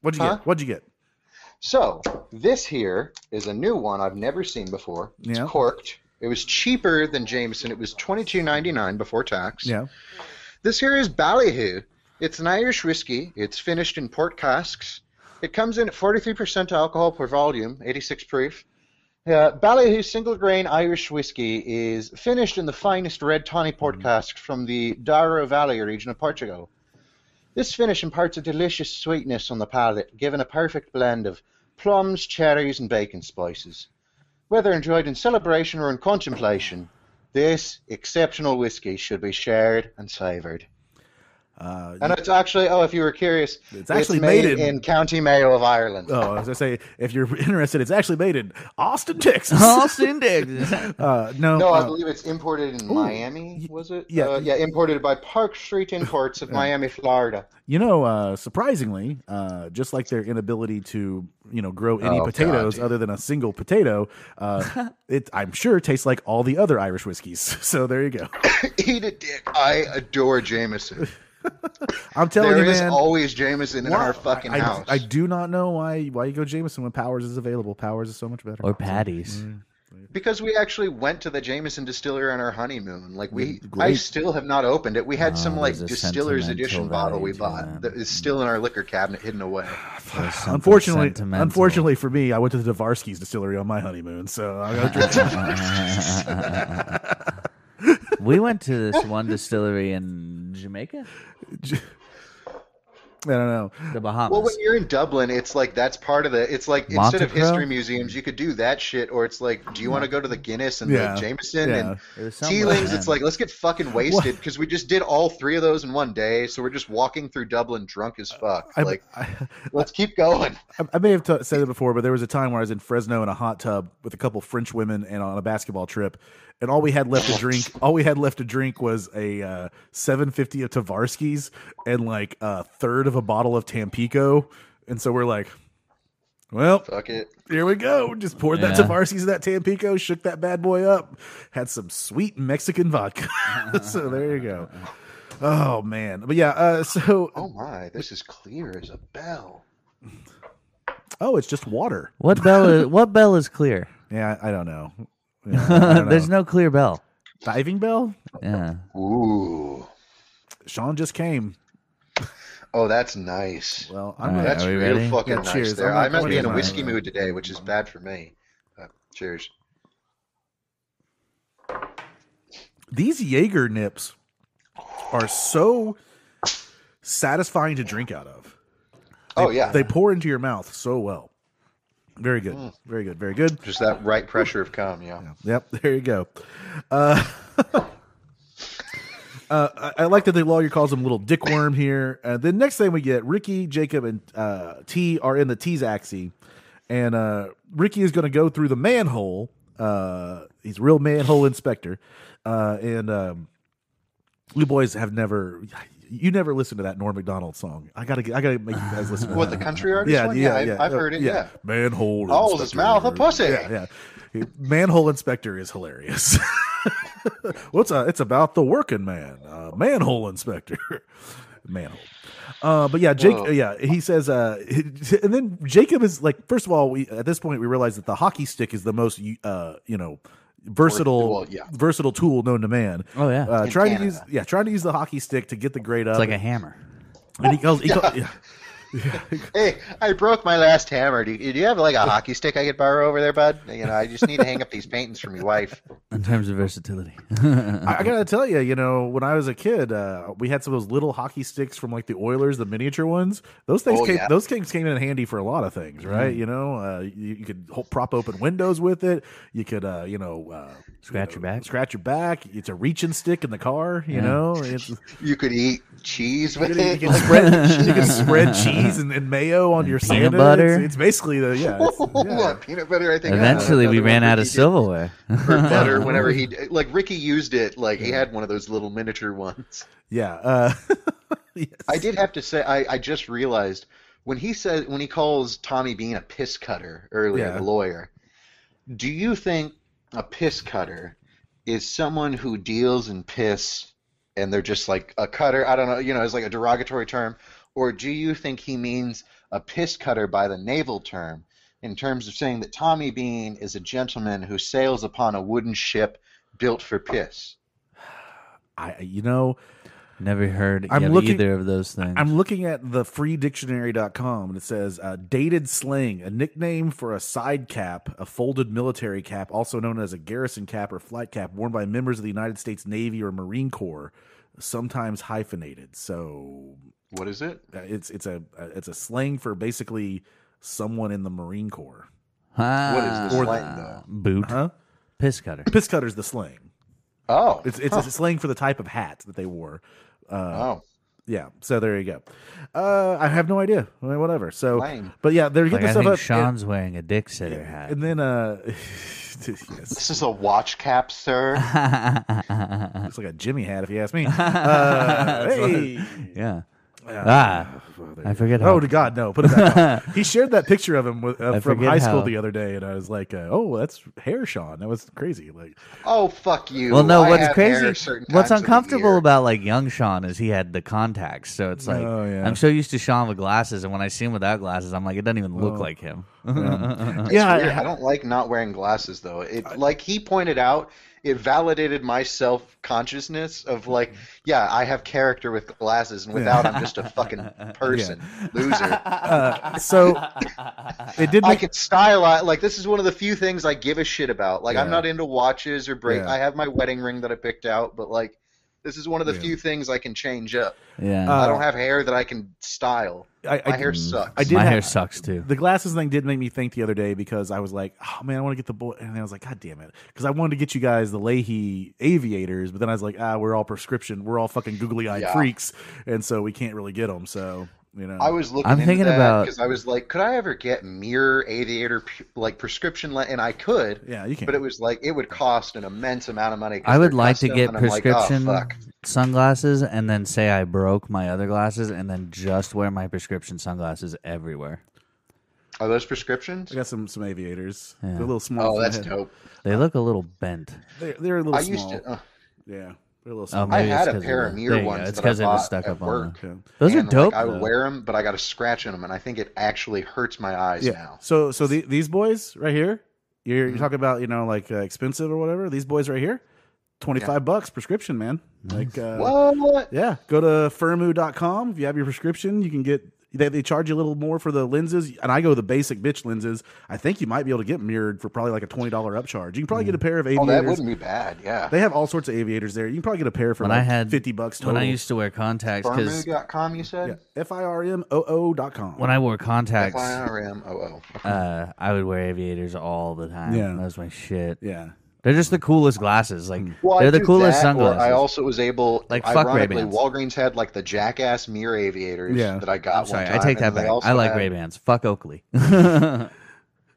Speaker 2: What'd you
Speaker 1: Huh?
Speaker 2: get? What'd you get?
Speaker 1: So this here is a new one I've never seen before. It's
Speaker 2: Yeah.
Speaker 1: corked. It was cheaper than Jameson. It was twenty two ninety nine before tax.
Speaker 2: Yeah.
Speaker 1: This here is Ballyhoo. It's an Irish whiskey. It's finished in port casks. It comes in at 43% alcohol per volume, 86 proof. Uh, Ballyhoo single grain Irish whiskey is finished in the finest red tawny port
Speaker 2: Mm-hmm.
Speaker 1: casks from the Douro Valley region of Portugal. This finish imparts a delicious sweetness on the palate, giving a perfect blend of plums, cherries, and bacon spices. Whether enjoyed in celebration or in contemplation, this exceptional whiskey should be shared and savored.
Speaker 2: Uh,
Speaker 1: And it's actually, oh, if you were curious,
Speaker 2: It's actually made
Speaker 1: in,
Speaker 2: in-
Speaker 1: County Mayo of Ireland.
Speaker 2: oh, as I say, if you're interested, it's actually made in Austin, Texas.
Speaker 4: Austin, Texas.
Speaker 2: Uh, no,
Speaker 1: no, I
Speaker 2: uh,
Speaker 1: believe it's imported in Miami, was it?
Speaker 2: yeah.
Speaker 1: Uh, yeah, imported by Park Street Imports of Miami, Florida.
Speaker 2: you know, uh, surprisingly, uh, just like their inability to, you know, grow any
Speaker 1: Oh,
Speaker 2: potatoes
Speaker 1: God.
Speaker 2: other than a single potato, uh, it I'm sure tastes like all the other Irish whiskeys. So there you go.
Speaker 1: Eat a dick. I adore Jameson.
Speaker 2: I'm telling
Speaker 1: there
Speaker 2: you,
Speaker 1: is
Speaker 2: man.
Speaker 1: always Jameson in
Speaker 2: Wow.
Speaker 1: our fucking
Speaker 2: I, I-
Speaker 1: house.
Speaker 2: I, do not know why why you go Jameson when Powers is available. Powers is so much better.
Speaker 4: or patties.
Speaker 2: Mm.
Speaker 1: Because we actually went to the Jameson distiller on our honeymoon. Like we, I
Speaker 2: Great. Oh,
Speaker 1: still have not opened it. We had
Speaker 4: Ah,
Speaker 1: some like
Speaker 4: there's a
Speaker 1: distiller's
Speaker 4: sentimental
Speaker 1: edition bottle we
Speaker 4: value to
Speaker 1: bought
Speaker 4: that.
Speaker 1: that is still in our liquor cabinet, hidden away.
Speaker 4: There's something
Speaker 2: Unfortunately,
Speaker 4: sentimental.
Speaker 2: unfortunately for me, I went to the Dvarsky's distillery on my honeymoon, so I got drink.
Speaker 4: we went to this one distillery in Jamaica,
Speaker 2: I don't know.
Speaker 4: the Bahamas.
Speaker 1: Well, when you're in Dublin, it's like that's part of the. It's like instead of
Speaker 4: Monte Pro?
Speaker 1: history museums, you could do that shit, or it's like, do you want to go to the Guinness and
Speaker 2: Yeah.
Speaker 1: the Jameson
Speaker 2: Yeah.
Speaker 1: and
Speaker 4: It was somewhere
Speaker 1: Tealings?
Speaker 4: then.
Speaker 1: It's like let's get fucking wasted because we just did all three of those in one day, so we're just walking through Dublin drunk as fuck.
Speaker 2: Uh, I,
Speaker 1: like,
Speaker 2: I,
Speaker 1: let's keep going.
Speaker 2: I- I may have t- said it before, but there was a time where I was in Fresno in a hot tub with a couple French women and on a basketball trip, and all we had left to drink, all we had left to drink was a uh, seven fifty of Tavarsky's and like a third of a bottle of Tampico, and so we're like, well,
Speaker 1: Fuck it.
Speaker 2: here we go. Just poured that
Speaker 4: Yeah.
Speaker 2: Tavarsky's and that Tampico, shook that bad boy up, had some sweet Mexican vodka. so there you go. Oh man, but yeah. Uh, so
Speaker 1: Oh my, this is clear as a bell.
Speaker 2: oh, it's just water.
Speaker 4: what bell is what bell is clear?
Speaker 2: Yeah, I, I don't know. Yeah, I don't
Speaker 4: There's
Speaker 2: know.
Speaker 4: no clear bell.
Speaker 2: diving bell.
Speaker 4: Yeah.
Speaker 1: Ooh.
Speaker 2: Sean just came.
Speaker 1: Oh, that's nice.
Speaker 2: Well, I'm
Speaker 4: All
Speaker 2: gonna,
Speaker 4: right.
Speaker 1: that's
Speaker 4: are we
Speaker 1: real
Speaker 4: ready?
Speaker 1: fucking
Speaker 2: Yeah,
Speaker 1: nice
Speaker 2: cheers.
Speaker 1: there.
Speaker 2: I'm not
Speaker 1: I must be
Speaker 2: pointing
Speaker 1: in a
Speaker 2: at
Speaker 1: whiskey
Speaker 2: mine.
Speaker 1: mood today, which is bad for me. Uh, cheers.
Speaker 2: these Jaeger nips are so satisfying to drink out of.
Speaker 1: Oh yeah,
Speaker 2: They pour into your mouth so well. Very good.
Speaker 4: Mm.
Speaker 2: Very good. Very good.
Speaker 1: just that right pressure of cum. Yeah.
Speaker 2: Yep, there you go. Uh, uh, I, I like that the lawyer calls him little dickworm here. Uh, the next thing we get, Ricky, Jacob, and uh, T are in the T's axis, and uh, Ricky is going to go through the manhole. Uh, he's a real manhole inspector, uh, and um, you boys have never, you never listened to that Norm Macdonald song. I gotta, I gotta make you guys listen. to
Speaker 1: What
Speaker 2: that.
Speaker 1: the country artist
Speaker 2: Yeah,
Speaker 1: one?
Speaker 2: yeah,
Speaker 1: I've,
Speaker 2: yeah.
Speaker 1: I've heard it. Yeah.
Speaker 2: Manhole.
Speaker 1: Calls Oh, his
Speaker 2: inspector.
Speaker 1: mouth a pussy.
Speaker 2: Yeah, yeah. Manhole inspector is hilarious. What's uh, it's about the working man, uh, manhole inspector, manhole. Uh, but yeah, Jake.
Speaker 1: Whoa.
Speaker 2: Yeah, he says, uh, and then Jacob is like. First of all, we at this point we realize that the hockey stick is the most, uh, you know, versatile,
Speaker 1: Well, yeah.
Speaker 2: versatile tool known to man.
Speaker 4: Oh, yeah.
Speaker 2: uh,
Speaker 1: In
Speaker 2: trying to
Speaker 1: Canada.
Speaker 2: use, yeah, trying to use the hockey stick to get the grade up.
Speaker 4: It's like a hammer.
Speaker 2: and he calls, he calls yeah.
Speaker 1: Hey, I broke my last hammer. Do you, do you have like a hockey stick I could borrow over there, bud? You know, I just need to hang up these paintings for my wife.
Speaker 4: In terms of versatility. Mm-hmm.
Speaker 2: I, I gotta tell you, you know, when I was a kid, uh, we had some of those little hockey sticks from like the Oilers, the miniature ones. Those things,
Speaker 1: Oh,
Speaker 2: came,
Speaker 1: yeah.
Speaker 2: those things came in handy for a lot of things,
Speaker 4: Mm-hmm.
Speaker 2: right? You know, uh, you, you could ho- prop open windows with it. You could, uh, you know, uh,
Speaker 4: Scratch
Speaker 2: you
Speaker 4: your
Speaker 2: know,
Speaker 4: back.
Speaker 2: Scratch your back. It's a reaching stick in the car. You
Speaker 4: Yeah.
Speaker 2: know, it's, you
Speaker 1: You could eat cheese with
Speaker 2: can
Speaker 1: it.
Speaker 2: you can spread, you can spread cheese and, and mayo on your
Speaker 4: peanut
Speaker 2: sandwich.
Speaker 4: butter.
Speaker 2: It's, it's basically the yeah. it's- yeah.
Speaker 1: peanut butter. I think.
Speaker 4: Eventually, we ran out of
Speaker 1: silver.
Speaker 4: silverware.
Speaker 1: or butter whenever he like Ricky used it. Like he had one of those little miniature ones.
Speaker 2: Yeah. Uh, Yes.
Speaker 1: I did have to say, I, I just realized when he says when he calls Tommy Bean a piss cutter earlier,
Speaker 2: Yeah.
Speaker 1: the lawyer. Do you think a piss cutter is someone who deals in piss and they're just like a cutter? I don't know, you know, it's like a derogatory term, or do you think he means a piss cutter by the naval term in terms of saying that Tommy Bean is a gentleman who sails upon a wooden ship built for piss?
Speaker 2: I you know
Speaker 4: Never heard
Speaker 2: I'm
Speaker 4: of
Speaker 2: looking-
Speaker 4: either of those things.
Speaker 2: I'm looking at the freedictionary.com and it says uh, dated slang, a nickname for a side cap, a folded military cap, also known as a garrison cap or flight cap, worn by members of the United States Navy or Marine Corps, sometimes hyphenated. So
Speaker 1: What is it?
Speaker 2: uh, it's it's a uh, it's a slang for basically someone in the Marine Corps.
Speaker 1: is this
Speaker 4: Ah,
Speaker 1: slang, though?
Speaker 4: Boot.
Speaker 2: Huh?
Speaker 4: Piss cutter.
Speaker 2: Piss cutter's the slang.
Speaker 1: Oh,
Speaker 2: It's it's a slang for the type of hat that they wore. Uh,
Speaker 1: oh,
Speaker 2: Yeah, so there you go. Uh, I have no idea. I mean, Whatever. So,
Speaker 1: Lame.
Speaker 2: but yeah, they're
Speaker 4: Like,
Speaker 2: getting
Speaker 4: I
Speaker 2: this stuff
Speaker 4: think
Speaker 2: up.
Speaker 4: Sean's wearing a dick sitter
Speaker 2: and,
Speaker 4: hat.
Speaker 2: and then, uh, yes,
Speaker 1: this is a watch cap, sir.
Speaker 2: it's like a Jimmy hat, if you ask me. Uh,
Speaker 4: That's what-
Speaker 2: hey.
Speaker 4: yeah.
Speaker 2: Yeah.
Speaker 4: Ah,
Speaker 2: Well, there
Speaker 4: I
Speaker 2: you
Speaker 4: forget.
Speaker 2: go.
Speaker 4: How,
Speaker 2: Oh, to God, no! Put it back on. he shared that picture of him with, uh,
Speaker 4: I
Speaker 2: from
Speaker 4: forget
Speaker 2: high school
Speaker 4: how-
Speaker 2: the other day, and I was like, uh, "Oh, that's hair, Sean. That was crazy." Like,
Speaker 1: Oh fuck you!
Speaker 4: well, no.
Speaker 1: I
Speaker 4: What's
Speaker 1: have hair
Speaker 4: crazy?
Speaker 1: certain
Speaker 4: What's
Speaker 1: times of the
Speaker 4: uncomfortable
Speaker 1: year.
Speaker 4: about like young Sean is he had the contacts, so it's like
Speaker 2: Oh, yeah.
Speaker 4: I'm so used to Sean with glasses, and when I see him without glasses, I'm like it doesn't even look
Speaker 2: Oh.
Speaker 4: like him. Uh-huh.
Speaker 1: It's
Speaker 2: yeah, I-
Speaker 1: weird. I, don't like not wearing glasses though. It like he pointed out, it validated my self consciousness of like,
Speaker 2: Mm-hmm.
Speaker 1: yeah, I have character with glasses, and without, I'm just a fucking person loser.
Speaker 2: uh, so it did
Speaker 1: I
Speaker 2: make
Speaker 1: can stylize like this is one of the few things I give a shit about. Like I'm
Speaker 2: Yeah.
Speaker 1: not into watches or break.
Speaker 2: Yeah.
Speaker 1: I have my wedding ring that I picked out, but like. This is one of the
Speaker 2: Yeah.
Speaker 1: few things I can change up.
Speaker 4: yeah,
Speaker 2: Uh,
Speaker 1: I don't have hair that I can style.
Speaker 2: I,
Speaker 1: My
Speaker 2: I,
Speaker 1: hair sucks.
Speaker 2: I did
Speaker 4: my
Speaker 2: ha-
Speaker 4: hair sucks too.
Speaker 2: The glasses thing did make me think the other day because I was like, oh man, I want to get the boy. And I was like, God damn it. Because I wanted to get you guys the Leahy aviators, but then I was like, ah, we're all prescription. We're all fucking googly eyed
Speaker 1: Yeah.
Speaker 2: freaks. And so we can't really get them. So, you know.
Speaker 1: I was looking.
Speaker 4: I'm
Speaker 1: into
Speaker 4: thinking
Speaker 1: that
Speaker 4: about-
Speaker 1: because I was like, could I ever get mirror aviator p- like prescription? Le- and I could,
Speaker 2: yeah, you can't.
Speaker 1: but it was like it would cost an immense amount of money. 'cause
Speaker 4: I would
Speaker 1: they're
Speaker 4: like to
Speaker 1: custom,
Speaker 4: get
Speaker 1: and I'm like, oh,
Speaker 4: prescription
Speaker 1: fuck.
Speaker 4: sunglasses and then say I broke my other glasses and then just wear my prescription sunglasses everywhere.
Speaker 1: Are those prescriptions?
Speaker 2: I got some some aviators.
Speaker 4: Yeah.
Speaker 2: They're a little small.
Speaker 1: Oh,
Speaker 2: for
Speaker 1: that's
Speaker 2: the head.
Speaker 1: dope.
Speaker 4: They look a little bent.
Speaker 2: They're, they're a little
Speaker 1: I used
Speaker 2: small.
Speaker 1: to. uh,
Speaker 2: Yeah. They're a little
Speaker 4: Oh,
Speaker 2: small.
Speaker 1: I
Speaker 4: maybe it's
Speaker 1: had a
Speaker 4: 'cause of
Speaker 1: pair
Speaker 4: the-
Speaker 1: of mirror
Speaker 4: there you go.
Speaker 1: ones.
Speaker 4: It's
Speaker 1: that I
Speaker 4: because it was
Speaker 1: bought
Speaker 4: stuck
Speaker 1: at
Speaker 4: up on.
Speaker 1: work.
Speaker 4: the-
Speaker 2: Yeah.
Speaker 4: Those
Speaker 1: and,
Speaker 4: are dope.
Speaker 1: Like, I would
Speaker 4: though.
Speaker 1: wear them, but I got a scratch in them, and I think it actually hurts my eyes
Speaker 2: yeah.
Speaker 1: now.
Speaker 2: So, so the, these boys right here, you're, you're
Speaker 1: Mhm.
Speaker 2: talking about, you know, like uh, expensive or whatever. These boys right here, 25 bucks prescription, man. Like, uh,
Speaker 1: What?
Speaker 2: Yeah, go to firmu.com. If you have your prescription, you can get they, they charge you a little more for the lenses, and I go the basic bitch lenses. I think you might be able to get mirrored for probably like a twenty dollar upcharge. You can probably get a pair of
Speaker 1: Oh, that
Speaker 2: aviators.
Speaker 1: wouldn't be bad. Yeah.
Speaker 2: they have all sorts of aviators there. You can probably get a pair for
Speaker 4: When
Speaker 2: like
Speaker 4: I had
Speaker 2: fifty bucks total.
Speaker 4: When I used to wear contacts, because
Speaker 1: Firmu.com, you said?
Speaker 2: F i r m o o dot com.
Speaker 4: when I wore contacts,
Speaker 1: F-I-R-M-O-O.
Speaker 4: uh, I would wear aviators all the time.
Speaker 2: Yeah.
Speaker 4: That was my shit.
Speaker 2: yeah, Hmm.
Speaker 4: They're just the coolest glasses. Like
Speaker 1: Well,
Speaker 4: they're
Speaker 1: I
Speaker 4: the
Speaker 1: do
Speaker 4: coolest
Speaker 1: that, or
Speaker 4: sunglasses.
Speaker 1: I also was able,
Speaker 4: Like, fuck
Speaker 1: ironically,
Speaker 4: Ray-Bans.
Speaker 1: Walgreens had like the jackass mirror aviators
Speaker 2: Yeah.
Speaker 1: that I got.
Speaker 4: I'm sorry,
Speaker 1: one time,
Speaker 4: I take that
Speaker 1: and they
Speaker 4: back.
Speaker 1: also
Speaker 4: I like
Speaker 1: had-
Speaker 4: Ray Bans. Fuck Oakley.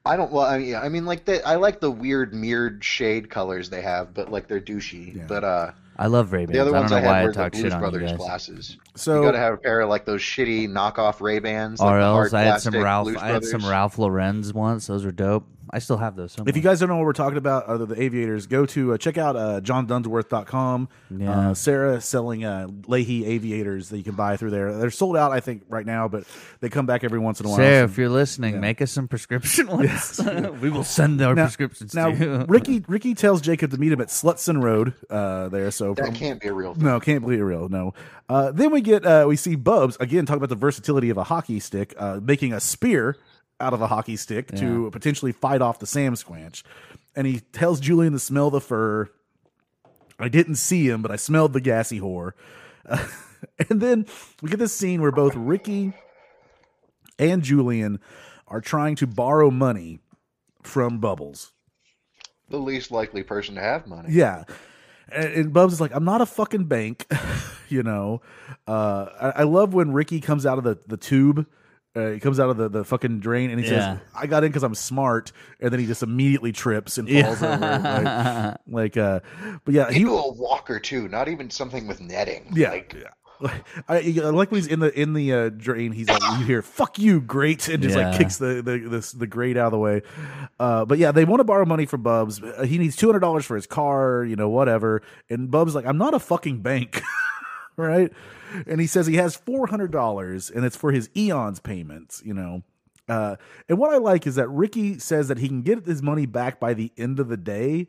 Speaker 1: I don't. Well, I mean, I mean, like they, I like the weird mirrored shade colors they have, but like they're douchey.
Speaker 2: Yeah.
Speaker 1: But uh,
Speaker 4: I love Ray
Speaker 1: the
Speaker 4: Bans. I
Speaker 1: other
Speaker 4: don't
Speaker 1: ones
Speaker 4: know
Speaker 1: I
Speaker 4: why
Speaker 1: had
Speaker 4: I
Speaker 1: were the
Speaker 4: talk shit
Speaker 1: Blues
Speaker 4: on you
Speaker 1: Brothers
Speaker 4: guys.
Speaker 1: glasses. you
Speaker 2: so
Speaker 1: gotta have a pair of like those shitty knockoff Ray Bans. Like
Speaker 4: Or
Speaker 1: the
Speaker 4: else
Speaker 1: hard
Speaker 4: I had some
Speaker 1: plastic
Speaker 4: Ralph.
Speaker 1: Blues
Speaker 4: I had some
Speaker 1: Brothers.
Speaker 4: Ralph Lorenz once. Those were dope. I still have those. Somewhere.
Speaker 2: If you guys don't know what we're talking about, other the aviators, go to uh, check out uh, johndunsworth.com. Uh,
Speaker 4: Yeah.
Speaker 2: Sarah is selling uh, Leahy aviators that you can buy through there. They're sold out, I think, right now, but they come back every once in a while.
Speaker 4: Sarah,
Speaker 2: So-
Speaker 4: if you're listening, make us some prescription ones. we will send our
Speaker 2: Now-
Speaker 4: prescriptions
Speaker 2: now,
Speaker 4: to you.
Speaker 2: Ricky Ricky tells Jacob to meet him at Slutson Road uh, there. So
Speaker 1: That can't be a real. Thing.
Speaker 2: no, can't believe it real. No. Uh, then we get uh, we see Bubs again talk about the versatility of a hockey stick, uh, making a spear out of a hockey stick to potentially fight off the Sam Squanch. And he tells Julian to smell the fur. I didn't see him, but I smelled the gassy whore. Uh, and then we get this scene where both Ricky and Julian are trying to borrow money from Bubbles.
Speaker 1: The least likely person to have money.
Speaker 2: Yeah. And, and Bubs is like, I'm not a fucking bank, you know. Uh, I, I love when Ricky comes out of the, the tube. Uh, he comes out of the, the fucking drain and he
Speaker 4: Yeah.
Speaker 2: says, I got in because I'm smart. And then he just immediately trips and
Speaker 4: Yeah.
Speaker 2: falls over. Like, like, uh, but yeah,
Speaker 1: He
Speaker 2: he,
Speaker 1: do a walker too, not even something with netting.
Speaker 2: yeah.
Speaker 1: Like,
Speaker 2: I, I like when he's in the in the uh, drain, he's like, you hear "fuck you, great," and just
Speaker 4: Yeah.
Speaker 2: like kicks the the the, the grate out of the way. Uh, but yeah, they want to borrow money from Bubs. Uh, He needs two hundred dollars for his car, you know, whatever. And Bubs like, I'm not a fucking bank, right? And he says he has four hundred dollars, and it's for his Eons payments, you know. Uh, and what I like is that Ricky says that he can get his money back by the end of the day.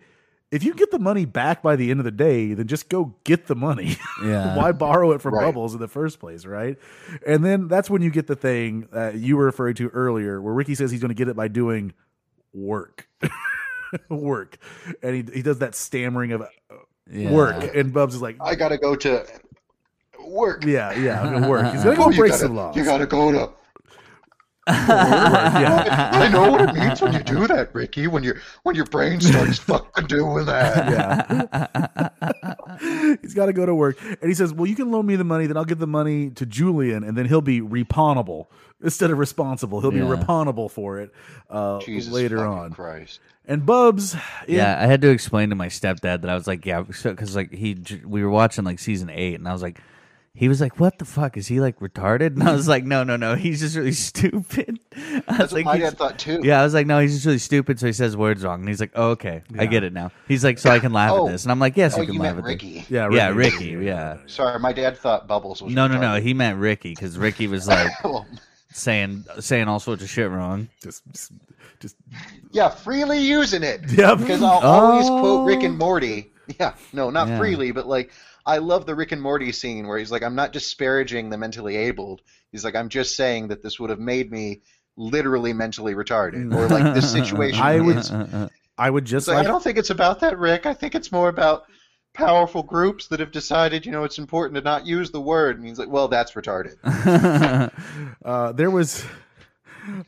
Speaker 2: If you get the money back by the end of the day, then just go get the money.
Speaker 4: Yeah.
Speaker 2: Why borrow it from
Speaker 6: Right.
Speaker 2: Bubbles in the first place, right? And then that's when you get the thing uh, you were referring to earlier, where Ricky says he's going to get it by doing work, work, and he he does that stammering of uh,
Speaker 4: Yeah.
Speaker 2: work, and Bubs is like,
Speaker 6: I gotta go to work.
Speaker 2: yeah, yeah, I'm gonna work. He's going to go
Speaker 6: you
Speaker 2: break
Speaker 6: gotta-
Speaker 2: some laws.
Speaker 6: You gotta go to. I know what it means when you do that, Ricky. When your when your brain starts fucking doing that.
Speaker 2: yeah. He's got to go to work. And he says, Well, you can loan me the money, then I'll give the money to Julian, and then he'll be repawnable instead of responsible. He'll
Speaker 4: Yeah.
Speaker 2: be repawnable for it uh,
Speaker 6: Jesus
Speaker 2: later
Speaker 6: fucking
Speaker 2: on.
Speaker 6: Christ.
Speaker 2: And Bubs,
Speaker 4: Yeah, I had to explain to my stepdad that I was like, yeah, because like he, j- we were watching like season eight, and I was like, he was like, what the fuck is he like retarded? And I was like, no, no, no, he's just really stupid. I was
Speaker 6: That's
Speaker 4: like,
Speaker 6: what my
Speaker 4: he's-
Speaker 6: dad thought too.
Speaker 4: yeah, I was like, no, he's just really stupid, so he says words wrong, and he's like, oh, okay, I get it now. He's like, so I can laugh
Speaker 6: Oh.
Speaker 4: at this, and I'm like, yes,
Speaker 6: Oh,
Speaker 4: you can
Speaker 6: you
Speaker 4: laugh
Speaker 6: meant
Speaker 4: at
Speaker 6: Ricky.
Speaker 2: Yeah,
Speaker 4: this. Yeah, Ricky, yeah.
Speaker 6: Sorry, my dad thought Bubbles was.
Speaker 4: No, no, no,
Speaker 6: retarded.
Speaker 4: he meant Ricky because Ricky was like
Speaker 6: Well,
Speaker 4: saying saying all sorts of shit wrong.
Speaker 2: Just, just, just
Speaker 6: yeah, freely using it.
Speaker 2: Yep.
Speaker 6: Because I'll always
Speaker 4: Oh.
Speaker 6: quote Rick and Morty. Yeah, no, not
Speaker 4: Yeah.
Speaker 6: freely, but like I love the Rick and Morty scene where he's like, I'm not disparaging the mentally abled. He's like, I'm just saying that this would have made me literally mentally
Speaker 4: Mm,
Speaker 6: retarded, or like this situation.
Speaker 2: I would-
Speaker 6: is-
Speaker 2: I would just
Speaker 6: It's like,
Speaker 2: like,
Speaker 6: I don't think it's about that, Rick. I think it's more about powerful groups that have decided, you know, it's important to not use the word. And he's like, well, that's retarded.
Speaker 2: uh, there was.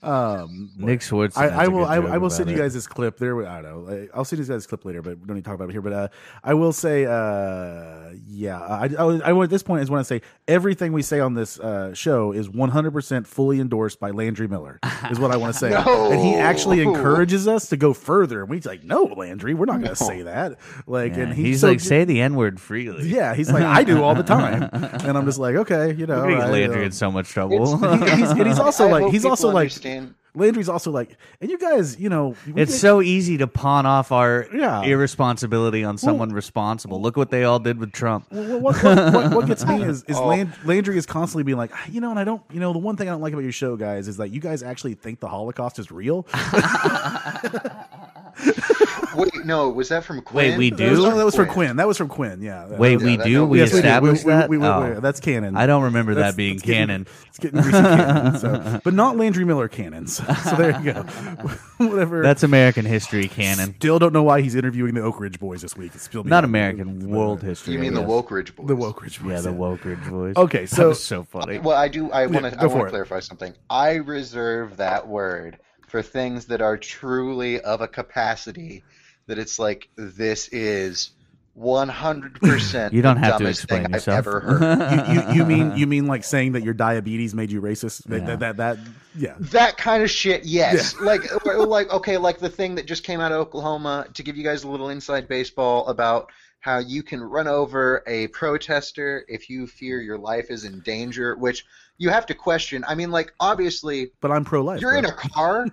Speaker 2: Um,
Speaker 4: Nick Schwartz.
Speaker 2: I, I will. I, I will send you guys this clip. There, we- I don't know. I'll send you guys this clip later, but we don't need to talk about it here. But uh, I will say, uh, yeah, I, I, I will- at this point I just want to say everything we say on this uh, show is 100 percent fully endorsed by Landry Miller. Is what I want to say,
Speaker 6: No.
Speaker 2: and he actually encourages us to go further. And we like, no, Landry, we're not going to say that. Like,
Speaker 4: Yeah,
Speaker 2: and he-
Speaker 4: he's
Speaker 2: so
Speaker 4: like,
Speaker 2: ju-
Speaker 4: say the N word freely.
Speaker 2: yeah, he's like, I do all the time, and I'm just like, okay, you know,
Speaker 4: Look at
Speaker 2: I,
Speaker 4: Landry
Speaker 2: uh,
Speaker 4: in so much trouble.
Speaker 2: and he's, and he's also
Speaker 6: I
Speaker 2: like,
Speaker 6: hope
Speaker 2: he's
Speaker 6: people
Speaker 2: also like.
Speaker 6: understand.
Speaker 2: Landry's also like, and you guys, you know, we
Speaker 4: it's
Speaker 2: get-
Speaker 4: so easy to pawn off our
Speaker 2: Yeah.
Speaker 4: irresponsibility on someone responsible. Look what they all did with Trump.
Speaker 2: Well, what, what, what, what gets me is, is
Speaker 6: Oh.
Speaker 2: Land, Landry is constantly being like, "Ah, you know, and I don't, you know, the one thing I don't like about your show, guys, is that you guys actually think the Holocaust is real.
Speaker 6: Wait, no, was that from
Speaker 4: Wait,
Speaker 6: Quinn?
Speaker 4: we
Speaker 2: That was,
Speaker 4: do?
Speaker 2: that was from Quinn. That was from Quinn. Yeah. That-
Speaker 4: Wait,
Speaker 2: that-
Speaker 4: we
Speaker 6: that-
Speaker 4: do?
Speaker 6: that-
Speaker 4: We
Speaker 6: yes, we do.
Speaker 4: established
Speaker 2: we,
Speaker 4: that?
Speaker 2: We, we, we,
Speaker 4: Oh.
Speaker 2: That's canon.
Speaker 4: I don't remember
Speaker 2: That's-
Speaker 4: that being
Speaker 2: that's getting-
Speaker 4: canon.
Speaker 2: It's getting greasy canon. So, but not Landry Miller canons. So there you go. Whatever.
Speaker 4: That's American history canon.
Speaker 2: still don't know why he's interviewing the Oak Ridge Boys this week. It's still being-
Speaker 4: Not American, world history.
Speaker 6: You
Speaker 4: I
Speaker 6: mean the
Speaker 4: guess.
Speaker 6: Woke Ridge Boys?
Speaker 2: The Oak Ridge Boys.
Speaker 4: Yeah, the woke ridge voice.
Speaker 2: Okay,
Speaker 4: that
Speaker 2: so-
Speaker 4: was so funny.
Speaker 6: Well, I do. I want
Speaker 2: go
Speaker 6: to. I
Speaker 2: for
Speaker 6: want
Speaker 2: it.
Speaker 6: to clarify something. I reserve that word for things that are truly of a capacity that it's like this is one hundred percent.
Speaker 4: You don't have to
Speaker 6: dumbest
Speaker 4: explain
Speaker 6: thing
Speaker 4: yourself.
Speaker 6: I've ever heard.
Speaker 2: you, you, you mean you mean like saying that your diabetes made you racist? That-
Speaker 4: Yeah.
Speaker 2: that, that that yeah.
Speaker 6: That kind of shit, yes. Like, or like, okay, like the thing that just came out of Oklahoma to give you guys a little inside baseball about how you can run over a protester if you fear your life is in danger, which you have to question. I mean, like, obviously,
Speaker 2: But I'm pro life.
Speaker 6: You're in a car.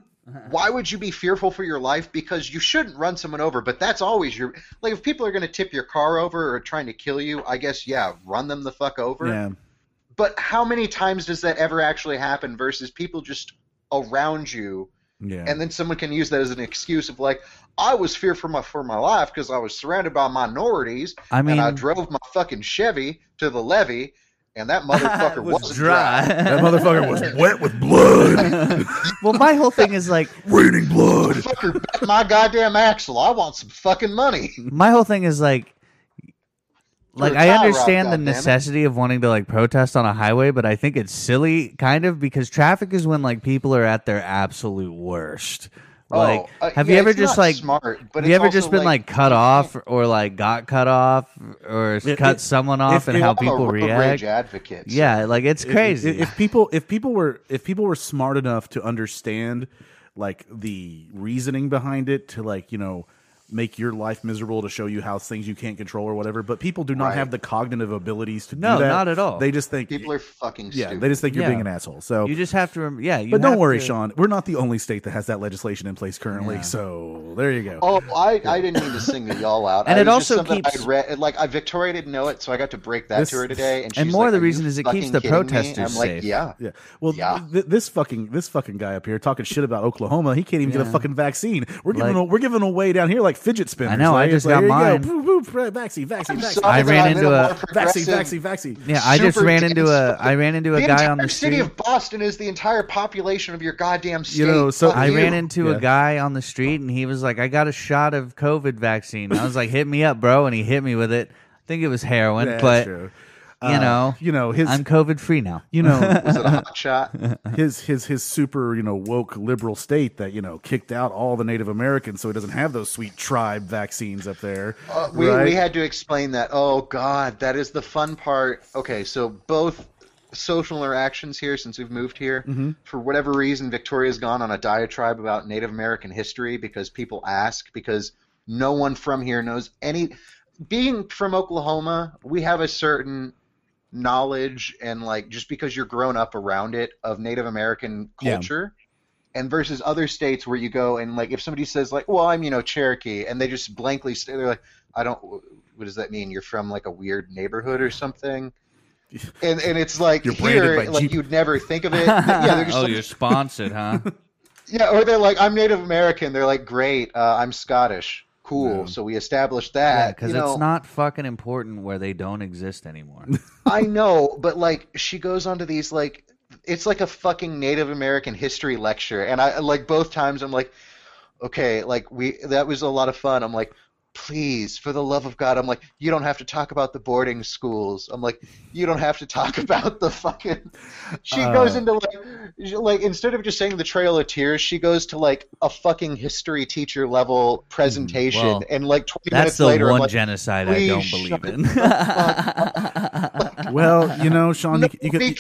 Speaker 6: Why would you be fearful for your life? Because you shouldn't run someone over. But that's always your like. If people are going to tip your car over or trying to kill you, I guess yeah, run them the fuck over.
Speaker 2: yeah.
Speaker 6: But how many times does that ever actually happen? Versus people just around you,
Speaker 2: Yeah.
Speaker 6: and then someone can use that as an excuse of like, I was fear for my for my life because I was surrounded by minorities,
Speaker 4: I mean,
Speaker 6: and I drove my fucking Chevy to the levee, and that motherfucker
Speaker 4: was
Speaker 6: wasn't
Speaker 4: dry.
Speaker 2: that motherfucker was wet with blood,
Speaker 4: well, my whole thing is like,
Speaker 2: raining blood.
Speaker 6: Fucker, bet my goddamn axle. I want some fucking money.
Speaker 4: my whole thing is like like
Speaker 6: a
Speaker 4: I
Speaker 6: tie rod,
Speaker 4: understand the
Speaker 6: goddammit.
Speaker 4: necessity of wanting to like protest on a highway, but I think it's silly kind of because traffic is when like people are at their absolute worst. Like
Speaker 6: Oh, uh,
Speaker 4: have
Speaker 6: yeah,
Speaker 4: you ever
Speaker 6: it's
Speaker 4: just
Speaker 6: not
Speaker 4: like
Speaker 6: smart, but
Speaker 4: have you
Speaker 6: it's
Speaker 4: ever
Speaker 6: also,
Speaker 4: just been like,
Speaker 6: like,
Speaker 4: cut off or like got cut off or
Speaker 2: If-
Speaker 4: cut
Speaker 2: if-
Speaker 4: someone off
Speaker 2: if-
Speaker 4: and
Speaker 2: if-
Speaker 4: how
Speaker 2: I'm a
Speaker 6: I'm a
Speaker 4: people
Speaker 6: road
Speaker 4: react?
Speaker 6: rage advocate. so-
Speaker 4: Yeah, like it's crazy.
Speaker 2: If, if people if people were if people were smart enough to understand like the reasoning behind it to like, you know, make your life miserable to show you how things you can't control or whatever. But people do not
Speaker 6: Right.
Speaker 2: have the cognitive abilities to
Speaker 4: No,
Speaker 2: do that.
Speaker 4: not at all.
Speaker 2: They just think
Speaker 6: People are fucking
Speaker 2: yeah,
Speaker 6: stupid.
Speaker 2: they just think you're
Speaker 4: Yeah.
Speaker 2: being an asshole. So,
Speaker 4: You just have to. Rem- yeah, you
Speaker 2: but
Speaker 4: have
Speaker 2: don't worry,
Speaker 4: to-
Speaker 2: Sean. We're not the only state that has that legislation in place currently.
Speaker 4: Yeah.
Speaker 2: So there you go.
Speaker 6: Oh, I, I didn't mean to sing the y'all out.
Speaker 4: And
Speaker 6: I
Speaker 4: it
Speaker 6: was just
Speaker 4: also
Speaker 6: something
Speaker 4: keeps-
Speaker 6: I'd read, and, like I Victoria didn't know it, so I got to break that to
Speaker 2: This-
Speaker 6: her today. And, she's
Speaker 4: and more
Speaker 6: like,
Speaker 4: the
Speaker 6: "Are you
Speaker 4: reason is it keeps
Speaker 6: fucking
Speaker 4: the
Speaker 6: kidding me?"
Speaker 4: protesters
Speaker 6: I'm like,
Speaker 4: safe.
Speaker 6: yeah,
Speaker 2: Yeah. Well,
Speaker 6: Yeah.
Speaker 2: Th- this fucking this fucking guy up here talking shit about Oklahoma. He can't even get a
Speaker 4: Yeah.
Speaker 2: fucking vaccine. We're giving
Speaker 4: Like-
Speaker 2: a, we're giving away down here like fidget spinners.
Speaker 4: I know,
Speaker 2: Like,
Speaker 4: I just
Speaker 2: it's like,
Speaker 4: got
Speaker 2: here you
Speaker 4: mine.
Speaker 2: Go, boop, boop, right, vaccine, vaccine,
Speaker 6: I'm
Speaker 2: vaccine,
Speaker 6: sorry
Speaker 4: I
Speaker 6: that
Speaker 4: ran
Speaker 6: I'm in
Speaker 4: into
Speaker 6: a
Speaker 4: a-
Speaker 6: more
Speaker 2: vaccine,
Speaker 6: progressive-
Speaker 2: vaccine, vaccine.
Speaker 4: Yeah, I just
Speaker 6: super
Speaker 4: ran into a.
Speaker 6: dense.
Speaker 4: I ran into a
Speaker 6: the
Speaker 4: guy
Speaker 6: entire
Speaker 4: on the
Speaker 6: city
Speaker 4: street.
Speaker 6: of Boston is the entire population of your goddamn state.
Speaker 2: You know, so
Speaker 6: Fuck
Speaker 4: I
Speaker 6: you.
Speaker 4: ran into
Speaker 2: Yeah.
Speaker 4: a guy on the street and he was like, "I got a shot of COVID vaccine." I was like, "Hit me up, bro," and he hit me with it. I think it was heroin,
Speaker 2: Yeah,
Speaker 4: but
Speaker 2: true.
Speaker 4: you
Speaker 2: Uh,
Speaker 4: know,
Speaker 2: you know his,
Speaker 4: I'm COVID free now.
Speaker 2: you know
Speaker 6: Was it a hot shot?
Speaker 2: his his his super you know woke liberal state that you know kicked out all the Native Americans, so he doesn't have those sweet tribe vaccines up there.
Speaker 6: Uh, we,
Speaker 2: right?
Speaker 6: we had to explain that. Oh God, that is the fun part. Okay, so both social interactions here since we've moved here. For whatever reason, Victoria's gone on a diatribe about Native American history because people ask because no one from here knows any. Being from Oklahoma, we have a certain knowledge and like just because you're grown up around it of Native American
Speaker 2: Yeah.
Speaker 6: culture and versus other states where you go and like if somebody says like well i'm you know cherokee and they just blankly say they're like i don't what does that mean you're from like a weird neighborhood or something and and it's like
Speaker 2: You're branded
Speaker 6: here
Speaker 2: by
Speaker 6: like
Speaker 2: Jeep.
Speaker 6: you'd never think of it yeah they're just
Speaker 4: oh,
Speaker 6: like,
Speaker 4: you're sponsored, huh?
Speaker 6: yeah or they're like i'm native american they're like great uh, i'm scottish cool so we established
Speaker 4: yeah,
Speaker 6: that
Speaker 4: because
Speaker 6: you
Speaker 4: it's
Speaker 6: know
Speaker 4: not fucking important where they don't exist anymore.
Speaker 6: i know but like she goes onto these like it's like a fucking native american history lecture and i like both times i'm like okay, like we that was a lot of fun. I'm like, please, for the love of God, I'm like, you don't have to talk about the boarding schools. I'm like, you don't have to talk about the fucking. She goes into like, she- like instead of just saying the Trail of Tears, she goes to like a fucking history teacher level presentation,
Speaker 4: well,
Speaker 6: and like 20
Speaker 4: That's
Speaker 6: minutes
Speaker 4: the
Speaker 6: later, I'm
Speaker 4: one
Speaker 6: like,
Speaker 4: genocide I
Speaker 6: please
Speaker 4: don't
Speaker 6: shut
Speaker 4: believe in.
Speaker 2: well, you know, Sean, you, you could
Speaker 6: nobody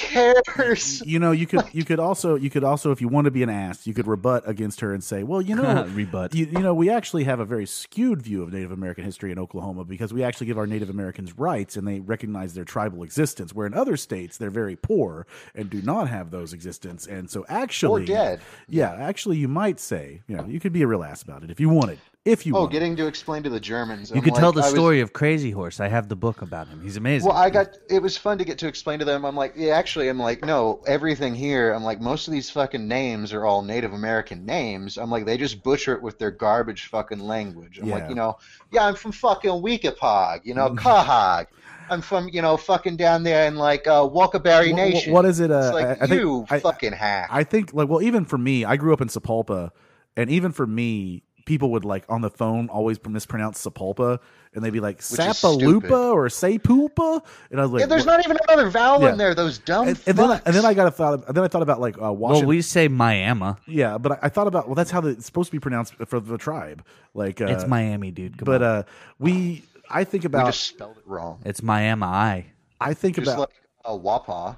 Speaker 6: cares.
Speaker 2: you know you could you could also you could also if you want to be an ass you could rebut against her and say well you know
Speaker 4: Rebut.
Speaker 2: you, you know we actually have a very skewed view of native american history in oklahoma because we actually give our native americans rights and they recognize their tribal existence where in other states they're very poor and do not have those existence and so actually
Speaker 6: Or dead.
Speaker 2: yeah actually you might say you know you could be a real ass about it if you wanted if you
Speaker 6: Oh,
Speaker 2: wanted.
Speaker 6: getting to explain to the Germans.
Speaker 4: You
Speaker 6: I'm
Speaker 4: could tell
Speaker 6: like,
Speaker 4: the
Speaker 6: I was-
Speaker 4: story of Crazy Horse. I have the book about him. He's amazing.
Speaker 6: Well, I got it was fun to get to explain to them. I'm like, yeah, actually, I'm like, no, everything here. I'm like, most of these fucking names are all Native American names. I'm like, they just butcher it with their garbage fucking language. I'm
Speaker 2: Yeah.
Speaker 6: like, you know, yeah, I'm from fucking Weekapog, you know, Kahog. I'm from, you know, fucking down there in like uh, Walkerberry
Speaker 2: Wh- wh-
Speaker 6: Nation.
Speaker 2: what is it, uh,
Speaker 6: it's like
Speaker 2: I- I think-
Speaker 6: you
Speaker 2: I-
Speaker 6: fucking hack.
Speaker 2: I think like well, even for me, I grew up in Sepulpa, and even for me, people would like on the phone always mispronounce Sepulpa, and they'd be like
Speaker 6: Which is stupid.
Speaker 2: Sapalupa or Sapulpa, and I was like,
Speaker 6: yeah, there's
Speaker 2: "What?"
Speaker 6: not even another vowel
Speaker 2: Yeah.
Speaker 6: in there. Those dumb.
Speaker 2: And, and then I, and then
Speaker 6: fucks.
Speaker 2: I got a thought. And then I thought about like uh,
Speaker 4: well,
Speaker 2: Washington.
Speaker 4: we say Miami.
Speaker 2: yeah, but I, I thought about well, that's how the, it's supposed to be pronounced for the tribe. Like, uh,
Speaker 4: it's Miami, dude. Come
Speaker 2: But
Speaker 4: on.
Speaker 2: uh, we, I think
Speaker 6: we
Speaker 2: about,
Speaker 6: just spelled it wrong.
Speaker 4: it's Miami. I.
Speaker 2: I think
Speaker 6: Just
Speaker 2: about,
Speaker 6: like uh, Wapa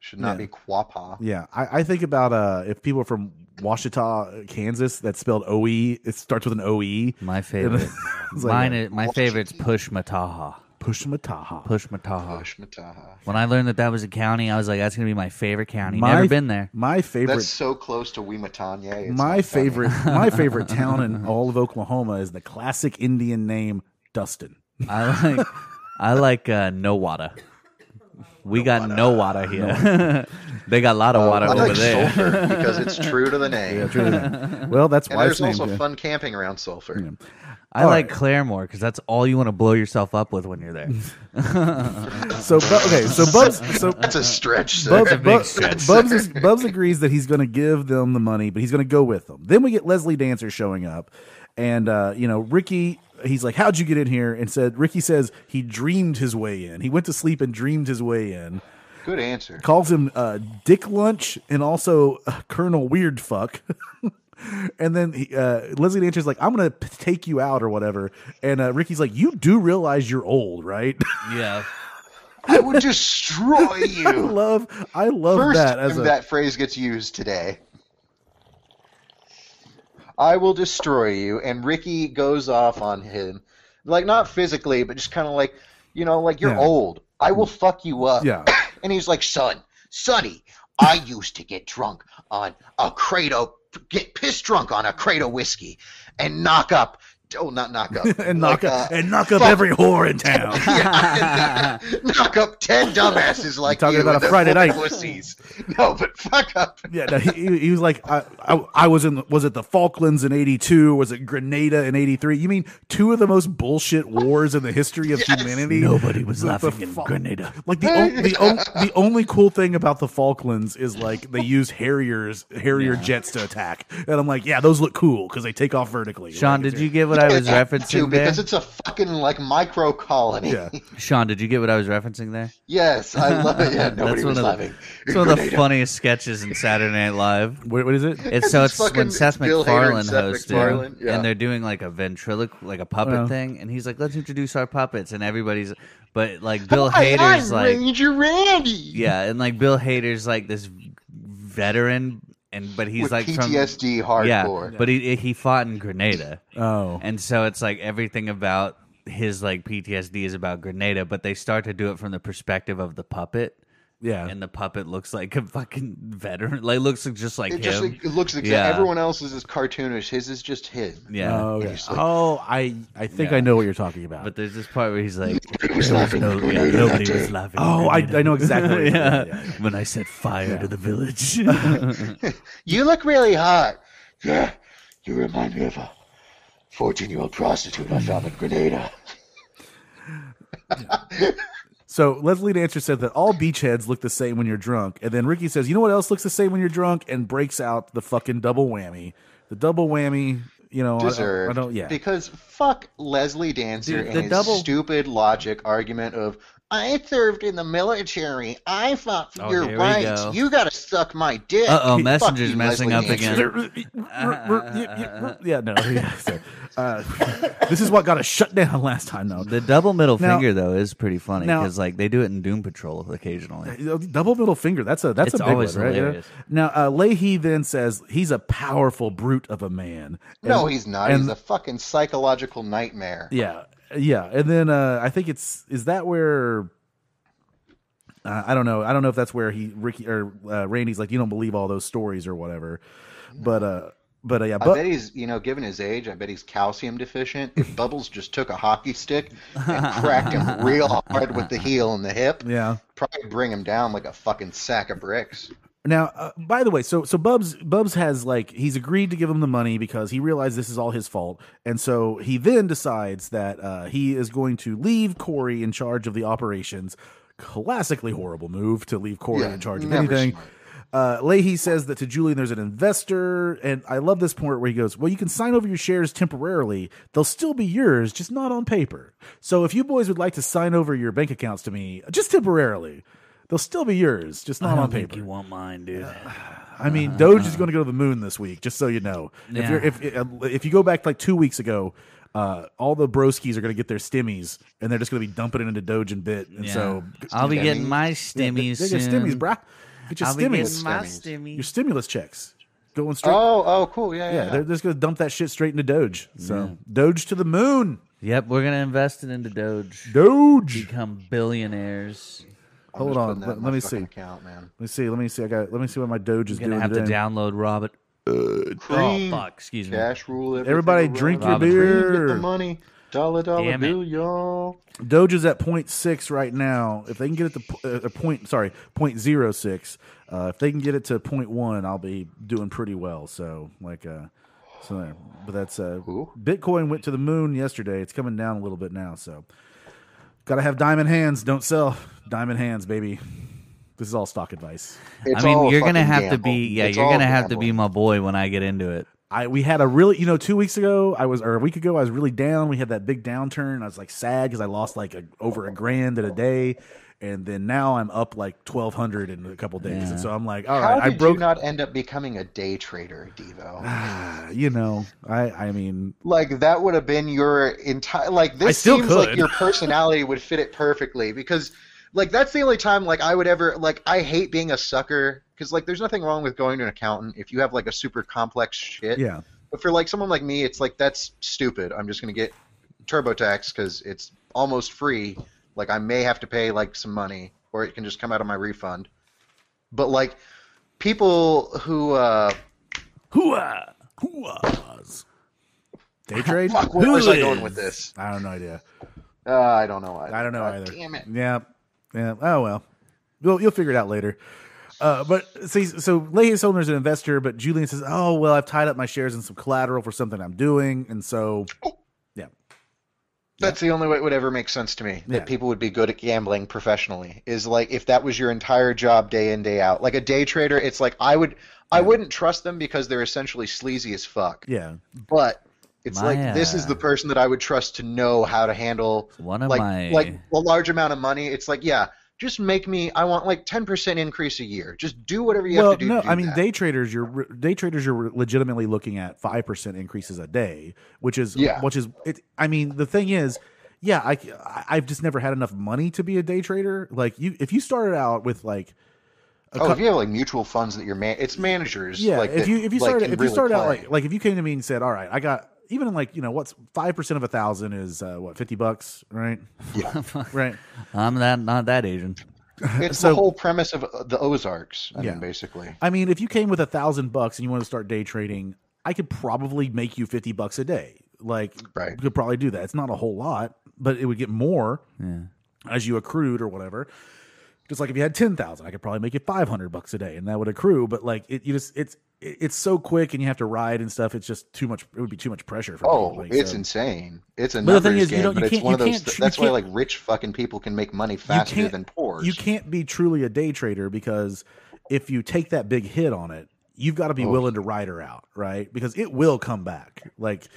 Speaker 6: should not
Speaker 2: Yeah.
Speaker 6: be Quapa.
Speaker 2: yeah, I, I think about uh, if people are from Washita, Kansas, that's spelled O E. It starts with an O E.
Speaker 4: My favorite.
Speaker 2: like,
Speaker 4: Mine. is, my favorite's Push Mataha.
Speaker 2: Pushmataha.
Speaker 4: Push Mataha.
Speaker 6: Ashmataha.
Speaker 4: When I learned that that was a county, I was like, "That's gonna be my favorite county."
Speaker 2: My-
Speaker 4: Never been there.
Speaker 2: My favorite,
Speaker 6: That's so close to Wimatanye. it's
Speaker 2: my
Speaker 6: not funny.
Speaker 2: favorite, my favorite town in all of Oklahoma is the classic Indian name Dustin.
Speaker 4: I like. I like uh, no water. We got no water Uh, here. they got a lot of water
Speaker 6: I
Speaker 4: over
Speaker 6: like
Speaker 4: there.
Speaker 6: Sulphur because it's true to the name.
Speaker 2: well, that's
Speaker 6: And
Speaker 2: why
Speaker 6: there's
Speaker 2: it's named.
Speaker 6: also
Speaker 2: yeah.
Speaker 6: fun camping around Sulphur.
Speaker 4: I
Speaker 2: All
Speaker 4: like
Speaker 2: right.
Speaker 4: Claremore because that's all you want to blow yourself up with when you're there.
Speaker 2: So Bu- okay, so Bubs, so
Speaker 6: That's a stretch, sir.
Speaker 2: Uh, Bubs,
Speaker 4: big
Speaker 2: Bubs,
Speaker 4: stretch.
Speaker 2: Bubs, is- Bubs agrees that he's going to give them the money, but he's going to go with them. Then we get Leslie Dancer showing up, and uh, you know Ricky. He's like, "How'd you get in here?" And said Ricky says he dreamed his way in. He went to sleep and dreamed his way in.
Speaker 6: Good answer.
Speaker 2: calls him uh, Dick Lunch and also uh, Colonel Weird Fuck. and then he, uh, Leslie Dancer's like, "I'm gonna p- take you out or whatever." And uh, Ricky's like, "You do realize you're old, right?"
Speaker 4: yeah.
Speaker 6: I would destroy
Speaker 2: I
Speaker 6: you.
Speaker 2: love, I love
Speaker 6: First
Speaker 2: that
Speaker 6: time
Speaker 2: as a
Speaker 6: that phrase gets used today. I will destroy you. And Ricky goes off on him, like not physically, but just kind of like, you know, like you're
Speaker 2: Yeah.
Speaker 6: old. I will fuck you up.
Speaker 2: Yeah.
Speaker 6: And he's like, son, Sonny, I used to get drunk on a crate of, get piss drunk on a crate of whiskey and knock up. Oh, not knock up.
Speaker 2: and
Speaker 6: like,
Speaker 2: knock up,
Speaker 6: uh,
Speaker 2: and knock up
Speaker 6: fuck.
Speaker 2: every whore in town.
Speaker 6: yeah, knock up ten dumbasses like
Speaker 2: Talking
Speaker 6: you
Speaker 2: about
Speaker 6: and
Speaker 2: a
Speaker 6: they're
Speaker 2: Friday
Speaker 6: full of
Speaker 2: night.
Speaker 6: pussies. No, but fuck up.
Speaker 2: yeah, no, he, he was like, I, I, I was in. The, was it the Falklands in '82? Was it Grenada in '83? You mean two of the most bullshit wars in the history of humanity?
Speaker 4: Nobody was
Speaker 2: The- the
Speaker 4: laughing in
Speaker 2: Fal-
Speaker 4: Grenada.
Speaker 2: Like the o- the o- the only cool thing about the Falklands is like they use Harriers Harrier jets to attack, and I'm like, yeah, those look cool because they take off vertically.
Speaker 4: Sean,
Speaker 2: Like,
Speaker 4: did you get what I was
Speaker 6: Yeah, too,
Speaker 4: referencing there?
Speaker 6: because it's a fucking like micro colony.
Speaker 2: Yeah.
Speaker 4: Sean, did you get what I was referencing there?
Speaker 6: Yes, I love it. Yeah, nobody
Speaker 4: one of
Speaker 6: was
Speaker 4: the-
Speaker 6: laughing.
Speaker 4: It's one of the
Speaker 6: Grenada.
Speaker 4: funniest sketches in Saturday Night Live.
Speaker 2: What, what is it?
Speaker 4: It's so
Speaker 6: It's
Speaker 4: it's when
Speaker 6: fucking
Speaker 4: Seth
Speaker 6: Bill Hader
Speaker 4: MacFarlane
Speaker 6: and Seth
Speaker 4: hosted,
Speaker 6: MacFarlane, yeah.
Speaker 4: and they're doing like a ventriloquist, like a puppet
Speaker 2: Yeah.
Speaker 4: thing, and he's like, "Let's introduce our puppets," and everybody's, but like Bill
Speaker 6: Hi,
Speaker 4: Hader's
Speaker 6: Oh I'm
Speaker 4: like,
Speaker 6: Ranger Randy.
Speaker 4: yeah, and like Bill Hader's like this veteran, and but he's
Speaker 6: with
Speaker 4: like from
Speaker 6: PTSD
Speaker 4: yeah,
Speaker 6: hardcore.
Speaker 4: but he he fought in Grenada,
Speaker 2: Oh,
Speaker 4: and so it's like everything about his like PTSD is about Grenada, but they start to do it from the perspective of the puppet.
Speaker 2: yeah.
Speaker 4: And the puppet looks like a fucking veteran. Like looks just like
Speaker 6: It
Speaker 4: him.
Speaker 6: just it looks exact.
Speaker 4: Yeah.
Speaker 6: Everyone else's is cartoonish. His is just him.
Speaker 4: yeah.
Speaker 2: Oh, okay.
Speaker 6: He's like-
Speaker 2: oh, I I think
Speaker 4: Yeah.
Speaker 2: I know what you're talking about.
Speaker 4: But there's this part where he's like,
Speaker 6: Nobody was laughing.
Speaker 4: no, yeah, nobody was laughing.
Speaker 2: Oh, I- I know exactly what you're doing,
Speaker 4: yeah.
Speaker 2: yeah,
Speaker 4: When I set fire to the village.
Speaker 6: You look really hot. Yeah, you remind me of a 14 year old prostitute I found in Grenada.
Speaker 2: So Leslie Dancer said that all beachheads look the same when you're drunk, and then Ricky says, "You know what else looks the same when you're drunk?" and breaks out the fucking double whammy. The double whammy, you know, I don't-
Speaker 6: Deserved.
Speaker 2: I, don't, yeah,
Speaker 6: Because fuck Leslie Dancer
Speaker 4: Dude,
Speaker 6: and
Speaker 4: the
Speaker 6: his
Speaker 4: double-
Speaker 6: stupid logic argument of, I served in the military. I fought for
Speaker 4: Oh,
Speaker 6: your
Speaker 4: here we
Speaker 6: rights.
Speaker 4: go.
Speaker 6: you gotta suck my dick.
Speaker 4: Uh oh,
Speaker 6: Fuck
Speaker 4: Messenger's
Speaker 6: you,
Speaker 4: messing
Speaker 6: Leslie
Speaker 4: up
Speaker 6: Dancer.
Speaker 4: again.
Speaker 2: yeah, no, yeah, so, uh, this is what got us shut down last time, though.
Speaker 4: The double middle
Speaker 2: Now-
Speaker 4: finger though is pretty funny
Speaker 2: now-
Speaker 4: because like they do it in Doom Patrol occasionally.
Speaker 2: Double middle finger. That's a that's
Speaker 4: It's
Speaker 2: a big one,
Speaker 4: always
Speaker 2: right? Yeah.
Speaker 4: hilarious.
Speaker 2: Now uh, Leahy then says he's a powerful brute of a man.
Speaker 6: No,
Speaker 2: And-
Speaker 6: he's not.
Speaker 2: and-
Speaker 6: he's a fucking psychological nightmare.
Speaker 2: Yeah, yeah, and then uh, I think it's is that where uh, I don't know. I don't know if that's where he Ricky or uh, Randy's like you don't believe all those stories or whatever. But uh, but uh, yeah,
Speaker 6: I bet
Speaker 2: but
Speaker 6: he's, you know, given his age, I bet he's calcium deficient. If Bubbles just took a hockey stick and cracked him real hard with the heel and the hip,
Speaker 2: yeah.
Speaker 6: probably bring him down like a fucking sack of bricks.
Speaker 2: Now, uh, by the way, so so Bubs Bubs has like he's agreed to give him the money because he realized this is all his fault, and so he then decides that uh, he is going to leave Corey in charge of the operations. Classically horrible move to leave Corey
Speaker 6: Yeah,
Speaker 2: in charge of
Speaker 6: never
Speaker 2: anything.
Speaker 6: smart.
Speaker 2: Uh, Leahy says that to Julian, there's an investor, and I love this point where he goes, "Well, you can sign over your shares temporarily; they'll still be yours, just not on paper. So, if you boys would like to sign over your bank accounts to me, just temporarily, they'll still be yours, just not
Speaker 4: I
Speaker 2: on
Speaker 4: don't think
Speaker 2: paper."
Speaker 4: you want mine, dude.
Speaker 2: I mean, Doge is going to go to the moon this week, just so you know.
Speaker 4: Uh-huh. Yeah.
Speaker 2: If you're if if you go back like two weeks ago, uh, all the broskies are going to get their stimmies, and they're just going to be dumping it into Doge and Bit, and
Speaker 4: Yeah.
Speaker 2: so
Speaker 4: I'll be getting
Speaker 6: Stimmies.
Speaker 4: my
Speaker 2: Yeah, they-
Speaker 4: stimmies
Speaker 2: They, get
Speaker 4: soon.
Speaker 2: stimmies, brah. Get your
Speaker 4: I'll be
Speaker 2: stimmies.
Speaker 4: getting my
Speaker 6: Stimmies.
Speaker 4: stimmies.
Speaker 2: Your stimulus checks going straight.
Speaker 6: Oh, oh, cool. Yeah,
Speaker 2: Yeah,
Speaker 6: yeah.
Speaker 2: they're just going to dump that shit straight into Doge. So Doge to the moon.
Speaker 4: Yep, we're gonna invest it into Doge.
Speaker 2: Doge.
Speaker 4: Become billionaires.
Speaker 6: I'm
Speaker 2: Hold
Speaker 6: just
Speaker 2: on,
Speaker 6: putting that
Speaker 2: let-
Speaker 6: in
Speaker 2: let
Speaker 6: my
Speaker 2: me
Speaker 6: fucking
Speaker 2: see.
Speaker 6: Account, man.
Speaker 2: Let me see. Let me see. I got. Let me see what my Doge is
Speaker 4: You're gonna
Speaker 2: doing
Speaker 4: have to
Speaker 2: today.
Speaker 4: download Robert. Oh
Speaker 6: Uh, Cream.
Speaker 4: fuck, excuse me.
Speaker 6: Cash rule. everything
Speaker 2: Everybody
Speaker 6: around.
Speaker 2: drink
Speaker 4: your
Speaker 6: Robin Cream, Get
Speaker 2: beer.
Speaker 6: the money. Dollar, dollar
Speaker 4: Damn it.
Speaker 6: bill, y'all.
Speaker 2: Doge is at 0.6 right now. If they can get it to p- uh, uh, point, sorry, 0.06. Uh, if they can get it to 0.1, I'll be doing pretty well. So like, uh, so there. But that's uh,
Speaker 6: Cool.
Speaker 2: Bitcoin went to the moon yesterday. It's coming down a little bit now. So gotta have diamond hands. Don't sell diamond hands, baby. This is all stock advice.
Speaker 6: It's
Speaker 4: I mean,
Speaker 6: all a
Speaker 4: you're gonna
Speaker 6: fucking
Speaker 4: have to
Speaker 6: gamble.
Speaker 4: be yeah,
Speaker 6: It's
Speaker 4: you're
Speaker 6: all
Speaker 4: gonna have to
Speaker 6: gambling.
Speaker 4: be my boy when I get into it.
Speaker 2: I we had a really you know two weeks ago I was or a week ago I was really down. We had that big downturn. I was like sad because I lost like a, over a grand in a day, and then now I'm up like twelve hundred in a couple days. And so I'm like, all
Speaker 6: How
Speaker 2: right, I
Speaker 6: did
Speaker 2: broke.
Speaker 6: you
Speaker 2: You,
Speaker 6: not end up becoming a day trader, Devo?
Speaker 2: know, I I mean,
Speaker 6: Like that would have been your entire. Like this
Speaker 2: still
Speaker 6: seems
Speaker 2: could.
Speaker 6: like your personality would fit it perfectly because, like, that's the only time like I would ever like I hate being a sucker because like there's nothing wrong with going to an accountant if you have like a super complex shit.
Speaker 2: yeah,
Speaker 6: But for like someone like me, it's like that's stupid. I'm just gonna get TurboTax because it's almost free. Like I may have to pay like some money, or it can just come out of my refund. But like people who uh,
Speaker 2: Hooah! Hooahs. Day trade?
Speaker 6: where was I going with this?
Speaker 2: I don't know idea.
Speaker 6: Uh, I don't know. Either.
Speaker 2: I don't know
Speaker 6: God
Speaker 2: either.
Speaker 6: Damn it.
Speaker 2: Yeah. Yeah. Oh well. You'll you'll figure it out later. Uh, but see, so Leahy Solner's an investor, but Julian says, "Oh well, I've tied up my shares in some collateral for something I'm doing, and so
Speaker 6: That's the only way it would ever make sense to me that
Speaker 2: Yeah.
Speaker 6: people would be good at gambling professionally is like if that was your entire job day in day out. Like a day trader, it's like I would I wouldn't trust them because they're essentially sleazy as fuck.
Speaker 2: yeah,
Speaker 6: But it's
Speaker 4: My,
Speaker 6: like this is
Speaker 4: uh,
Speaker 6: the person that I would trust to know how to handle
Speaker 4: One of
Speaker 6: like
Speaker 4: my
Speaker 6: like a large amount of money. It's like yeah, just make me I want like 10% increase a year. Just do whatever you
Speaker 2: well,
Speaker 6: have to do.
Speaker 2: no,
Speaker 6: to do
Speaker 2: I mean
Speaker 6: that.
Speaker 2: day traders. You're re- day traders. You're legitimately looking at five percent increases a day, which is
Speaker 6: Yeah.
Speaker 2: which is it. I mean, the thing is, yeah, I I- I've just never had enough money to be a day trader. Like you, if you started out with like, a
Speaker 6: Oh,
Speaker 2: cou-
Speaker 6: if you have like mutual funds that you're man, it's managers.
Speaker 2: yeah,
Speaker 6: like,
Speaker 2: if
Speaker 6: that,
Speaker 2: you if you
Speaker 6: like,
Speaker 2: started
Speaker 6: can
Speaker 2: if you
Speaker 6: really
Speaker 2: started out
Speaker 6: play.
Speaker 2: like like if you came to me and said, all right, I got even like you know what's five percent of a thousand is uh, what fifty bucks, right? Right.
Speaker 4: I'm that not that Asian.
Speaker 6: It's
Speaker 2: So-
Speaker 6: the whole premise of uh, the Ozarks. I
Speaker 2: Yeah.
Speaker 6: mean, basically.
Speaker 2: I mean, if you came with a thousand bucks and you want to start day trading, I could probably make you fifty bucks a day. Like,
Speaker 6: Right.
Speaker 2: you could probably do that. It's not a whole lot, but it would get more
Speaker 4: Yeah.
Speaker 2: as you accrued or whatever. Just like if you had ten thousand, I could probably make you five hundred bucks a day, and that would accrue. But like, it you just it's it- it's so quick, and you have to ride and stuff. It's just too much. It would be too much pressure for. me,
Speaker 6: Oh,
Speaker 2: like,
Speaker 6: it's
Speaker 2: so-
Speaker 6: insane. It's a
Speaker 2: But the
Speaker 6: numbers
Speaker 2: thing is, you
Speaker 6: game,
Speaker 2: don't- you
Speaker 6: but it's
Speaker 2: can't-
Speaker 6: one
Speaker 2: you
Speaker 6: of those.
Speaker 2: can't tr- you
Speaker 6: that's why,
Speaker 2: can't-
Speaker 6: like, rich fucking people can make money
Speaker 2: You
Speaker 6: faster
Speaker 2: can't-
Speaker 6: than poor.
Speaker 2: You can't be truly a day trader because if you take that big hit on it, you've got to be
Speaker 6: Oh.
Speaker 2: willing to ride her out, right? Because it will come back. Like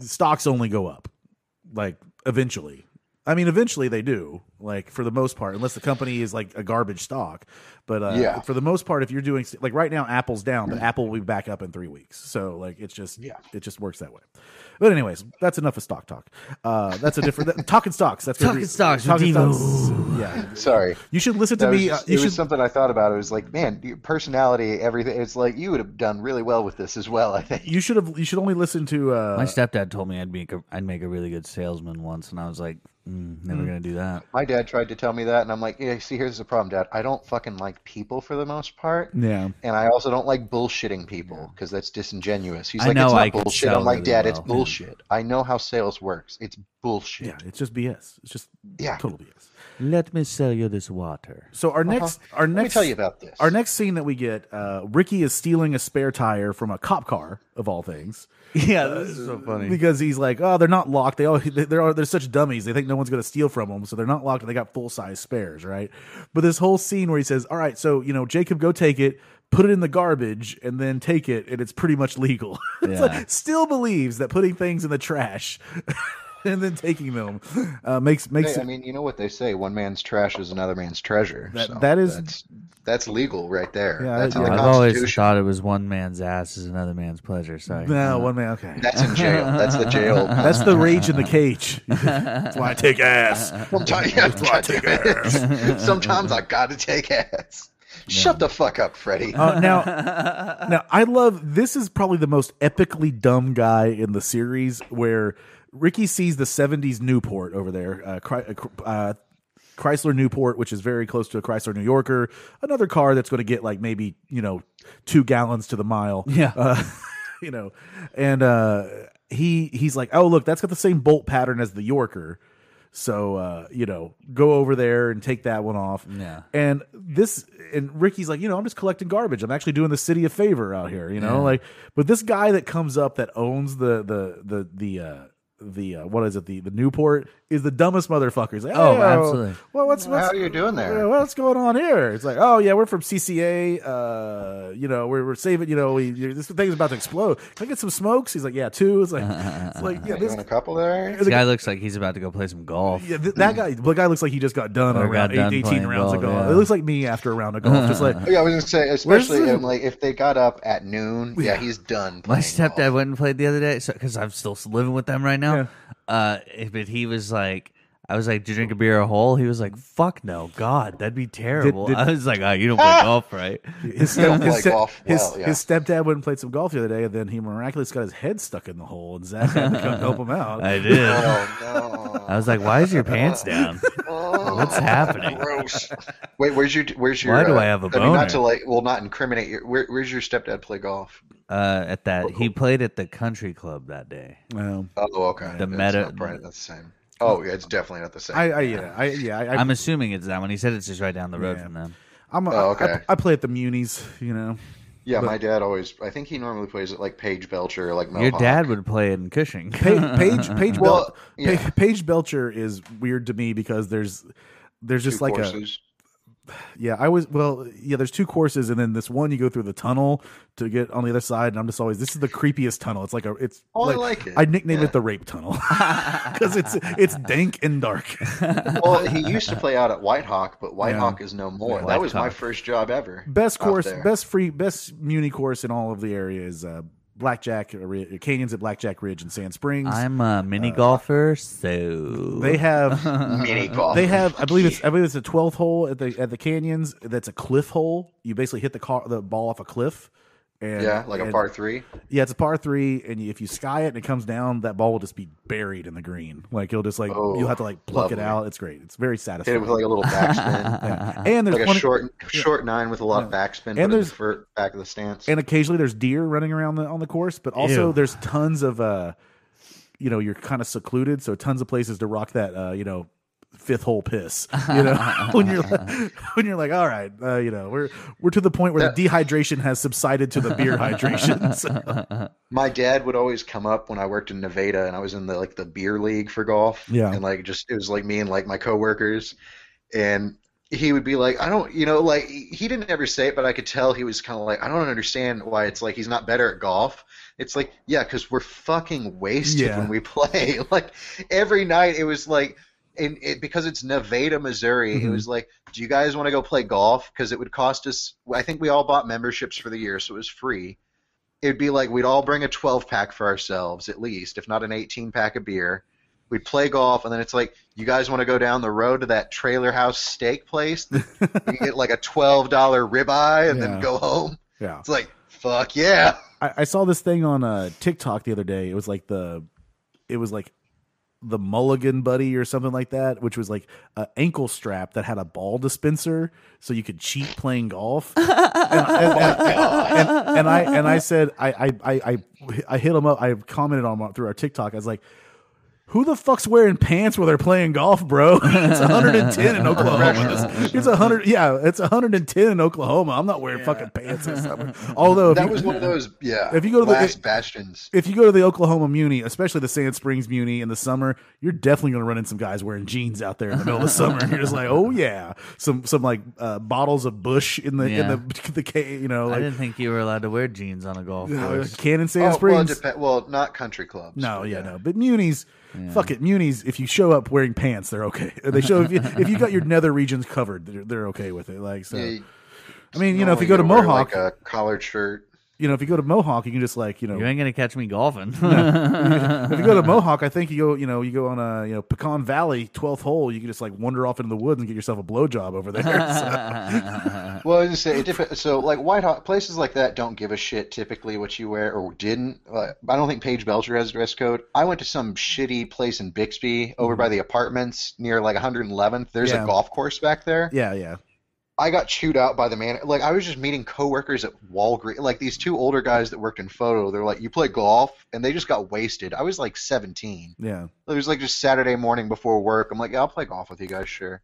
Speaker 2: stocks only go up, like eventually. I mean, eventually they do. Like for the most part, unless the company is like a garbage stock. But uh,
Speaker 6: Yeah.
Speaker 2: for the most part, if you're doing like right now, Apple's down, but Apple will be back up in three weeks. So like it's just
Speaker 6: Yeah.
Speaker 2: it just works that way. But anyways, that's enough of stock talk. Uh, that's a different talking stocks. That's
Speaker 4: Talking stocks with
Speaker 2: Talking
Speaker 4: Devo.
Speaker 2: stocks. Yeah,
Speaker 6: Sorry.
Speaker 2: you should listen to
Speaker 6: That was
Speaker 2: me.
Speaker 6: just-
Speaker 2: uh, you
Speaker 6: it
Speaker 2: should.
Speaker 6: was something I thought about. It was like, man, your personality, everything. It's like you would have done really well with this as well. I think.
Speaker 2: you should have. You should only listen to.
Speaker 4: My
Speaker 2: Uh,
Speaker 4: stepdad told me I'd make a, I'd make a really good salesman once, and I was like, mm, never gonna do that.
Speaker 6: My dad tried to tell me that, and I'm like, yeah. See, here's the problem, Dad. I don't fucking like people for the most part,
Speaker 2: yeah,
Speaker 6: and I also don't like bullshitting people because that's disingenuous. He's
Speaker 4: I
Speaker 6: like,
Speaker 4: know
Speaker 6: it's not
Speaker 4: I can
Speaker 6: bullshit.
Speaker 4: sell
Speaker 6: I'm like,
Speaker 4: really
Speaker 6: Dad, it's
Speaker 4: well."
Speaker 6: bullshit. I know how sales works. It's bullshit.
Speaker 2: yeah. It's just BS. It's just
Speaker 6: Yeah. Uh-huh.
Speaker 2: total BS.
Speaker 4: Let me sell you this water.
Speaker 2: So our next, our next,
Speaker 6: Let me tell you about this.
Speaker 2: our next scene that we get, uh, Ricky is stealing a spare tire from a cop car of all things,
Speaker 4: Yeah, this is so funny.
Speaker 2: because he's like, oh, they're not locked. They all they're all- they're such dummies. They think no one's going to steal from them, so they're not locked. and They got full size spares, right? But this whole scene where he says, all right, so you know, Jacob, go take it. Put it in the garbage and then take it, and it's pretty much legal. It's
Speaker 4: Yeah.
Speaker 2: like, still believes that putting things in the trash and then taking them uh, makes makes
Speaker 6: Hey, I
Speaker 2: it,
Speaker 6: mean, you know what they say: one man's trash is another man's treasure.
Speaker 2: That-
Speaker 6: so
Speaker 2: that is-
Speaker 6: that's, that's legal right there.
Speaker 2: Yeah,
Speaker 6: that's in
Speaker 2: yeah.
Speaker 6: the
Speaker 4: I've always
Speaker 6: Constitution.
Speaker 4: thought it was one man's ass is another man's pleasure. Sorry.
Speaker 2: no
Speaker 6: uh,
Speaker 2: one man. Okay,
Speaker 6: That's in jail. That's the jail.
Speaker 2: that's the rage in the cage. That's why I take ass.
Speaker 6: Sometimes, Sometimes I gotta take ass. Shut the fuck up, Freddy.
Speaker 2: Uh, now, now I love this is probably the most epically dumb guy in the series where Ricky sees the '70s Newport over there, uh, Chry- uh, Chr- uh, Chrysler Newport, which is very close to a Chrysler New Yorker, another car that's going to get like maybe you know two gallons to the mile.
Speaker 4: Yeah.
Speaker 2: uh, you know, and uh, he he's like, oh look, that's got the same bolt pattern as the Yorker. So uh, you know, go over there and take that one off.
Speaker 4: Yeah.
Speaker 2: And this and Ricky's like, you know, I'm just collecting garbage. I'm actually doing the city a favor out here, you know, like. But this guy that comes up that owns the the the the uh, the uh, what is it the the Newport is the dumbest motherfucker. He's like,
Speaker 4: Oh,
Speaker 2: "Hey,
Speaker 4: absolutely.
Speaker 2: Well, what's
Speaker 6: How
Speaker 2: what's
Speaker 6: are you doing
Speaker 2: yeah,
Speaker 6: there?
Speaker 2: what's going on here? It's like, oh yeah, we're from CCA. Uh, you know, we're, we're saving. You know, we this thing's about to explode. Can I get some smokes? He's like, yeah, two. It's like, it's like yeah,
Speaker 6: You
Speaker 2: this,
Speaker 6: want a couple there?
Speaker 4: This guy looks like he's about to go play some golf.
Speaker 2: yeah, th- that guy. The guy looks like he just got done
Speaker 4: Or
Speaker 2: on
Speaker 4: got
Speaker 2: round eight-
Speaker 4: done
Speaker 2: eighteen
Speaker 4: playing
Speaker 2: rounds of
Speaker 4: golf,
Speaker 2: golf.
Speaker 4: yeah.
Speaker 2: It looks like me after a round of golf. Just like,
Speaker 6: Oh, Yeah, I was gonna say, especially
Speaker 2: the-
Speaker 6: um, like if they got up at noon. Yeah, he's done.
Speaker 4: My
Speaker 6: playing
Speaker 4: stepdad
Speaker 2: oh.
Speaker 6: golf.
Speaker 4: went and played the other day because I'm still living with them right now. Uh, eh, but he was like, I was like, "Do you drink a beer a hole?" He was like, "Fuck no, God, that'd be terrible."
Speaker 2: did-
Speaker 4: I was like, "Oh, you don't play golf, right?"
Speaker 2: His,
Speaker 6: Don't
Speaker 2: his,
Speaker 6: play
Speaker 2: ste-
Speaker 6: golf
Speaker 2: his,
Speaker 6: well, yeah.
Speaker 2: his stepdad went and played some golf the other day, and then he miraculously got his head stuck in the hole, and Zach had to come help him out.
Speaker 4: I did.
Speaker 6: Oh
Speaker 4: I was like, "Why is your pants down?
Speaker 6: no!
Speaker 4: What's happening?"
Speaker 6: Oh, Gross. Wait, where's your where's your? uh,
Speaker 4: Why do I have a
Speaker 6: mean, not
Speaker 4: boner?
Speaker 6: to like, well, not incriminate your. Where, where's your stepdad play golf?
Speaker 4: Uh, at that, he played at the country club that day.
Speaker 2: Well,
Speaker 6: Oh, okay.
Speaker 4: The
Speaker 6: That's
Speaker 4: meta-
Speaker 6: not probably not the same. Oh, yeah, it's definitely not the same.
Speaker 2: I, I yeah, I yeah, I,
Speaker 4: I'm
Speaker 2: I'm,
Speaker 4: assuming it's that one. He said it's just right down the road
Speaker 2: Yeah.
Speaker 4: from them.
Speaker 2: I'm a,
Speaker 6: Oh, okay.
Speaker 2: I, I play at the Muni's, you know.
Speaker 6: yeah, my dad always. I think he normally plays it like Page Belcher, or like Mohawk.
Speaker 4: Your dad would play it in Cushing.
Speaker 2: Pa- Paige Paige
Speaker 6: Well,
Speaker 2: Bel-
Speaker 6: yeah.
Speaker 2: Pa- Paige Belcher is weird to me because there's there's
Speaker 6: Two
Speaker 2: just like a
Speaker 6: courses.
Speaker 2: yeah I was well yeah there's two courses and then this one you go through the tunnel to get on the other side and I'm just always this is the creepiest tunnel it's like a it's
Speaker 6: Oh, I like it.
Speaker 2: I nicknamed
Speaker 6: Yeah.
Speaker 2: it the rape tunnel because it's it's dank and dark
Speaker 6: well, he used to play out at Whitehawk, but Whitehawk is no more.
Speaker 4: Yeah,
Speaker 6: that was my
Speaker 4: Whitehawk.
Speaker 6: first job ever.
Speaker 2: best
Speaker 6: out
Speaker 2: course
Speaker 6: there.
Speaker 2: best free best Muni course in all of the area is uh, Blackjack Ri- Canyons at Blackjack Ridge and Sand Springs
Speaker 4: I'm a mini golfer, so
Speaker 2: Uh, they have
Speaker 6: Mini golf.
Speaker 2: They have, I believe it's, I believe it's a twelfth hole at the at the canyons. That's a cliff hole. You basically hit the car, the ball off a cliff. And,
Speaker 6: yeah, like a
Speaker 2: and-
Speaker 6: par three.
Speaker 2: Yeah, it's a par three, and if you sky it and it comes down, that ball will just be buried in the green. Like you'll just like
Speaker 6: Oh,
Speaker 2: you'll have to like pluck it
Speaker 6: lovely.
Speaker 2: out. It's great. It's very
Speaker 6: Hit
Speaker 2: satisfying.
Speaker 6: it with like a little backspin,
Speaker 2: Yeah. And there's
Speaker 6: like a
Speaker 2: plenty-
Speaker 6: short short nine with a lot of backspin, but in the
Speaker 2: there's-
Speaker 6: fir- back of the stance.
Speaker 2: and occasionally there's deer running around the, on the course, but also
Speaker 4: Ew.
Speaker 2: there's tons of uh, you know, you're kind of secluded, so tons of places to rock that uh, you know, fifth hole piss. You know, when you're when you're like, all right, uh, you know, we're we're to the point where the dehydration has subsided to the beer hydration. So,
Speaker 6: my dad would always come up when I worked in Nevada and I was in the like the beer league for golf.
Speaker 2: Yeah.
Speaker 6: And like just it was like me and like my coworkers. And he would be like, I don't you know, like he didn't ever say it, but I could tell he was kinda like, I don't understand why it's like he's not better at golf. It's like, yeah, because we're fucking wasted
Speaker 2: Yeah.
Speaker 6: when we play. like every night it was like and it, because it's Nevada, Missouri, it
Speaker 2: Mhm.
Speaker 6: was like, do you guys want to go play golf? Because it would cost us. I think we all bought memberships for the year, so it was free it'd be like we'd all bring a 12 pack for ourselves at least, if not an 18 pack of beer. We'd play golf, and then it's like, you guys want to go down the road to that trailer house steak place? you can get like a $12 ribeye and
Speaker 2: Yeah.
Speaker 6: then go home.
Speaker 2: yeah.
Speaker 6: It's like, fuck yeah.
Speaker 2: I, I saw this thing on uh, TikTok the other day. It was like the, it was like the Mulligan Buddy or something like that, which was like an ankle strap that had a ball dispenser, so you could cheat playing golf. and, and- and- and I and I said I I I I, I hit him up. I commented on him through our TikTok. I was like. Who the fuck's wearing pants while they're playing golf, bro? it's 110 in Oklahoma. It's, it's 100. Yeah, it's 110 in Oklahoma. I'm not wearing fucking pants this summer. Although if
Speaker 6: That
Speaker 2: you-
Speaker 6: was one of those, yeah,
Speaker 2: If you go to the-
Speaker 6: last bastions.
Speaker 2: if you go to the Oklahoma Muni, especially the Sand Springs Muni in the summer, you're definitely going to run into some guys wearing jeans out there in the middle of the summer. And you're just like, oh yeah, some some like uh, bottles of Bush in the
Speaker 4: Yeah.
Speaker 2: in the the ca- you know
Speaker 4: I
Speaker 2: like
Speaker 4: didn't think you were allowed to wear jeans on a golf
Speaker 2: uh,
Speaker 4: course.
Speaker 2: Cannon Sand
Speaker 6: Oh, well, it
Speaker 2: Springs.
Speaker 6: depe- well, not country clubs.
Speaker 2: no,
Speaker 6: but
Speaker 2: yeah, no, but Muni's. Fuck it, Muni's. If you show up wearing pants, they're okay. They show if you, if you got your nether regions covered, they're, they're okay with it. Like so,
Speaker 6: Yeah, you-
Speaker 2: I mean, you know, if you
Speaker 6: normally
Speaker 2: go to
Speaker 6: gotta wear,
Speaker 2: Mohawk,
Speaker 6: like a collared shirt.
Speaker 2: you know, if you go to Mohawk, you can just like you
Speaker 6: Oh.
Speaker 2: know
Speaker 4: You ain't gonna catch me golfing.
Speaker 2: if you go to Mohawk, I think you go, you know, you go on a, you know, Pecan Valley, 12th hole, you can just like wander off into the woods and get yourself a blowjob over there. So,
Speaker 6: Well, I was gonna say it dep- so like White Hawk places like that don't give a shit typically what you wear or didn't. Like, I don't think Paige Belcher has a dress code. I went to some shitty place in Bixby over by the apartments near like 111th. There's
Speaker 2: Mm-hmm. Yeah.
Speaker 6: a golf course back there.
Speaker 2: yeah, yeah.
Speaker 6: I got chewed out by the man. Like I was just meeting coworkers at Walgreens. Like these two older guys that worked in photo. They're like, "You play golf?" And they just got wasted. I was like 17.
Speaker 2: Yeah.
Speaker 6: It was like just Saturday morning before work. I'm like, yeah, I'll play golf with you guys, sure.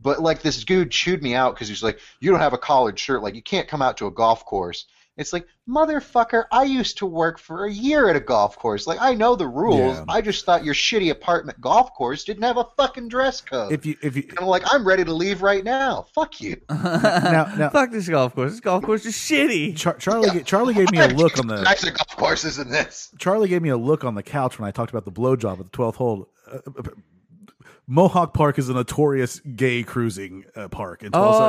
Speaker 6: But like this dude chewed me out because he's like, you don't have a collared shirt. Like you can't come out to a golf course. It's like, motherfucker, I used to work for a year at a golf course. Like I know the rules.
Speaker 2: Yeah.
Speaker 6: I just thought your shitty apartment golf course didn't have a fucking dress code.
Speaker 2: If you, if you,
Speaker 6: and I'm like, I'm ready to leave right now. Fuck you.
Speaker 2: now, now,
Speaker 4: Fuck this golf course. This golf course is shitty.
Speaker 2: Char- Charlie, ga- Charlie gave me a look on the,
Speaker 6: nicer golf courses than this.
Speaker 2: Charlie gave me a look on the couch when I talked about the blowjob at the 12th hole. Uh, Mohawk Park is a notorious gay cruising uh, park in Tulsa.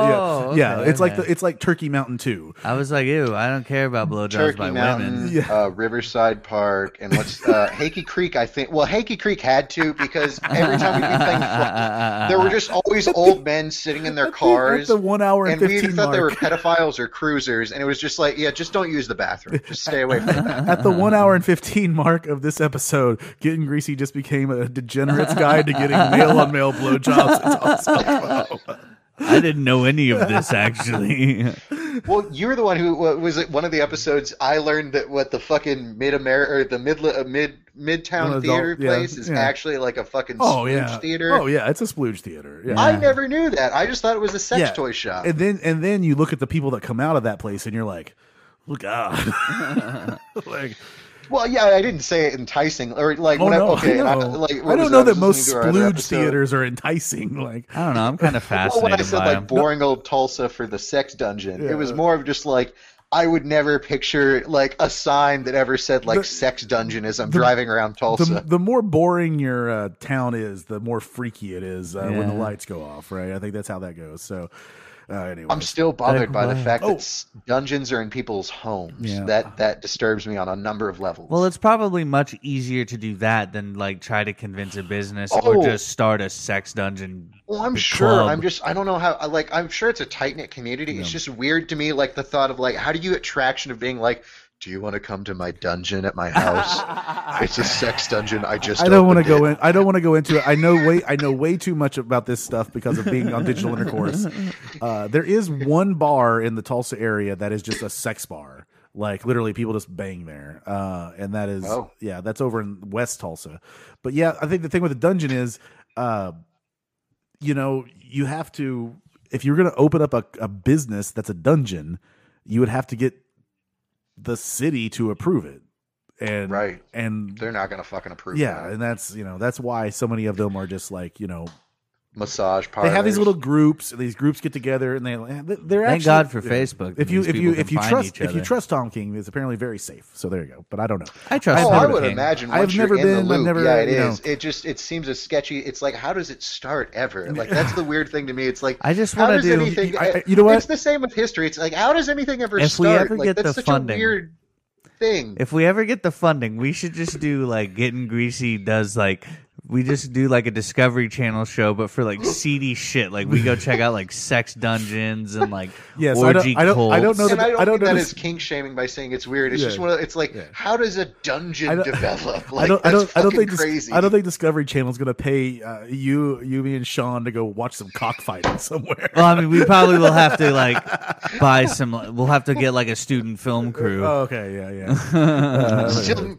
Speaker 4: Oh,
Speaker 2: yeah, yeah.
Speaker 4: okay,
Speaker 2: It's like
Speaker 4: okay.
Speaker 2: the, it's like Turkey Mountain too.
Speaker 4: I was like, ew, I don't care about blowjobs by
Speaker 6: Turkey Mountain,
Speaker 4: women.
Speaker 2: Yeah.
Speaker 6: uh, Riverside Park, and what's uh, Hakey Creek? I think. Well, Hakey Creek had to because every time we did things, there were just always old men sitting in their
Speaker 2: At
Speaker 6: cars.
Speaker 2: the one hour and,
Speaker 6: and we
Speaker 2: fifteen
Speaker 6: thought they were
Speaker 2: mark.
Speaker 6: pedophiles or cruisers, and it was just like, yeah, just don't use the bathroom. Just stay away from that.
Speaker 4: Uh-huh,
Speaker 2: At the one hour and fifteen mark of this episode, getting greasy just became a degenerate's guide to getting male on male blowjobs. It's also
Speaker 4: I didn't know any of this actually.
Speaker 6: Well, you were the one who wa- was it one of the episodes. I learned that what the fucking mid America or the mid uh, mid midtown
Speaker 2: An adult,
Speaker 6: theater
Speaker 2: yeah,
Speaker 6: place is
Speaker 2: yeah.
Speaker 6: actually like a fucking
Speaker 2: oh
Speaker 6: splooge
Speaker 2: yeah,
Speaker 6: theater.
Speaker 2: oh yeah, it's a splooge theater. Yeah.
Speaker 6: I never knew that. I just thought it was a sex
Speaker 2: Yeah.
Speaker 6: toy shop.
Speaker 2: and then and then you look at the people that come out of that place, and you're like, look out, like.
Speaker 6: Well, yeah, I didn't say it enticing or like
Speaker 2: Oh
Speaker 6: when
Speaker 2: no!
Speaker 6: I, okay,
Speaker 2: I,
Speaker 6: and
Speaker 2: know.
Speaker 6: like,
Speaker 2: I
Speaker 6: what was
Speaker 2: don't
Speaker 6: it?
Speaker 2: know
Speaker 6: was
Speaker 2: that most
Speaker 6: listening to our other
Speaker 2: splooge
Speaker 6: episode.
Speaker 2: theaters are enticing. Like,
Speaker 4: I don't know. I'm kind of
Speaker 6: Well,
Speaker 4: fascinated
Speaker 6: when I said
Speaker 4: by
Speaker 6: like
Speaker 4: them.
Speaker 6: boring old Tulsa for the sex dungeon,
Speaker 2: Yeah.
Speaker 6: it was more of just like I would never picture like a sign that ever said like
Speaker 2: The-
Speaker 6: sex dungeon as I'm
Speaker 2: the-
Speaker 6: driving around Tulsa.
Speaker 2: the, the more boring your uh, town is, the more freaky it is uh, when the
Speaker 4: Yeah.
Speaker 2: lights go off. Right? I think that's how that goes. So, uh, anyway,
Speaker 6: I'm still bothered by the
Speaker 4: Wow.
Speaker 6: fact
Speaker 2: Oh.
Speaker 6: that s- dungeons are in people's homes.
Speaker 2: Yeah.
Speaker 6: That that disturbs me on a number of levels.
Speaker 4: well, it's probably much easier to do that than like try to convince a business
Speaker 6: Oh.
Speaker 4: or just start a sex dungeon.
Speaker 6: Well, I'm
Speaker 4: the
Speaker 6: sure.
Speaker 4: club.
Speaker 6: I'm just. I don't know how. I- Like, I'm sure it's a tight knit community. It's just weird to me, like the thought of like, how do you get traction of being like, do you want to come to my dungeon at my house? it's a sex dungeon. I just.
Speaker 2: I don't want to
Speaker 6: opened
Speaker 2: go
Speaker 6: it."
Speaker 2: in. I don't want to go into it. I know way. I know way too much about this stuff because of being on digital intercourse. Uh, there is one bar in the Tulsa area that is just a sex bar. Like literally, people just bang there, uh, and that is
Speaker 6: Oh.
Speaker 2: yeah, that's over in West Tulsa. But yeah, I think the thing with the dungeon is, uh, you know, you have to if you're going to open up a, a business that's a dungeon, you would have to get the city to approve it, and
Speaker 6: Right.
Speaker 2: and
Speaker 6: They're not gonna fucking approve.
Speaker 2: yeah,
Speaker 6: that.
Speaker 2: and that's you know that's why so many of them are just like you know
Speaker 6: Massage
Speaker 2: they
Speaker 6: parlors.
Speaker 2: have these little groups. These groups get together and they they're
Speaker 4: Thank
Speaker 2: actually,
Speaker 4: God for
Speaker 2: yeah.
Speaker 4: Facebook.
Speaker 2: If you
Speaker 4: These
Speaker 2: if
Speaker 4: people
Speaker 2: you
Speaker 4: can
Speaker 2: if you
Speaker 4: find
Speaker 2: trust
Speaker 4: each
Speaker 2: if you
Speaker 4: other.
Speaker 2: trust Tom King, it's apparently very safe. So there you go. But I don't know.
Speaker 4: I trust.
Speaker 6: Oh, I
Speaker 4: Burger
Speaker 6: would
Speaker 4: King.
Speaker 6: imagine.
Speaker 2: I've
Speaker 6: Once you're
Speaker 2: never
Speaker 6: in the
Speaker 2: been- I've
Speaker 6: loop,
Speaker 2: never,
Speaker 6: yeah, it
Speaker 2: you
Speaker 6: is.
Speaker 2: know.
Speaker 6: It just it seems a sketchy. It's like, how does it start ever? Like that's the weird thing to me. It's like,
Speaker 4: I just
Speaker 6: how
Speaker 4: wanna
Speaker 6: does
Speaker 4: do-
Speaker 6: anything? e,
Speaker 2: I- I- you know what?
Speaker 6: It's the same with history. It's like, how does anything ever
Speaker 4: If we
Speaker 6: start?
Speaker 4: ever
Speaker 6: like,
Speaker 4: get
Speaker 6: that's
Speaker 4: the
Speaker 6: such
Speaker 4: funding-
Speaker 6: a weird thing.
Speaker 4: If we ever get the funding, we should just do like getting greasy does like we just do like a Discovery Channel show, but for like seedy shit. Like we go check out like sex dungeons and like
Speaker 2: Yes, I don't-
Speaker 4: orgy
Speaker 2: I don't- I don't
Speaker 4: cults.
Speaker 2: know
Speaker 6: and
Speaker 2: that-
Speaker 6: I don't,
Speaker 2: I don't
Speaker 6: think that
Speaker 2: notice-
Speaker 6: is kink shaming by saying it's weird. It's
Speaker 2: Yeah.
Speaker 6: just one of it's like
Speaker 2: Yeah.
Speaker 6: how does a dungeon
Speaker 2: I don't-
Speaker 6: develop? Like
Speaker 2: I don't.
Speaker 6: that's
Speaker 2: I don't. I don't
Speaker 6: fucking
Speaker 2: think. Dis-
Speaker 6: crazy.
Speaker 2: I don't think Discovery Channel's going to pay uh, you, you, me, and Sean to go watch some cockfighting somewhere.
Speaker 4: Well, I mean, we probably will have to like buy some. We'll have to get like a student film crew.
Speaker 2: Oh, okay. Yeah. Yeah. Uh,
Speaker 6: Still,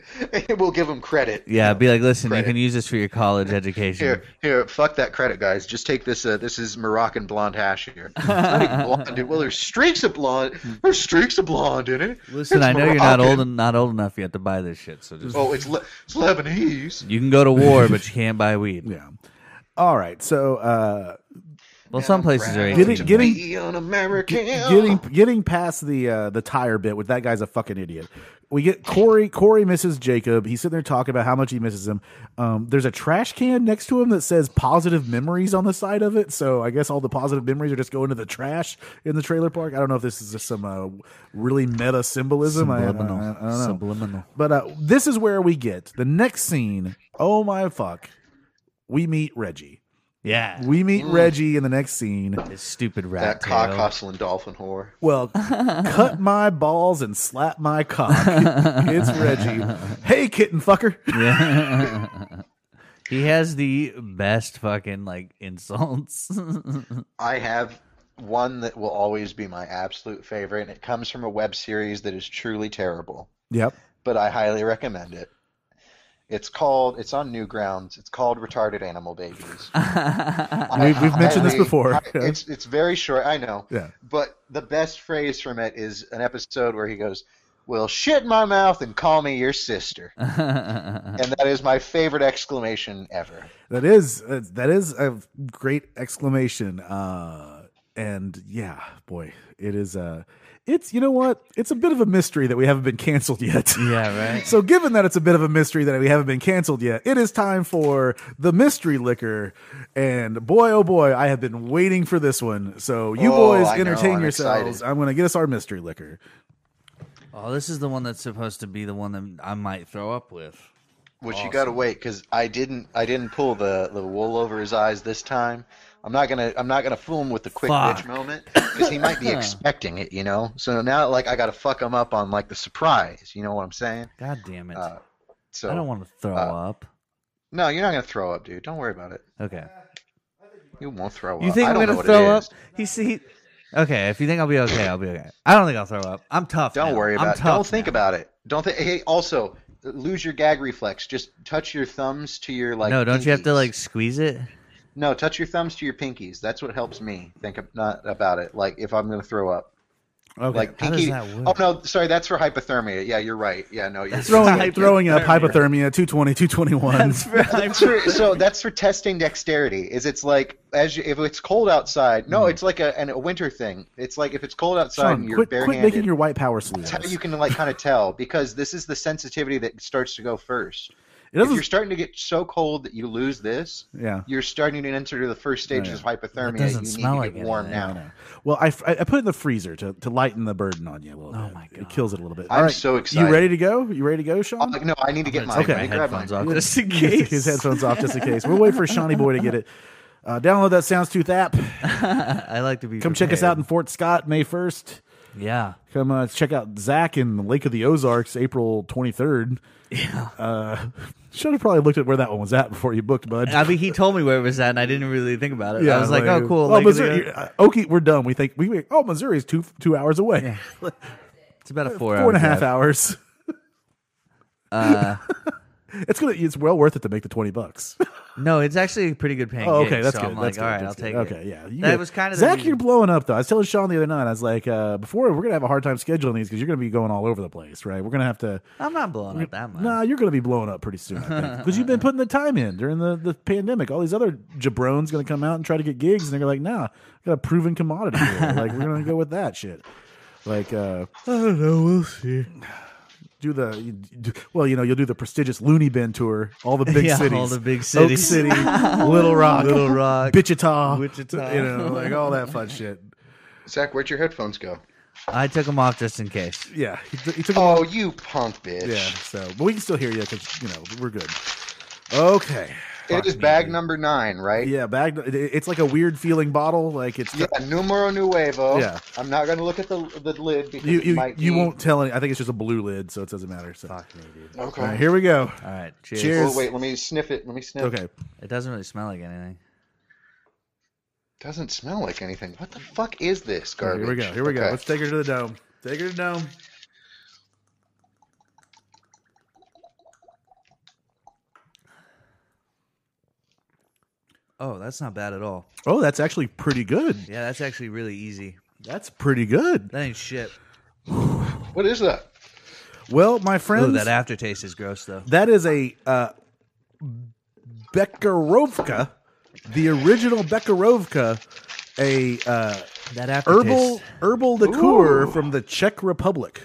Speaker 6: we'll give them credit.
Speaker 4: yeah, be like, listen,
Speaker 6: Credit.
Speaker 4: you can use this for your college education.
Speaker 6: Here, here, fuck that credit, guys. Just take this. Uh, this is Moroccan blonde hash here. Bloody blonde. Well, there's streaks of blonde. There's streaks of blonde in it.
Speaker 4: Listen,
Speaker 6: It's
Speaker 4: I know you're not
Speaker 6: Moroccan.
Speaker 4: old and not old enough yet to buy this shit, so just
Speaker 6: Oh, it's Le- it's Lebanese.
Speaker 4: you can go to war, but you can't buy weed.
Speaker 2: yeah. All right. So. Uh,
Speaker 4: Well, some places are
Speaker 6: Proud
Speaker 2: Get it-
Speaker 4: 18.
Speaker 6: to
Speaker 2: get it-
Speaker 6: be an American.
Speaker 2: getting getting past the uh, the tire bit with that guy's a fucking idiot. We get Corey. Corey misses Jacob. He's sitting there talking about how much he misses him. Um, there's a trash can next to him that says positive memories on the side of it. So I guess all the positive memories are just going to the trash in the trailer park. I don't know if this is just some uh, really meta symbolism. I- I-
Speaker 4: Subliminal.
Speaker 2: I- I don't know.
Speaker 4: Subliminal.
Speaker 2: But uh, this is where we get the next scene. Oh my fuck! We meet Reggie.
Speaker 4: Yeah.
Speaker 2: We meet Reggie in the next scene.
Speaker 4: This stupid rat.
Speaker 6: that cock
Speaker 4: tail.
Speaker 6: hustling dolphin whore.
Speaker 2: Well, cut my balls and slap my cock. it's Reggie. Hey, kitten fucker.
Speaker 4: Yeah. he has the best fucking like insults.
Speaker 6: I have one that will always be my absolute favorite, and it comes from a web series that is truly terrible,
Speaker 2: Yep.
Speaker 6: but I highly recommend it. It's called, it's on Newgrounds. It's called Retarded Animal Babies. I
Speaker 2: We've- we've mentioned this
Speaker 6: highly-
Speaker 2: before.
Speaker 6: I- it's, it's very short, I know.
Speaker 2: Yeah.
Speaker 6: But the best phrase from it is an episode where he goes, Well, shit in my mouth and call me your sister. and that is my favorite exclamation ever.
Speaker 2: That is uh, that is a great exclamation. Uh and yeah, boy, it is uh it's you know what? It's a bit of a mystery that we haven't been canceled yet.
Speaker 4: Yeah, right.
Speaker 2: So, given that it's a bit of a mystery that we haven't been canceled yet, it is time for the mystery liquor. And boy, oh boy, I have been waiting for this one. So, you
Speaker 6: Oh,
Speaker 2: boys
Speaker 6: I know,
Speaker 2: entertain
Speaker 6: I'm
Speaker 2: yourselves.
Speaker 6: excited.
Speaker 2: I'm going to get us our mystery liquor.
Speaker 4: Oh, this is the one that's supposed to be the one that I might throw up with.
Speaker 6: Which you gotta wait because I didn't I didn't pull the, the wool over his eyes this time. I'm not gonna I'm not gonna fool him with the quick
Speaker 4: Fuck.
Speaker 6: bitch moment because he might be expecting it, you know. So now like I gotta fuck him up on like the surprise. You know what I'm saying?
Speaker 4: God damn it!
Speaker 6: Uh, So
Speaker 4: I don't want to throw
Speaker 6: uh,
Speaker 4: up.
Speaker 6: no, you're not gonna throw up, dude. Don't worry about it.
Speaker 4: Okay.
Speaker 6: You won't throw up.
Speaker 4: You think
Speaker 6: I
Speaker 4: I'm
Speaker 6: don't know
Speaker 4: gonna
Speaker 6: what
Speaker 4: throw
Speaker 6: it
Speaker 4: up?
Speaker 6: is.
Speaker 4: He see. Okay, if you think I'll be okay, I'll be okay. I don't think I'll throw up. I'm tough.
Speaker 6: Don't
Speaker 4: now.
Speaker 6: worry
Speaker 4: I'm
Speaker 6: about it.
Speaker 4: tough
Speaker 6: Don't think
Speaker 4: now.
Speaker 6: about it. Don't think. Hey, also lose your gag reflex. Just touch your thumbs to your like.
Speaker 4: no, don't you have to
Speaker 6: pinkies.
Speaker 4: like squeeze it?
Speaker 6: No, touch your thumbs to your pinkies. That's what helps me think ab- not about it. Like if I'm gonna throw up.
Speaker 2: Okay.
Speaker 6: Like
Speaker 4: How does
Speaker 6: pinky.
Speaker 4: that
Speaker 6: Oh
Speaker 4: work?
Speaker 6: no, sorry, that's for hypothermia. Yeah, you're right. Yeah, no, you're.
Speaker 2: throwing, throwing up hypothermia 220, 221.
Speaker 6: That's for, so that's for testing dexterity. Is it's like as you, if it's cold outside. No, it's like a, an, a winter thing. It's like if it's cold outside and
Speaker 2: Sean,
Speaker 6: you're
Speaker 2: quit, quit
Speaker 6: barehanded.
Speaker 2: making your white power sleeves.
Speaker 6: that's how you can like kind of tell because this is the sensitivity that starts to go first.
Speaker 2: It
Speaker 6: If
Speaker 2: doesn't.
Speaker 6: you're starting to get so cold that you lose this,
Speaker 2: yeah.
Speaker 6: you're starting to enter the first stages of hypothermia.
Speaker 4: doesn't
Speaker 6: you
Speaker 4: smell
Speaker 6: need
Speaker 4: like
Speaker 6: to get warm
Speaker 4: anything.
Speaker 6: now.
Speaker 2: Well, I, I I put it in the freezer to, to lighten the burden on you a little
Speaker 4: Oh
Speaker 2: bit.
Speaker 4: my
Speaker 2: It
Speaker 4: God.
Speaker 2: kills it a little bit.
Speaker 6: I'm
Speaker 2: All right,
Speaker 6: so
Speaker 2: You
Speaker 6: excited.
Speaker 2: ready to go? You ready to go, Sean?
Speaker 6: I'm like, no, I need to get
Speaker 4: I'm
Speaker 6: mine.
Speaker 4: gonna take
Speaker 6: Let me
Speaker 4: my
Speaker 6: grab mine.
Speaker 4: headphones off just in
Speaker 2: He
Speaker 4: case.
Speaker 2: took his headphones off just in case. We'll wait for Shawnee Boy to get it. Uh, download that Sounds Tooth app.
Speaker 4: I like to be.
Speaker 2: Come check us out in Fort Scott May 1st.
Speaker 4: Yeah.
Speaker 2: Come uh, check out Zach in the Lake of the Ozarks April 23rd.
Speaker 4: Yeah.
Speaker 2: Uh, should have probably looked at where that one was at before you booked, bud.
Speaker 4: I mean, he told me where it was at, and I didn't really think about it. I was like, oh, cool.
Speaker 2: Oh,
Speaker 4: Lake of the
Speaker 2: Missouri.
Speaker 4: Oz-
Speaker 2: uh, Okay, we're done. We think we, we oh, Missouri's two two hours away,
Speaker 4: It's about a four,
Speaker 2: four and a
Speaker 4: hour
Speaker 2: half
Speaker 4: drive.
Speaker 2: hours.
Speaker 4: Uh,
Speaker 2: It's gonna it's well worth it to make the twenty bucks.
Speaker 4: no, it's actually a pretty good paying.
Speaker 2: Oh,
Speaker 4: gig,
Speaker 2: okay, that's
Speaker 4: so
Speaker 2: good.
Speaker 4: I'm
Speaker 2: that's
Speaker 4: like,
Speaker 2: good.
Speaker 4: all right,
Speaker 2: that's
Speaker 4: I'll
Speaker 2: good.
Speaker 4: take it.
Speaker 2: Okay, yeah, you
Speaker 4: That
Speaker 2: get-
Speaker 4: was kind of the
Speaker 2: Zach.
Speaker 4: reason-
Speaker 2: You're blowing up though. I was telling Sean the other night. I was like, uh, before we're gonna have a hard time scheduling these because you're gonna be going all over the place, right? We're gonna have to.
Speaker 4: I'm not blowing up that much.
Speaker 2: Nah, you're gonna be blowing up pretty soon, I think, because you've been putting the time in during the, the pandemic. All these other jabrons gonna come out and try to get gigs, and they're like, nah, I got a proven commodity. Here. like we're gonna go with that shit. Like, uh, I don't know. We'll see. Do the you do, well, you know, you'll do the prestigious Looney Bin tour, all the big
Speaker 4: Yeah, all
Speaker 2: cities,
Speaker 4: the big
Speaker 2: Oak
Speaker 4: cities.
Speaker 2: City, Little Rock,
Speaker 4: Little Rock.
Speaker 2: Wichita,
Speaker 4: Wichita.
Speaker 2: you know, like all that fun shit.
Speaker 6: Zach, where'd your headphones go?
Speaker 4: I took them off just in case.
Speaker 2: Yeah, he, t- he took. a
Speaker 6: Oh, you punk bitch.
Speaker 2: yeah, so but we can still hear you because you know we're good. Okay,
Speaker 6: It is bag number nine, right?
Speaker 2: yeah, bag. it- It's like a weird feeling bottle. Like it's
Speaker 6: Yeah, numero nuevo.
Speaker 2: Yeah.
Speaker 6: I'm not gonna look at the the lid because
Speaker 2: you
Speaker 6: it
Speaker 2: you,
Speaker 6: might
Speaker 2: you
Speaker 6: be-
Speaker 2: won't tell any. I think it's just a blue lid, so it doesn't matter. So
Speaker 4: Fuck me, dude.
Speaker 6: Okay.
Speaker 2: all right, here we go.
Speaker 4: All right, cheers.
Speaker 2: Cheers.
Speaker 6: Oh wait, let me sniff it. Let me sniff.
Speaker 2: Okay,
Speaker 4: It doesn't really smell like anything.
Speaker 6: Doesn't smell like anything. What the fuck is this garbage?
Speaker 2: here we go. Here we go.
Speaker 6: Okay.
Speaker 2: Let's take her to the dome. Take her to the dome.
Speaker 4: Oh, that's not bad at all.
Speaker 2: Oh, that's actually pretty good.
Speaker 4: Yeah, that's actually really easy.
Speaker 2: That's pretty good.
Speaker 4: That ain't shit.
Speaker 6: What is that?
Speaker 2: Well, my friends,
Speaker 4: Ooh, that aftertaste is gross though.
Speaker 2: That is a uh, Bekarovka, the original Bekarovka, a uh,
Speaker 4: That aftertaste.
Speaker 2: herbal herbal liqueur
Speaker 6: Ooh.
Speaker 2: from the Czech Republic.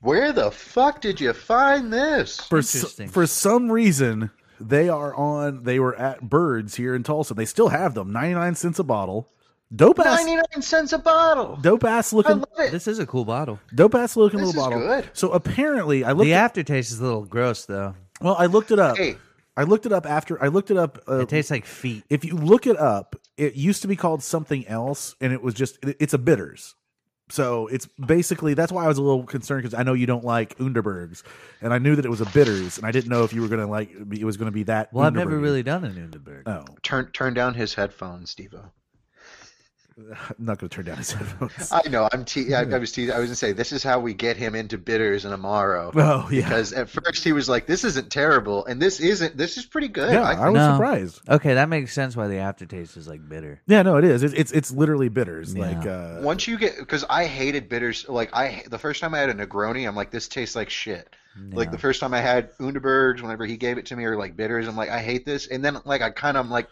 Speaker 6: Where the fuck did you find this?
Speaker 2: For s-
Speaker 4: Interesting.
Speaker 2: for some reason, they are on. They were at Birds here in Tulsa. They still have them. Ninety nine cents a bottle. Dope ass.
Speaker 6: 99 cents a bottle.
Speaker 2: Dope ass
Speaker 6: I
Speaker 2: looking.
Speaker 6: love it.
Speaker 4: This is a cool bottle.
Speaker 2: Dope ass looking
Speaker 6: This
Speaker 2: little
Speaker 6: is
Speaker 2: bottle.
Speaker 6: good.
Speaker 2: So apparently, I looked.
Speaker 4: The
Speaker 2: at-
Speaker 4: aftertaste is a little gross though.
Speaker 2: well, I looked it up.
Speaker 6: Hey.
Speaker 2: I looked it up after. I looked it up. Uh,
Speaker 4: It tastes like feet.
Speaker 2: if you look it up, it used to be called something else, and it was just it- it's a bitters. So it's basically that's why I was a little concerned because I know you don't like Underbergs, and I knew that it was a bitters, and I didn't know if you were gonna like it was gonna be that.
Speaker 4: Well, I've never
Speaker 2: Underberg.
Speaker 4: really done an Undenberg.
Speaker 2: Oh,
Speaker 6: Turn turn down his headphones, Devo.
Speaker 2: I'm not gonna turn down his headphones.
Speaker 6: I know. I'm te- I, I was te- I was gonna say this is how we get him into bitters and amaro.
Speaker 2: Oh yeah,
Speaker 6: Because at first he was like, "This isn't terrible," and this isn't. This is pretty good.
Speaker 2: yeah,
Speaker 6: I
Speaker 2: I,
Speaker 6: think.
Speaker 2: was
Speaker 4: No.
Speaker 2: surprised.
Speaker 4: Okay, that makes sense why the aftertaste is like bitter.
Speaker 2: Yeah, no, it is. It's it's, it's literally bitters. Like uh,
Speaker 6: Once you get, because I hated bitters. Like I, the first time I had a Negroni, I'm like, this tastes like shit. Like the first time I had Underbergs, whenever he gave it to me, or like bitters, I'm like, I hate this. And then like I kind of, I'm like,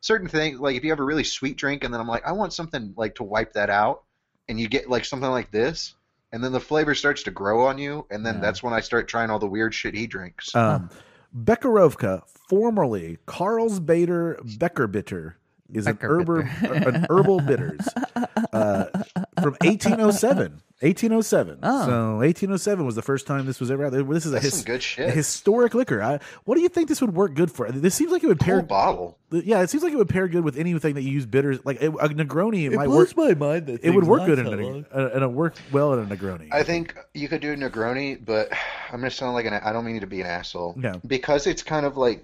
Speaker 6: certain things like if you have a really sweet drink and then I'm like I want something like to wipe that out and you get like something like this and then the flavor starts to grow on you and then
Speaker 4: Yeah.
Speaker 6: that's when I start trying all the weird shit he drinks.
Speaker 2: Um, Bekarovka, formerly Karlsbader Beckerbitter, is an, herber,
Speaker 4: Beckerbitter.
Speaker 2: an herbal bitters uh, from 1807. 1807.
Speaker 4: Oh.
Speaker 2: So 1807 was the first time this was ever out. there. This is a,
Speaker 6: that's
Speaker 2: his,
Speaker 6: some good
Speaker 2: a
Speaker 6: shit.
Speaker 2: historic liquor. I, what do you think this would work good for? This seems like it would
Speaker 6: Whole
Speaker 2: pair.
Speaker 6: bottle.
Speaker 2: Yeah, it seems like it would pair good with anything that you use bitters. Like a, a Negroni, it, might work.
Speaker 4: my mind that
Speaker 2: It would work good in a, uh, and it worked well in a Negroni.
Speaker 6: I think you could do Negroni, but I'm gonna sound like an I don't mean to be an asshole.
Speaker 2: No.
Speaker 6: Because it's kind of like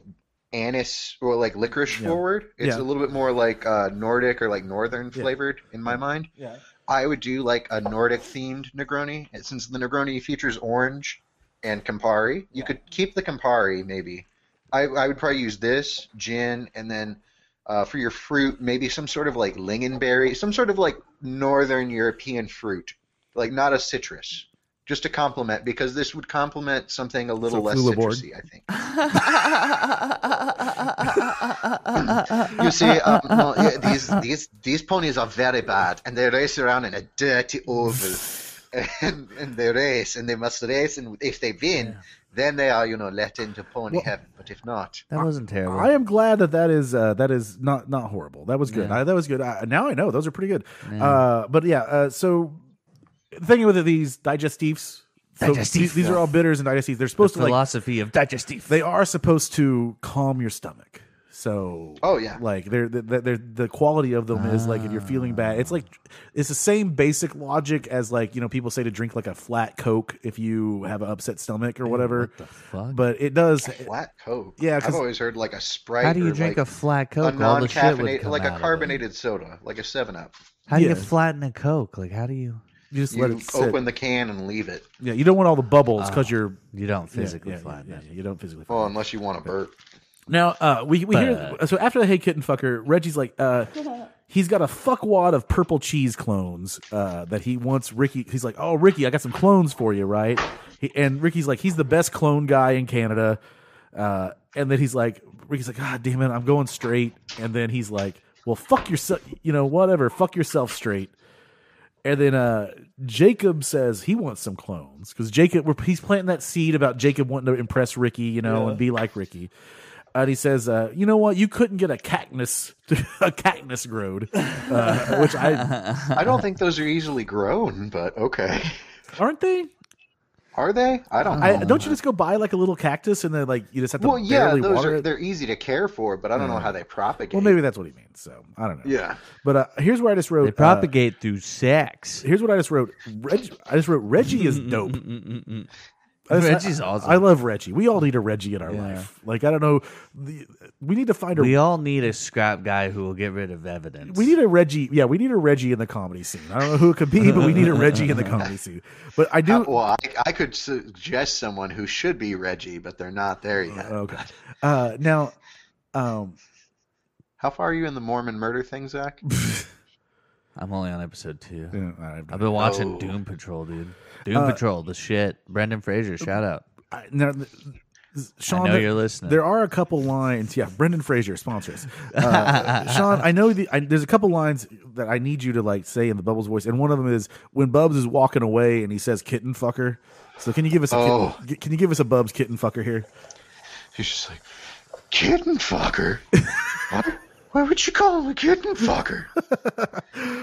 Speaker 6: anise or like licorice
Speaker 2: Yeah.
Speaker 6: forward. It's
Speaker 2: Yeah.
Speaker 6: a little bit more like uh, Nordic or like northern
Speaker 2: Yeah.
Speaker 6: flavored in my mind.
Speaker 2: yeah.
Speaker 6: I would do like a Nordic themed Negroni and since the Negroni features orange and Campari. You could keep the Campari maybe. I, I would probably use this gin and then uh, for your fruit maybe some sort of like lingonberry, some sort of like northern European fruit, like not a citrus. Just to complement because this would complement something a little
Speaker 2: So
Speaker 6: less
Speaker 2: Flulabord.
Speaker 6: citrusy, I think. You see, um, no, yeah, these these these ponies are very bad, and they race around in a dirty oval, and, and they race, and they must race, and if they win, then they are, you know, let into pony
Speaker 2: Well-
Speaker 6: heaven. But if not,
Speaker 4: That wasn't terrible.
Speaker 2: I am glad that that is uh, that is not not horrible. That was good.
Speaker 4: Yeah.
Speaker 2: I, that was good. I, now I know those are pretty good.
Speaker 4: Yeah.
Speaker 2: Uh, but yeah, uh, so the thing with these digestives, so
Speaker 4: Digestif,
Speaker 2: these, these are
Speaker 4: yeah.
Speaker 2: all bitters and digestives. They're
Speaker 4: the
Speaker 2: supposed to like
Speaker 4: philosophy of digestive.
Speaker 2: they are supposed to calm your stomach. So
Speaker 6: oh yeah,
Speaker 2: like they're, they're, they're the quality of them is like if you're feeling bad it's like it's the same basic logic as like you know people say to drink like a flat coke if you have an upset stomach or whatever
Speaker 4: What the fuck?
Speaker 2: but it does
Speaker 6: flat coke.
Speaker 2: Yeah, 'cause-
Speaker 6: I've always heard like a sprite.
Speaker 4: uh, How do you
Speaker 6: or,
Speaker 4: drink
Speaker 6: like,
Speaker 4: a flat
Speaker 6: a
Speaker 4: Coke? All the shit would
Speaker 6: non-caffeinated,
Speaker 4: come
Speaker 6: like
Speaker 4: out
Speaker 6: a
Speaker 4: of it.
Speaker 6: carbonated soda, like a Seven Up?
Speaker 4: How do you
Speaker 2: Yeah.
Speaker 4: flatten a Coke? Like, how do you?
Speaker 2: you just let
Speaker 6: You
Speaker 2: it sit.
Speaker 6: open the can and leave it.
Speaker 2: Yeah, you don't want all the bubbles because you're
Speaker 4: You don't
Speaker 2: yeah,
Speaker 4: physically
Speaker 2: yeah, yeah,
Speaker 4: flatten
Speaker 2: yeah,
Speaker 4: it.
Speaker 2: yeah, you don't physically.
Speaker 6: Well,
Speaker 2: flatten it.
Speaker 6: unless you want to burp.
Speaker 2: Now, uh, we we hear
Speaker 4: But-
Speaker 2: so after the hey kitten fucker, Reggie's like, uh, he's got a fuckwad of purple cheese clones uh, that he wants Ricky. He's like, oh Ricky, I got some clones for you, right? He, and Ricky's like, he's the best clone guy in Canada. Uh, and then he's like, Ricky's like, God damn it, I'm going straight. And then he's like, well, fuck yourself, you know, whatever, fuck yourself straight. And then uh, Jacob says he wants some clones because Jacob, we're, he's planting that seed about Jacob wanting to impress Ricky, you know, and be like Ricky. And he says, uh, "You know what? You couldn't get a cactus, a cactus growed, uh, which I
Speaker 6: I don't think those are easily grown, but okay.
Speaker 2: aren't they?
Speaker 6: Are they? I don't.
Speaker 2: I,
Speaker 6: know.
Speaker 2: don't you just go buy like a little cactus and then like you just have to
Speaker 6: Well, yeah,
Speaker 2: barely
Speaker 6: those
Speaker 2: water
Speaker 6: are
Speaker 2: it?
Speaker 6: they're easy to care for, but I don't know how they propagate.
Speaker 2: Well, maybe that's what he means. So I don't know.
Speaker 6: Yeah.
Speaker 2: But uh, here's where I just wrote.
Speaker 4: They propagate through
Speaker 2: uh,
Speaker 4: sex.
Speaker 2: here's what I just wrote. Reg, I just wrote Reggie is dope.
Speaker 4: Mm-mm-mm.
Speaker 2: I just-
Speaker 4: Reggie's
Speaker 2: I-
Speaker 4: awesome.
Speaker 2: I love Reggie. We all need a Reggie in our
Speaker 4: Yeah.
Speaker 2: life. Like I don't know, the, we need to find a
Speaker 4: We all need a scrap guy who will get rid of evidence.
Speaker 2: We need a Reggie. Yeah, we need a Reggie in the comedy scene. I don't know who it could be, but we need a Reggie in the comedy scene. But I do.
Speaker 6: Uh, well, I, I could suggest someone who should be Reggie, but they're not there yet.
Speaker 2: Oh god. Uh, now, um,
Speaker 6: How far are you in the Mormon murder thing, Zach?
Speaker 4: I'm only on episode two.
Speaker 2: yeah, all right,
Speaker 4: I've been watching
Speaker 6: Oh.
Speaker 4: Doom Patrol, dude. Doom
Speaker 2: Uh,
Speaker 4: Patrol, the shit. Brendan Fraser, shout out.
Speaker 2: I- now, th- Sean,
Speaker 4: I know
Speaker 2: there-
Speaker 4: you're listening.
Speaker 2: there are a couple lines. Yeah, Brendan Fraser sponsors. Uh, Sean, I know the, I, there's a couple lines that I need you to like say in the Bubbles voice, and one of them is when Bubs is walking away and he says "kitten fucker." So can you give us a
Speaker 6: Oh.
Speaker 2: kitten, can you give us a Bubs kitten fucker here?
Speaker 6: He's just like, kitten fucker. what? Why would you call him a kitten fucker?
Speaker 2: Uh.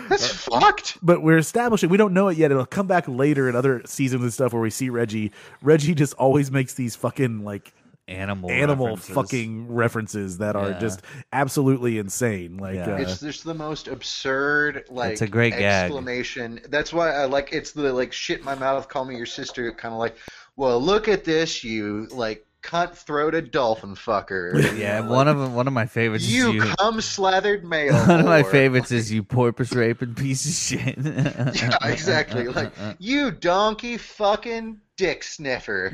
Speaker 6: That's fucked.
Speaker 2: but we're establishing we don't know it yet it'll come back later in other seasons and stuff where we see reggie reggie just always makes these fucking like
Speaker 4: animal
Speaker 2: animal
Speaker 4: references.
Speaker 2: fucking references that are
Speaker 4: Yeah.
Speaker 2: just absolutely insane like
Speaker 4: Yeah.
Speaker 2: uh,
Speaker 6: It's just the most absurd, like
Speaker 4: a great gag.
Speaker 6: exclamation. That's why I like it's the like shit in my mouth, call me your sister, kind of like, well, look at this, you like cunt throated dolphin fucker.
Speaker 4: Yeah, one of 'em- one of my favorites
Speaker 6: You,
Speaker 4: is you.
Speaker 6: cum slathered male.
Speaker 4: One of my
Speaker 6: whore.
Speaker 4: favorites is you porpoise raping piece of shit.
Speaker 6: Yeah, exactly. Like you donkey fucking dick sniffer.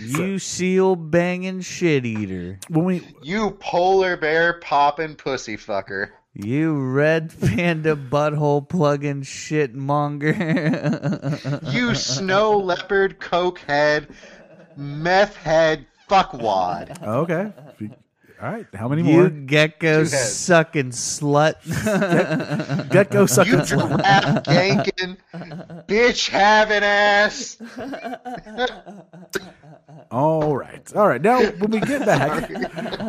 Speaker 4: you seal banging shit eater.
Speaker 2: when we
Speaker 6: You polar bear poppin' pussy fucker.
Speaker 4: You red panda butthole plugging shit monger.
Speaker 6: You snow leopard coke head meth head fuckwad.
Speaker 2: okay All right. How many
Speaker 4: You
Speaker 2: more?
Speaker 4: gecko
Speaker 6: Two heads.
Speaker 4: sucking slut.
Speaker 2: Gecko
Speaker 6: You
Speaker 2: sucking.
Speaker 6: giraffe yanking, bitch having ass.
Speaker 2: All right. All right. Now, when we get back,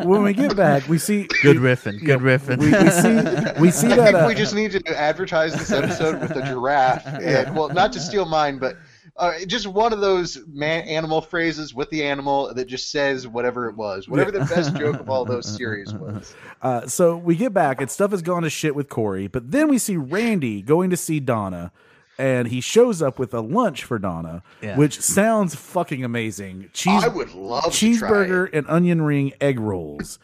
Speaker 2: when we get back, we see
Speaker 4: good riffing. Good riffing.
Speaker 2: we, we see we see
Speaker 6: I
Speaker 2: that
Speaker 6: think
Speaker 2: uh,
Speaker 6: we just need to advertise this episode with a giraffe. And, well, not to steal mine, but uh, just one of those man animal phrases with the animal that just says whatever it was, whatever the best joke of all those series was.
Speaker 2: Uh, so we get back and stuff has gone to shit with Corey, but then we see Randy going to see Donna, and he shows up with a lunch for Donna,
Speaker 4: Yeah.
Speaker 2: which sounds fucking amazing. Cheese,
Speaker 6: I would love
Speaker 2: cheeseburger
Speaker 6: To
Speaker 2: and onion ring egg rolls,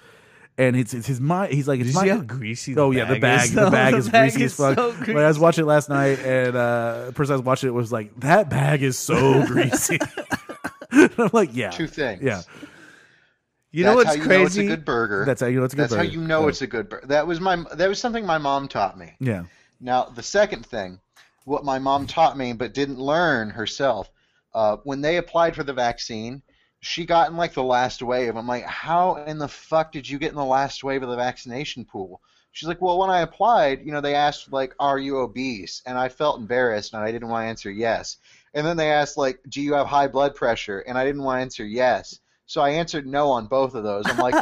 Speaker 2: and it's it's his mind. He's like,
Speaker 4: Did
Speaker 2: it's
Speaker 4: you
Speaker 2: my.
Speaker 4: see how greasy? The
Speaker 2: Oh yeah, the bag,
Speaker 4: Is,
Speaker 2: the
Speaker 4: though?
Speaker 2: bag is greasy as
Speaker 4: is
Speaker 2: fuck.
Speaker 4: so
Speaker 2: Like, I was
Speaker 4: greasy.
Speaker 2: watching it last night, and uh, the person I was watching it was like, "That bag is so greasy." And I'm like, "Yeah,
Speaker 6: try it. two things.
Speaker 2: yeah,
Speaker 4: You know what's
Speaker 6: That's how you know it's
Speaker 4: crazy?
Speaker 6: a good burger.
Speaker 2: that's how you know it's a good."
Speaker 6: That's how
Speaker 2: burger.
Speaker 6: you know it's a good burger. That was my that was something my mom taught me.
Speaker 2: yeah.
Speaker 6: Now, the second thing, what my mom taught me but didn't learn herself, uh, when they applied for the vaccine, she got in like the last wave. I'm like, how in the fuck did you get in the last wave of the vaccination pool? She's like, well, when I applied, you know, they asked like, are you obese? And I felt embarrassed and I didn't want to answer yes. And then they asked like, do you have high blood pressure? And I didn't want to answer yes. So I answered no on both of those. I'm like,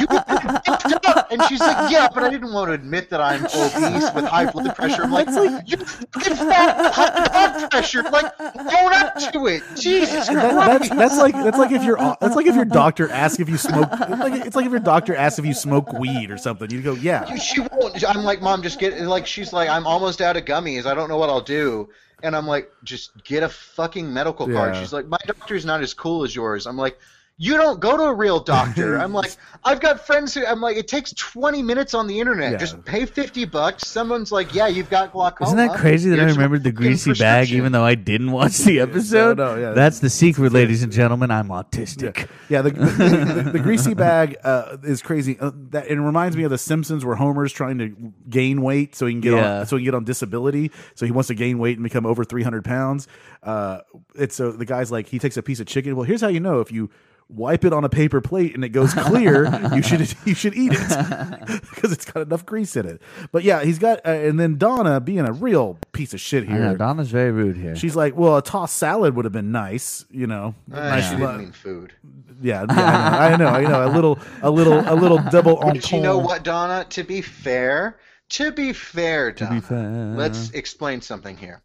Speaker 6: you got picked up. And she's like, yeah, but I didn't want to admit that I'm obese with high blood pressure. I'm like, you fucking fat with high blood pressure. Like, own up to it. Jesus
Speaker 2: That-
Speaker 6: Christ.
Speaker 2: that's, that's like that's like if your that's like if your doctor asks if you smoke it's like, it's like if your doctor asks if you smoke weed or something you go yeah
Speaker 6: She won't. I'm like, mom, just get. Like, she's like, I'm almost out of gummies. I don't know what I'll do. And I'm like, just get a fucking medical card.
Speaker 2: Yeah.
Speaker 6: She's like, my doctor's not as cool as yours. I'm like, you don't go to a real doctor. I'm like, I've got friends who. I'm like, it takes 20 minutes on the internet.
Speaker 2: Yeah.
Speaker 6: Just pay 50 bucks. Someone's like, yeah, you've got glaucoma.
Speaker 4: Isn't
Speaker 2: Oh,
Speaker 4: that crazy that I
Speaker 6: Here's your
Speaker 4: remembered the
Speaker 6: fucking
Speaker 4: greasy bag
Speaker 6: prescription."
Speaker 4: even though I didn't watch the episode?
Speaker 2: no, yeah.
Speaker 4: That's the secret, ladies and gentlemen. I'm autistic.
Speaker 2: yeah the, the, the greasy bag uh, is crazy uh, that it reminds me of the Simpsons where Homer's trying to gain weight so he can get
Speaker 4: Yeah.
Speaker 2: on so he can get on disability so he wants to gain weight and become over three hundred pounds uh, it's so the guy's like he takes a piece of chicken well here's how you know if you. Wipe it on a paper plate and it goes clear. you should you should eat it because it's got enough grease in it. But yeah, he's got uh, and then Donna being a real piece of shit
Speaker 4: I
Speaker 2: here.
Speaker 4: know Donna's very rude here.
Speaker 2: She's like, well, a tossed salad would have been nice, you know.
Speaker 6: Uh,
Speaker 2: Nice
Speaker 6: she
Speaker 2: lo-
Speaker 6: didn't mean food.
Speaker 2: yeah, yeah, I know, I know, I know. A little, a little, a little double
Speaker 6: But you know
Speaker 2: entendre.
Speaker 6: what, Donna? To be fair, to be fair, Donna,
Speaker 4: fair.
Speaker 6: let's explain something here.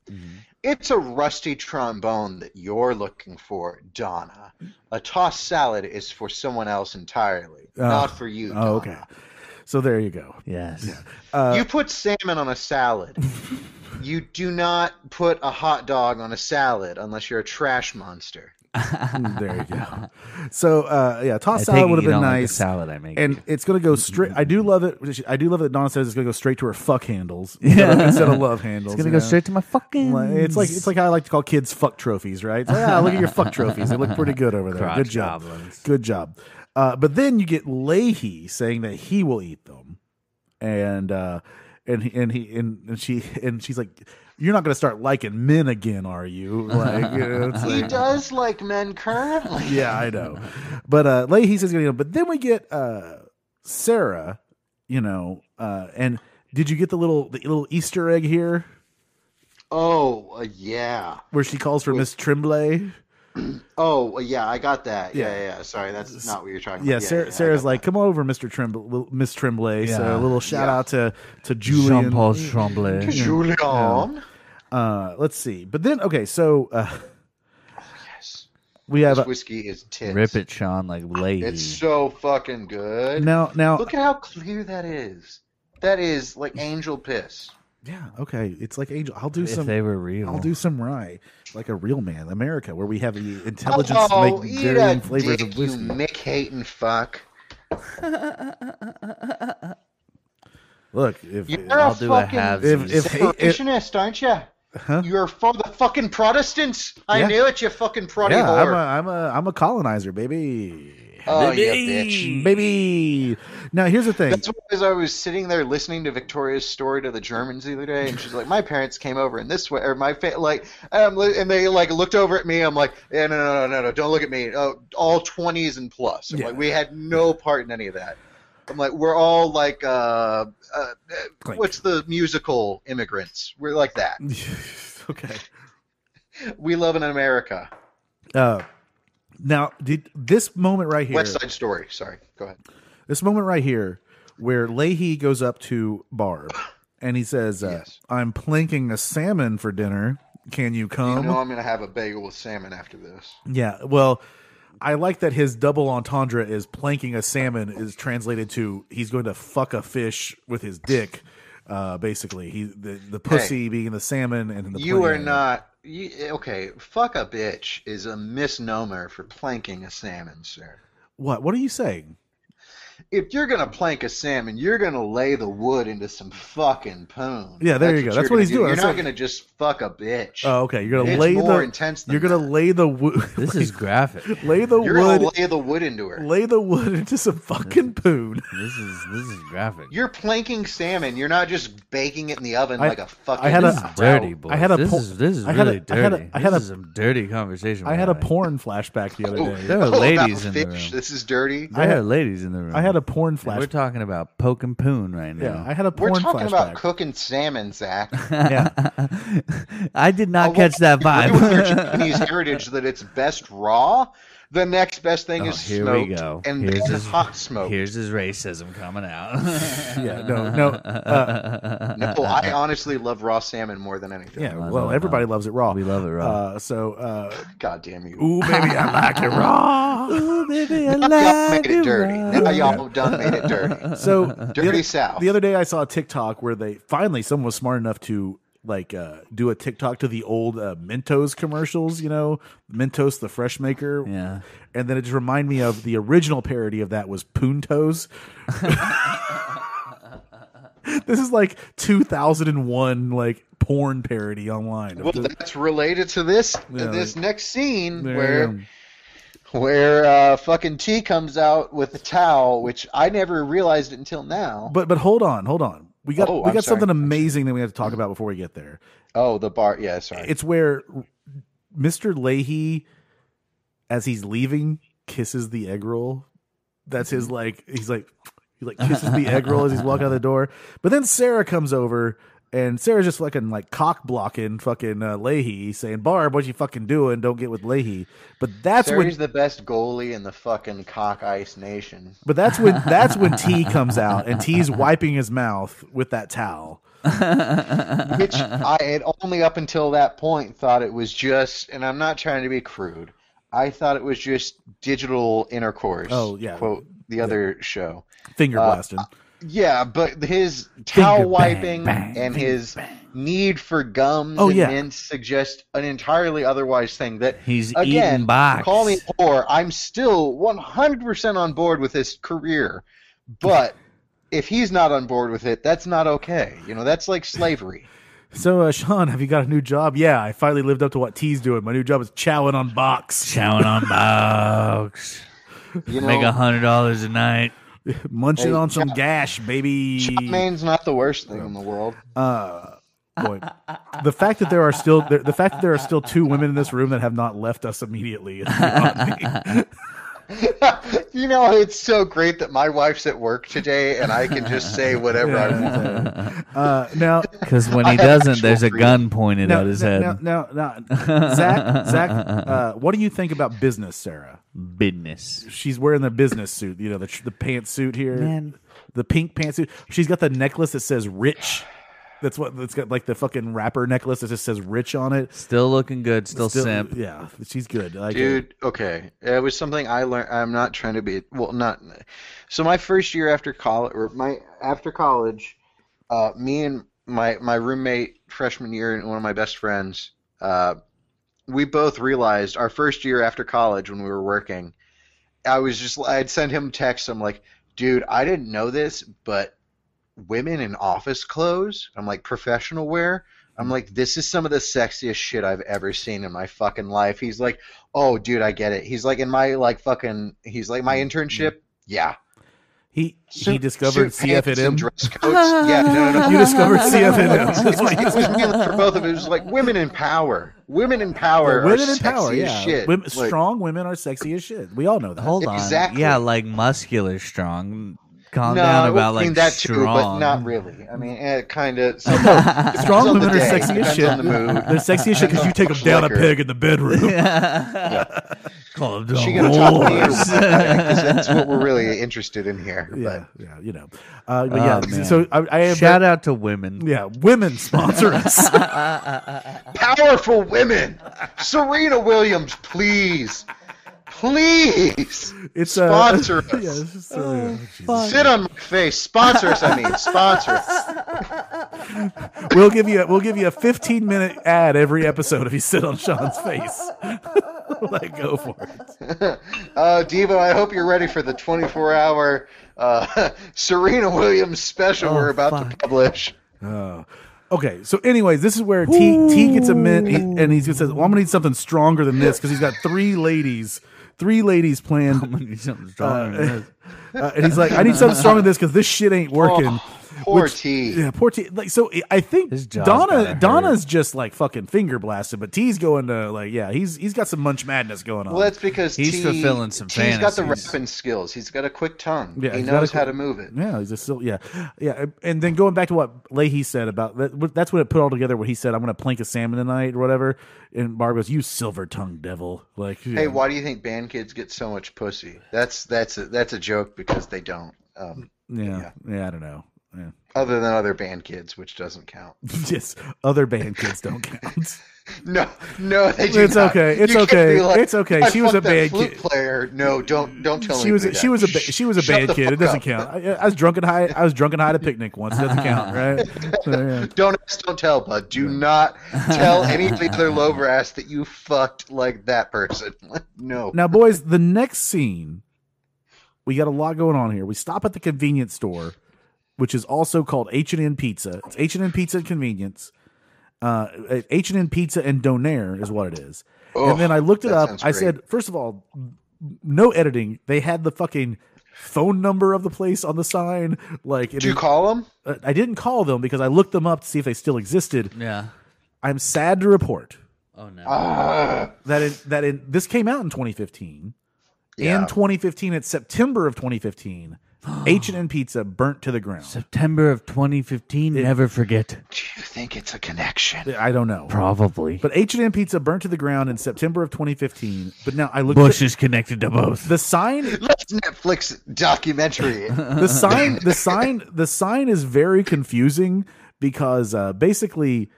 Speaker 6: It's a rusty trombone that you're looking for, Donna. A tossed salad is for someone else entirely, not for you.
Speaker 2: Oh,
Speaker 6: Donna.
Speaker 2: okay. So there you go.
Speaker 4: yes.
Speaker 6: you put salmon on a salad. you do not put a hot dog on a salad unless you're a trash monster.
Speaker 2: Mm, There you go. So uh, yeah,
Speaker 4: I
Speaker 2: tossed
Speaker 4: take it
Speaker 2: salad would have
Speaker 4: you
Speaker 2: been
Speaker 4: don't like the
Speaker 2: nice.
Speaker 4: salad I make.
Speaker 2: and it's gonna go straight. I do love it. I do love that Donna says it's gonna go straight to her fuck handles
Speaker 4: Yeah.
Speaker 2: instead of, instead of love handles.
Speaker 4: it's gonna
Speaker 2: you
Speaker 4: go
Speaker 2: know?
Speaker 4: straight to my fucking.
Speaker 2: Like- It's like it's like how I like to call kids fuck trophies, right? It's like, ah, look at your fuck trophies. They look pretty good over there.
Speaker 4: Crotch
Speaker 2: good job.
Speaker 4: goblins.
Speaker 2: Good job. Uh, but then you get Leahy saying that he will eat them, and uh, and he, and he and, and she and she's like, "You're not going to start liking men again, are you?" Like, you know, it's
Speaker 6: He
Speaker 2: like-
Speaker 6: does like men currently.
Speaker 2: yeah, I know. But uh, Leahy says, "You know." But then we get uh, Sarah, you know, uh, and did you get the little the little Easter egg here
Speaker 6: Oh, uh, yeah.
Speaker 2: where she calls for Miss Tremblay?
Speaker 6: Oh, well, yeah, I got that. Yeah,
Speaker 2: Yeah.
Speaker 6: yeah. yeah. Sorry, that's not what you're talking
Speaker 2: yeah,
Speaker 6: about.
Speaker 2: Sarah,
Speaker 6: I
Speaker 2: Sarah's
Speaker 6: got
Speaker 2: like, come over, Mister Tremblay, Miss Tremblay. So a
Speaker 4: Yeah.
Speaker 2: little shout
Speaker 6: Yeah.
Speaker 2: out to to Julian.
Speaker 4: Jean Paul
Speaker 6: that.
Speaker 2: hmm.
Speaker 4: Tremblay.
Speaker 6: Julian.
Speaker 2: Uh, let's see, but then okay, so uh,
Speaker 6: Yes.
Speaker 2: we have
Speaker 6: This
Speaker 2: a,
Speaker 6: whiskey is tits.
Speaker 4: Rip it, Sean, like lady.
Speaker 6: It's so fucking good.
Speaker 2: now now.
Speaker 6: Look at how clear that is. That is like angel piss.
Speaker 2: Yeah, okay, it's like Angel. I'll do
Speaker 4: if
Speaker 2: some.
Speaker 4: they were real.
Speaker 2: I'll do some rye, like a real man, America, where we have the intelligence to
Speaker 6: oh,
Speaker 2: make
Speaker 6: eat a
Speaker 2: varying flavors
Speaker 6: dick,
Speaker 2: of
Speaker 6: you
Speaker 2: whiskey.
Speaker 6: Mick Hayton fuck.
Speaker 2: Look, if
Speaker 6: You're
Speaker 4: I'll
Speaker 6: a
Speaker 4: do a
Speaker 6: fucking
Speaker 4: halves.
Speaker 2: if- if- Hey, it-
Speaker 6: Separationist, aren't you? You're for the fucking Protestants. I
Speaker 2: Yeah.
Speaker 6: knew it, you fucking protty
Speaker 2: yeah, I'm a,
Speaker 6: whore.
Speaker 2: I'm a, I'm a colonizer, baby,
Speaker 6: oh, you bitch.
Speaker 2: baby. Now here's the thing.
Speaker 6: That's why as I was sitting there listening to Victoria's story to the Germans the other day, and she's like, "My parents came over in this way, or my fa- like," and, I'm li- and they like looked over at me. I'm like, "Yeah, "No, no, no, no, no, don't look at me. Oh, all twenties and plus." I'm
Speaker 2: Yeah.
Speaker 6: like, "We had no part in any of that." I'm like, we're all like, uh, uh,
Speaker 2: Clink.
Speaker 6: what's the musical immigrants? We're like that.
Speaker 2: okay.
Speaker 6: We love in America.
Speaker 2: Uh, now, did this moment right here?
Speaker 6: West Side Story. Sorry, go ahead.
Speaker 2: this moment right here where Leahy goes up to Barb and he says, uh,
Speaker 6: Yes.
Speaker 2: I'm planking a salmon for dinner. Can you
Speaker 6: You
Speaker 2: come?
Speaker 6: know, I'm gonna have a bagel with salmon after this.
Speaker 2: yeah. Well, I like that his double entendre is planking a salmon is translated to he's going to fuck a fish with his dick. Uh, basically, he the, the pussy being the salmon and the
Speaker 6: you are
Speaker 2: plan.
Speaker 6: not. You, okay, fuck a bitch is a misnomer for planking a salmon, sir.
Speaker 2: what? What are you saying?
Speaker 6: If you're gonna plank a salmon, you're gonna lay the wood into some fucking poon.
Speaker 2: Yeah, there you go. That's
Speaker 6: you're
Speaker 2: what he's
Speaker 6: gonna do.
Speaker 2: doing.
Speaker 6: You're
Speaker 2: That's
Speaker 6: not
Speaker 2: like-
Speaker 6: gonna just fuck a bitch.
Speaker 2: Oh, okay. You're gonna
Speaker 6: It's
Speaker 2: lay
Speaker 6: more
Speaker 2: the
Speaker 6: intense than
Speaker 2: you're gonna
Speaker 6: that.
Speaker 2: lay the wood.
Speaker 4: This is graphic.
Speaker 2: lay the
Speaker 6: You're
Speaker 2: wood.
Speaker 6: gonna lay the wood into her.
Speaker 2: lay the wood into some fucking poon.
Speaker 4: This is this is graphic.
Speaker 6: You're planking salmon. You're not just baking it in the oven
Speaker 2: I-
Speaker 6: like a fucking.
Speaker 2: I had a-
Speaker 4: This is dirty, boy.
Speaker 2: I had a
Speaker 4: this
Speaker 2: po-
Speaker 4: is this is
Speaker 2: I had a-
Speaker 4: really
Speaker 2: I had a-
Speaker 4: dirty.
Speaker 2: I had
Speaker 4: this
Speaker 2: a-
Speaker 4: is some dirty conversation.
Speaker 2: I
Speaker 4: we're
Speaker 2: had a
Speaker 4: having.
Speaker 2: porn flashback the other day.
Speaker 4: There are
Speaker 6: Oh, about
Speaker 4: ladies in the
Speaker 6: fish.
Speaker 4: room.
Speaker 6: This is dirty.
Speaker 4: There
Speaker 2: I had-
Speaker 4: are ladies in the room.
Speaker 2: I had a porn
Speaker 4: And We're
Speaker 2: flashback.
Speaker 4: talking about poke and poon right
Speaker 2: Yeah, I
Speaker 4: now.
Speaker 2: had a
Speaker 6: We're
Speaker 2: porn
Speaker 6: talking
Speaker 2: flashback.
Speaker 6: about cooking salmon, Zach.
Speaker 4: I did not
Speaker 6: I
Speaker 4: catch that
Speaker 6: won't argue With your
Speaker 4: vibe.
Speaker 6: Japanese heritage that it's best raw. The next best thing
Speaker 4: Oh,
Speaker 6: is
Speaker 4: here
Speaker 6: smoked
Speaker 4: we go.
Speaker 6: and
Speaker 4: Here's
Speaker 6: then
Speaker 4: his-
Speaker 6: hot smoke.
Speaker 4: Here's his racism coming out.
Speaker 2: yeah, no, no. Uh,
Speaker 6: No, I honestly love raw salmon more than anything.
Speaker 2: yeah,
Speaker 4: no,
Speaker 2: well,
Speaker 4: no.
Speaker 2: everybody loves it raw.
Speaker 4: We love it raw.
Speaker 2: Uh, so, uh,
Speaker 6: God damn you.
Speaker 2: ooh, baby, I like it raw.
Speaker 4: Ooh, baby, I
Speaker 6: Y'all
Speaker 4: like
Speaker 6: made it dirty.
Speaker 4: raw.
Speaker 6: Now y'all done made it dirty.
Speaker 2: So, the
Speaker 6: Dirty
Speaker 2: other-
Speaker 6: South.
Speaker 2: The other day, I saw a TikTok where they finally someone was smart enough to like uh, do a TikTok to the old uh, Mentos commercials. You know, Mentos the fresh maker.
Speaker 4: Yeah.
Speaker 2: and then it just reminded me of the original parody of that was Puntos. this is like 2001 like porn parody online.
Speaker 6: Well, that's related to this
Speaker 2: Yeah,
Speaker 6: this
Speaker 2: like-
Speaker 6: next scene
Speaker 2: There,
Speaker 6: where
Speaker 2: um,
Speaker 6: where uh, fucking T comes out with a towel, which I never realized it until now.
Speaker 2: but but hold on, hold on. We got
Speaker 6: Oh,
Speaker 2: we
Speaker 6: I'm
Speaker 2: got
Speaker 6: sorry.
Speaker 2: something amazing that we have to talk about before we get there.
Speaker 6: oh, the bar. Yeah, sorry.
Speaker 2: It's where Mr. Leahy, as he's leaving, kisses the egg roll. That's his like he's like he like kisses the egg roll as he's walking out the door. But then Sarah comes over and Sarah's just fucking like cock blocking fucking uh, Leahy, saying, Barb, what you fucking doing? Don't get with Leahy. But that's
Speaker 6: Surrey's
Speaker 2: when
Speaker 6: the best goalie in the fucking cock ice nation.
Speaker 2: but that's when that's when T comes out and T's wiping his mouth with that towel.
Speaker 6: which I had only up until that point thought it was just, and I'm not trying to be crude. I thought it was just digital intercourse.
Speaker 2: Oh, yeah.
Speaker 6: quote the other show.
Speaker 2: Finger blasting.
Speaker 6: Yeah, but his towel
Speaker 2: bang,
Speaker 6: wiping
Speaker 2: bang,
Speaker 6: and
Speaker 2: finger
Speaker 6: his need for gums
Speaker 2: Oh,
Speaker 6: and
Speaker 2: yeah.
Speaker 6: mints suggest an entirely otherwise thing that
Speaker 4: He's
Speaker 6: again
Speaker 4: eating box.
Speaker 6: call me poor. I'm still 100% on board with his career, but. If he's not on board with it, that's not okay. You know, that's like slavery.
Speaker 2: So, uh, Sean, have you got a new job? Yeah, I finally lived up to what T's doing. My new job is chowing on box,
Speaker 4: Chowing on box.
Speaker 6: You know,
Speaker 4: Make a hundred dollars a night.
Speaker 2: munching
Speaker 6: Hey,
Speaker 2: on some gash, baby.
Speaker 6: Maine's not the worst thing in the world.
Speaker 2: Boy, the fact that there are still the, the fact that there are still two women in this room that have not left us immediately. Is beyond me.
Speaker 6: you know, it's so great that my wife's at work today and I can just say whatever I want.
Speaker 2: uh, now,
Speaker 4: Because when
Speaker 6: I
Speaker 4: he
Speaker 6: have
Speaker 4: doesn't,
Speaker 6: actual
Speaker 4: there's a
Speaker 6: freedom.
Speaker 4: gun pointed
Speaker 2: now,
Speaker 4: at his head.
Speaker 2: now, now, now, Zach, Zach, uh, what do you think about business, Sarah?
Speaker 4: Business.
Speaker 2: She's wearing the business suit, you know, the the pantsuit here,
Speaker 4: Man.
Speaker 2: the pink pantsuit. She's got the necklace that says "rich." That's what that's got like the fucking rapper necklace that just says "rich" on it.
Speaker 4: Still looking good. Still, simp.
Speaker 2: Yeah, she's good. I Like her.
Speaker 6: Dude, okay. It was something I learned. I'm not trying to be well, not. So my first year after college, or my after college, uh, me and my my roommate freshman year and one of my best friends, uh, we both realized our first year after college when we were working, I was just I'd send him texts. I'm like, dude, I didn't know this, but women in office clothes. I'm like professional wear. I'm like, this is some of the sexiest shit I've ever seen in my fucking life. He's like, oh, dude, I get it. He's like, in my like fucking, he's like, my internship, yeah.
Speaker 2: he Mm. he
Speaker 6: Suit-
Speaker 2: discovered
Speaker 6: suit pants and
Speaker 2: CFNM.
Speaker 6: dress coats. yeah, no, no.
Speaker 2: You discovered CFNM. That's what
Speaker 6: It
Speaker 2: he-
Speaker 6: was mainly for both of us. It was like women in power. Women in power. are
Speaker 2: women in
Speaker 6: sexy
Speaker 2: power,
Speaker 6: as
Speaker 2: yeah.
Speaker 6: Shit.
Speaker 2: Women,
Speaker 6: Like,
Speaker 2: strong women are sexy as shit. We all know that.
Speaker 4: Hold on.
Speaker 6: Exactly.
Speaker 4: Yeah, like muscular strong. calm
Speaker 6: no,
Speaker 4: down
Speaker 6: it would
Speaker 4: about like
Speaker 6: mean that
Speaker 4: strong.
Speaker 6: too, but not really. I mean, it kind of. Strong
Speaker 2: Strong women are sexy as shit.
Speaker 6: On the mood.
Speaker 2: They're sexy as shit because you take them
Speaker 6: Much
Speaker 2: down a
Speaker 6: liquor.
Speaker 2: peg in the bedroom.
Speaker 4: Call him
Speaker 6: She
Speaker 4: the
Speaker 6: gonna talk to you?
Speaker 4: horse.
Speaker 6: Because that's what we're really interested in here.
Speaker 2: yeah, yeah, you know. Uh, but yeah,
Speaker 4: Oh, man.
Speaker 2: so I, I have
Speaker 4: Shout out to women.
Speaker 2: yeah, women sponsor us.
Speaker 6: But powerful women, Serena Williams, please, please
Speaker 2: It's
Speaker 6: sponsor
Speaker 2: uh,
Speaker 6: us.
Speaker 2: yeah, it's just, uh,
Speaker 6: Sit on my face. Sponsor us. I mean, sponsor us.
Speaker 2: we'll give you a, we'll give you a 15 minute ad every episode if you sit on Sean's face. like go for it.
Speaker 6: Uh, Devo, I hope you're ready for the 24 hour uh, Serena Williams special we're about to publish.
Speaker 2: Oh. Okay, so anyways, this is where T T gets a mint, he- and he just says, "Well, I'm gonna need something stronger than this because he's got three ladies, three ladies planned
Speaker 4: I'm gonna need something stronger than this.
Speaker 2: Uh, and he's like, I need something stronger than this because this shit ain't working.
Speaker 6: Poor
Speaker 2: Which-
Speaker 6: T.
Speaker 2: Yeah, poor T. Like, so I- I think
Speaker 4: His jaw's gotta
Speaker 2: Donna
Speaker 4: hurt.
Speaker 2: Donna's just like fucking finger blasted, but T's going to like, yeah, he's he's got some munch madness going on.
Speaker 6: Well, that's because
Speaker 4: He's
Speaker 6: T,
Speaker 4: fulfilling some
Speaker 6: T's got the
Speaker 4: fantasies.
Speaker 6: rapping skills. He's got a quick tongue.
Speaker 2: Yeah,
Speaker 6: he
Speaker 2: he's got a
Speaker 6: knows how
Speaker 2: quick-
Speaker 6: to move it.
Speaker 2: yeah, he's just still yeah, yeah. And then going back to what Leahy said about that, that's when it put all together. What he said, I'm going to plank a salmon tonight or whatever. And Barb goes, "You silver tongued devil!" Like, yeah.
Speaker 6: Hey, why do you think band kids get so much pussy? That's that's a, that's a joke because they don't. Um,
Speaker 2: yeah, yeah, I don't know. Yeah.
Speaker 6: other than other band kids, which doesn't count.
Speaker 2: just other band kids don't count.
Speaker 6: No, no, they do
Speaker 2: It's
Speaker 6: not.
Speaker 2: okay, it's
Speaker 6: You can't
Speaker 2: okay,
Speaker 6: be
Speaker 2: it's okay.
Speaker 6: "I
Speaker 2: She was
Speaker 6: fucked
Speaker 2: a band
Speaker 6: that flute
Speaker 2: kid."
Speaker 6: player. No, don't don't tell
Speaker 2: she was
Speaker 6: anybody
Speaker 2: she
Speaker 6: that.
Speaker 2: was a ba- she was a
Speaker 6: Shut
Speaker 2: bad
Speaker 6: the
Speaker 2: kid. It
Speaker 6: fuck
Speaker 2: doesn't
Speaker 6: up.
Speaker 2: count. I, I was drunk and high. I was drunk and high at a picnic once. It doesn't count, right? So, yeah.
Speaker 6: Don't ask, don't tell, bud. Do not tell any particular lower ass that you fucked like that person. no.
Speaker 2: Now, boys, the next scene, we got a lot going on here. We stop at the convenience store, which is also called H and N Pizza. It's H and N Pizza and Convenience. Uh, H and N Pizza and Donair is what it is.
Speaker 6: Ugh,
Speaker 2: and then I looked it
Speaker 6: that
Speaker 2: up.
Speaker 6: sounds
Speaker 2: I
Speaker 6: great.
Speaker 2: said, first of all, no editing. They had the fucking phone number of the place on the sign. Like, it
Speaker 6: Did you
Speaker 2: is-
Speaker 6: call him?
Speaker 2: uh, I didn't call them because I looked them up to see if they still existed.
Speaker 4: Yeah.
Speaker 2: I'm sad to report
Speaker 4: Oh no.
Speaker 2: that in, that in, this came out in 2015.
Speaker 6: Yeah.
Speaker 2: In 2015, it's September of 2015. H and N Pizza burnt to the ground.
Speaker 4: September of 2015. never forget.
Speaker 6: Do you think it's a connection?
Speaker 2: I don't know,
Speaker 4: Probably.
Speaker 2: but H and N Pizza burnt to the ground in September of 2015. But now I looked
Speaker 4: Bush
Speaker 2: at
Speaker 4: is connected to both.
Speaker 2: the sign.
Speaker 6: Let's Netflix documentary. it.
Speaker 2: The sign. the sign. The sign is very confusing because uh, basically.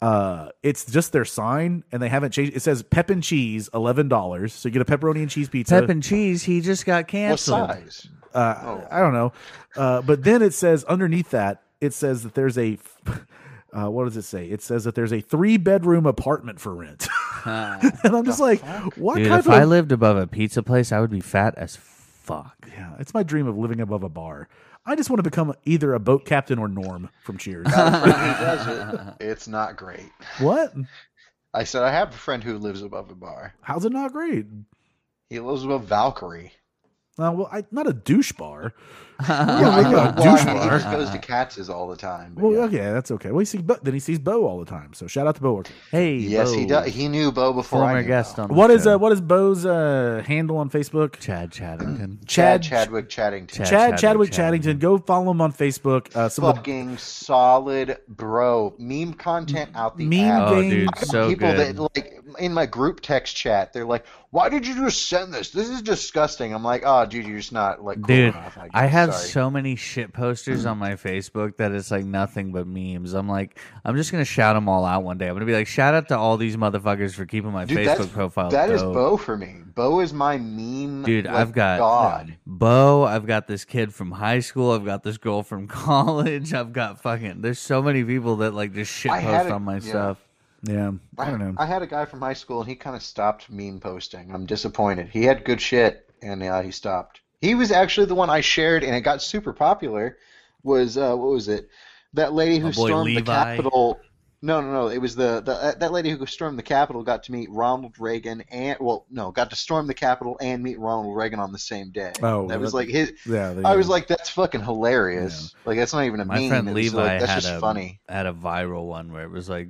Speaker 2: Uh, it's just their sign, and they haven't changed. It says pep and cheese, eleven dollars. So you get a pepperoni and cheese pizza.
Speaker 4: Pep and cheese. He just got
Speaker 6: what
Speaker 4: canceled.
Speaker 6: size?
Speaker 2: uh, I don't know. Uh, but then it says underneath that it says that there's a uh, what does it say? It says that there's a three bedroom apartment for rent, and I'm just like, what
Speaker 4: Dude,
Speaker 2: kind
Speaker 4: if
Speaker 2: of?
Speaker 4: I lived above a pizza place, I would be fat as fuck.
Speaker 2: yeah, it's my dream of living above a bar. I just want to become either a boat captain or Norm from Cheers.
Speaker 6: That's it. It's not great.
Speaker 2: what?
Speaker 6: I said I have a friend who lives above a bar.
Speaker 2: How's it not great?
Speaker 6: He lives above Valkyrie.
Speaker 2: Uh, well, I, not a douche bar.
Speaker 6: Yeah, I know.
Speaker 2: a
Speaker 6: Well,
Speaker 2: douche
Speaker 6: I mean, he
Speaker 2: bar.
Speaker 6: just goes to Katz's all the time. but
Speaker 2: Well,
Speaker 6: yeah.
Speaker 2: okay, that's okay. Well, he sees, but then he sees Bo all the time. So shout out to Bo. Worker.
Speaker 4: Hey,
Speaker 6: Yes, he
Speaker 4: Bo,
Speaker 6: does. He knew Bo before I
Speaker 4: Former
Speaker 6: knew
Speaker 4: guest
Speaker 6: Bo.
Speaker 4: on the
Speaker 2: What is
Speaker 4: show.
Speaker 2: uh, what is Bo's uh, handle on Facebook?
Speaker 4: Chad Chatterton?
Speaker 2: Chad-
Speaker 6: Chad Chadwick Chattington.
Speaker 4: Chad
Speaker 2: Chad Chadwick,
Speaker 4: Chadwick
Speaker 2: Chaddington. Go follow him on Facebook. Uh, some of the
Speaker 6: Fucking solid bro. Meme content out the
Speaker 2: Meme
Speaker 6: ass.
Speaker 2: game-
Speaker 4: Oh, dude,
Speaker 6: I've got
Speaker 4: so
Speaker 6: people
Speaker 4: good.
Speaker 6: that like in my group text chat, they're like, "Why did you just send this? This is disgusting." I'm like, "Oh, dude, you're just not like cool
Speaker 4: Dude,
Speaker 6: enough." Like,
Speaker 4: I have
Speaker 6: sorry.
Speaker 4: so many shit posters on my Facebook that it's like nothing but memes. I'm like, I'm just gonna shout them all out one day. I'm gonna be like, shout out to all these motherfuckers for keeping my
Speaker 6: Dude, that's-
Speaker 4: Facebook profile.
Speaker 6: That is
Speaker 4: dope.
Speaker 6: Bo for me. Bo is my meme.
Speaker 4: Dude,
Speaker 6: like,
Speaker 4: I've got
Speaker 6: God.
Speaker 4: Bo. I've got this kid from high school. I've got this girl from college. I've got fucking. There's so many people that like just shit
Speaker 6: I had
Speaker 4: post
Speaker 6: a-
Speaker 4: on my
Speaker 6: yeah.
Speaker 4: stuff.
Speaker 2: yeah, I don't know.
Speaker 6: I had a guy from high school, and he kind of stopped meme posting. I'm disappointed. He had good shit, and uh, he stopped. He was actually the one I shared, and it got super popular. Was uh, what was it? That lady who
Speaker 4: My boy
Speaker 6: stormed the
Speaker 4: Levi.
Speaker 6: Capitol. No, no, no. It was the, the uh, that lady who stormed the Capitol got to meet Ronald Reagan and well, no, got to storm the Capitol and meet Ronald Reagan on the same day.
Speaker 2: Oh,
Speaker 6: that was
Speaker 2: that-
Speaker 6: like his.
Speaker 2: yeah, there
Speaker 6: I
Speaker 2: you
Speaker 6: was
Speaker 2: go.
Speaker 6: like, that's fucking hilarious. Like that's not even a
Speaker 4: My
Speaker 6: meme.
Speaker 4: friend
Speaker 6: It was
Speaker 4: Levi
Speaker 6: like, that's
Speaker 4: had
Speaker 6: just
Speaker 4: a
Speaker 6: funny.
Speaker 4: had a viral one where it was like,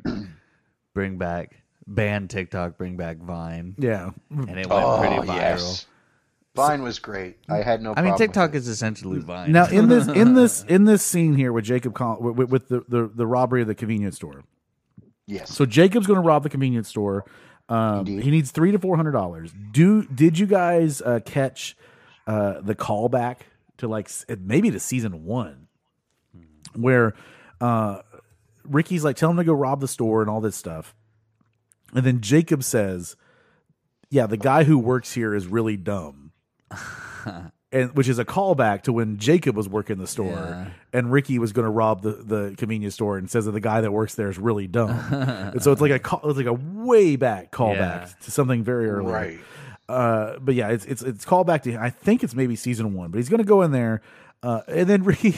Speaker 4: bring back ban TikTok, bring back Vine,
Speaker 2: yeah.
Speaker 4: and it went
Speaker 6: Oh
Speaker 4: pretty viral.
Speaker 6: yes. Vine was great. I had no.
Speaker 4: I mean,
Speaker 6: problem with
Speaker 4: TikTok
Speaker 6: it.
Speaker 4: is essentially Vine.
Speaker 2: Now in this in this in this scene here with Jacob Col- with, with the, the the robbery of the convenience store.
Speaker 6: yes.
Speaker 2: So Jacob's going to rob the convenience store. Um,
Speaker 6: Indeed.
Speaker 2: he needs three to four hundred dollars. Do did you guys uh, catch uh, the callback to like s- maybe to season one, where uh, Ricky's like, "Tell him to go rob the store" and all this stuff, and then Jacob says, "Yeah, the guy who works here is really dumb." And which is a callback to when Jacob was working the store,
Speaker 4: Yeah.
Speaker 2: and Ricky was going to rob the, the convenience store, and says that the guy that works there is really dumb. and so it's like a call, it's like a way back callback
Speaker 4: Yeah.
Speaker 2: to something very early.
Speaker 6: Right.
Speaker 2: Uh, but yeah, it's it's it's callback to I think it's maybe season one, but he's gonna go in there. Uh, and then Ricky,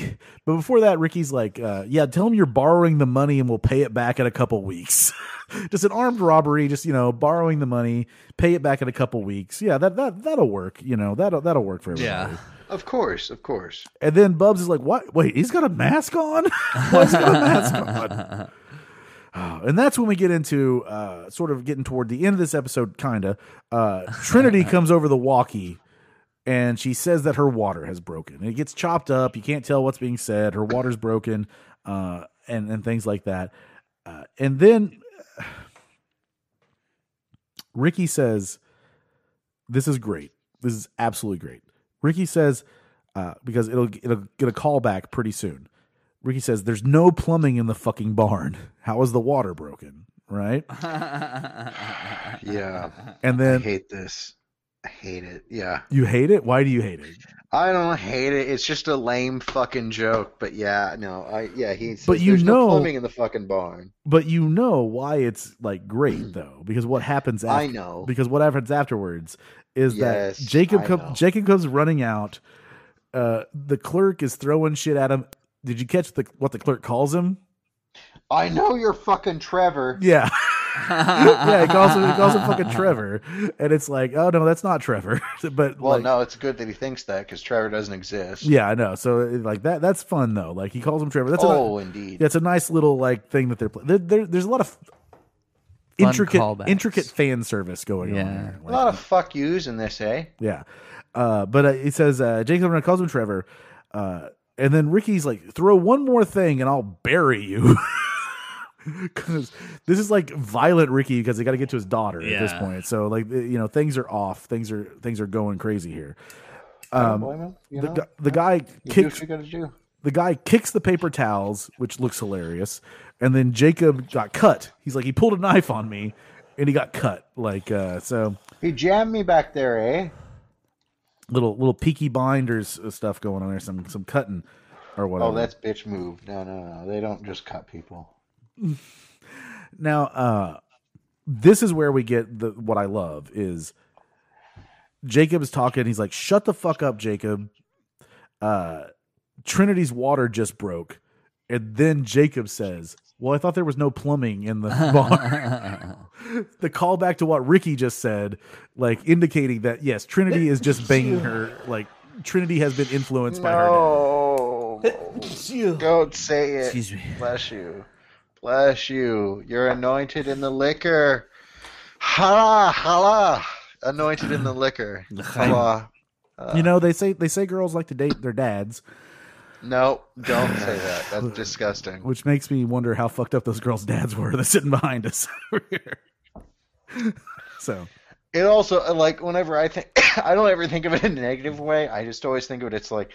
Speaker 2: but before that, Ricky's like, uh, "Yeah, tell him you're borrowing the money and we'll pay it back in a couple weeks." just an armed robbery, just you know, borrowing the money, pay it back in a couple weeks. Yeah, that that that'll work. You know, that'll that'll work for everybody.
Speaker 4: yeah.
Speaker 6: Of course. Of course.
Speaker 2: And then Bubs is like, "What? Wait, he's got a mask on? Why has he got a mask on?" Oh, and that's when we get into uh, sort of getting toward the end of this episode, kinda. Uh, Trinity comes over the walkie, and she says that her water has broken. And it gets chopped up. You can't tell what's being said. Her water's broken, uh, and and things like that. Uh, and then Ricky says, "This is great. This is absolutely great." Ricky says, uh, because it'll it'll get a call back pretty soon. Ricky says, "There's no plumbing in the fucking barn. How is the water broken?" Right,
Speaker 6: Yeah.
Speaker 2: and
Speaker 6: I
Speaker 2: then
Speaker 6: hate this. I hate it. Yeah.
Speaker 2: you hate it. Why do you hate it?
Speaker 6: I don't hate it. It's just a lame fucking joke. But yeah, no. I yeah. He. Says,
Speaker 2: But you
Speaker 6: There's
Speaker 2: know-
Speaker 6: no plumbing in the fucking barn.
Speaker 2: But you know why it's like great though, because what happens? After,
Speaker 6: Mm. I know.
Speaker 2: Because what happens afterwards is
Speaker 6: Yes,
Speaker 2: that Jacob
Speaker 6: I know.
Speaker 2: comes Jacob comes running out. Uh, the clerk is throwing shit at him. Did you catch the what the clerk calls him?
Speaker 6: I know you're fucking Trevor.
Speaker 2: Yeah. yeah, he calls him he calls him fucking Trevor, and it's like, oh no, that's not Trevor. but
Speaker 6: Well,
Speaker 2: like,
Speaker 6: no, it's good that he thinks that because Trevor doesn't exist.
Speaker 2: yeah, I know. So it- like that that's fun though. Like he calls him Trevor. That's
Speaker 6: oh,
Speaker 2: a,
Speaker 6: indeed.
Speaker 2: yeah, it's a nice little like thing that they're playing. There, there, there's a lot of intricate
Speaker 4: callbacks.
Speaker 2: intricate fan service going on.
Speaker 4: Yeah.
Speaker 2: There.
Speaker 6: A
Speaker 2: Like,
Speaker 6: lot of fuck yous in this, eh?
Speaker 2: Yeah. Uh, but uh, it says uh, Jacob Runner calls him Trevor. Uh, and then Ricky's like, throw one more thing and I'll bury you. Because this is like violent Ricky because they got to get to his daughter at this
Speaker 4: Yeah.
Speaker 2: point. So like you know things are off. Things are things are going crazy here.
Speaker 6: I don't blame him, you
Speaker 2: Um, The,
Speaker 6: know?
Speaker 2: gu- the guy
Speaker 6: You do what
Speaker 2: kicks
Speaker 6: you gotta do.
Speaker 2: the guy kicks the paper towels, which looks hilarious. And then Jacob got cut. He's like he pulled a knife on me, and he got cut. Like uh, so.
Speaker 6: He jammed me back there, eh?
Speaker 2: little little peaky blinders stuff going on there, some some cutting or whatever.
Speaker 4: Um,
Speaker 6: Oh, that's bitch move. No, no, no. They don't just cut people.
Speaker 2: now uh this is where we get the what I love is Jacob is talking, he's like, Shut the fuck up, Jacob. Uh Trinity's water just broke. And then Jacob says, Well, I thought there was no plumbing in the barn. the callback to what Ricky just said, like indicating that yes, Trinity is just banging her like Trinity has been influenced by her dad.
Speaker 6: No. Don't say it.
Speaker 4: Excuse me.
Speaker 6: Bless you. Bless you. You're anointed in the liquor. Hala, hala. Anointed in the liquor. Hala.
Speaker 2: you know they say they say girls like to date their dads
Speaker 6: No, don't say that. That's disgusting.
Speaker 2: which makes me wonder how fucked up those girls dads were that's sitting behind us over here so
Speaker 6: It also uh, like whenever I think I don't ever think of it in a negative way. I just always think of it. It's like,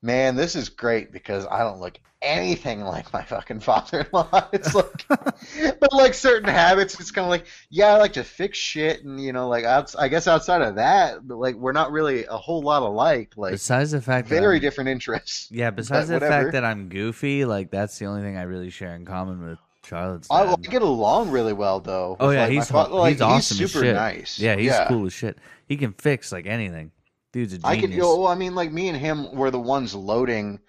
Speaker 6: man, this is great because I don't look anything like my fucking father-in-law. It's like, but like certain habits, it's kind of like, yeah, I like to fix shit, and you know, like outs- I guess outside of that, but like we're not really a whole lot alike. Like
Speaker 4: Besides the fact that
Speaker 6: very
Speaker 4: I'm-
Speaker 6: different interests.
Speaker 4: Yeah, besides the
Speaker 6: But
Speaker 4: fact
Speaker 6: whatever.
Speaker 4: that I'm goofy, like that's the only thing I really share in common with Charlotte's.
Speaker 6: I, I
Speaker 4: dad.
Speaker 6: get along really well though.
Speaker 4: oh
Speaker 6: with,
Speaker 4: yeah,
Speaker 6: like, my
Speaker 4: he's
Speaker 6: fa-
Speaker 4: ho-
Speaker 6: like,
Speaker 4: he's awesome as
Speaker 6: super
Speaker 4: shit.
Speaker 6: nice.
Speaker 4: Yeah, he's cool as shit. He can fix like anything. Dude's a genius.
Speaker 6: I could, you know, well, I mean, like me and him were the ones loading,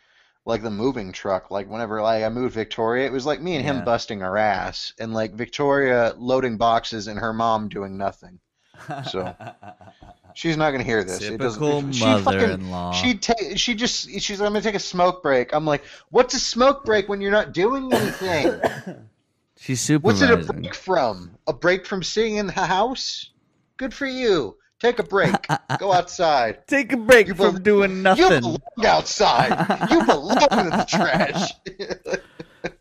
Speaker 6: like the moving truck. Like whenever, like I moved Victoria, it was like me and
Speaker 4: Yeah.
Speaker 6: him busting our ass, and like Victoria loading boxes and her mom doing nothing. So she's not gonna hear this.
Speaker 4: Typical
Speaker 6: it doesn't. She
Speaker 4: mother-in-law.
Speaker 6: fucking. She ta- She just. She's. like, I'm gonna take a smoke break. I'm like, what's a smoke break when you're not doing anything?
Speaker 4: She's
Speaker 6: What's it a
Speaker 4: supervising.
Speaker 6: break from? A break from sitting in the house? Good for you. Take a break. Go outside.
Speaker 4: Take a break
Speaker 6: You
Speaker 4: from
Speaker 6: bel-
Speaker 4: doing
Speaker 6: You
Speaker 4: nothing.
Speaker 6: belong outside. You belong in the trash.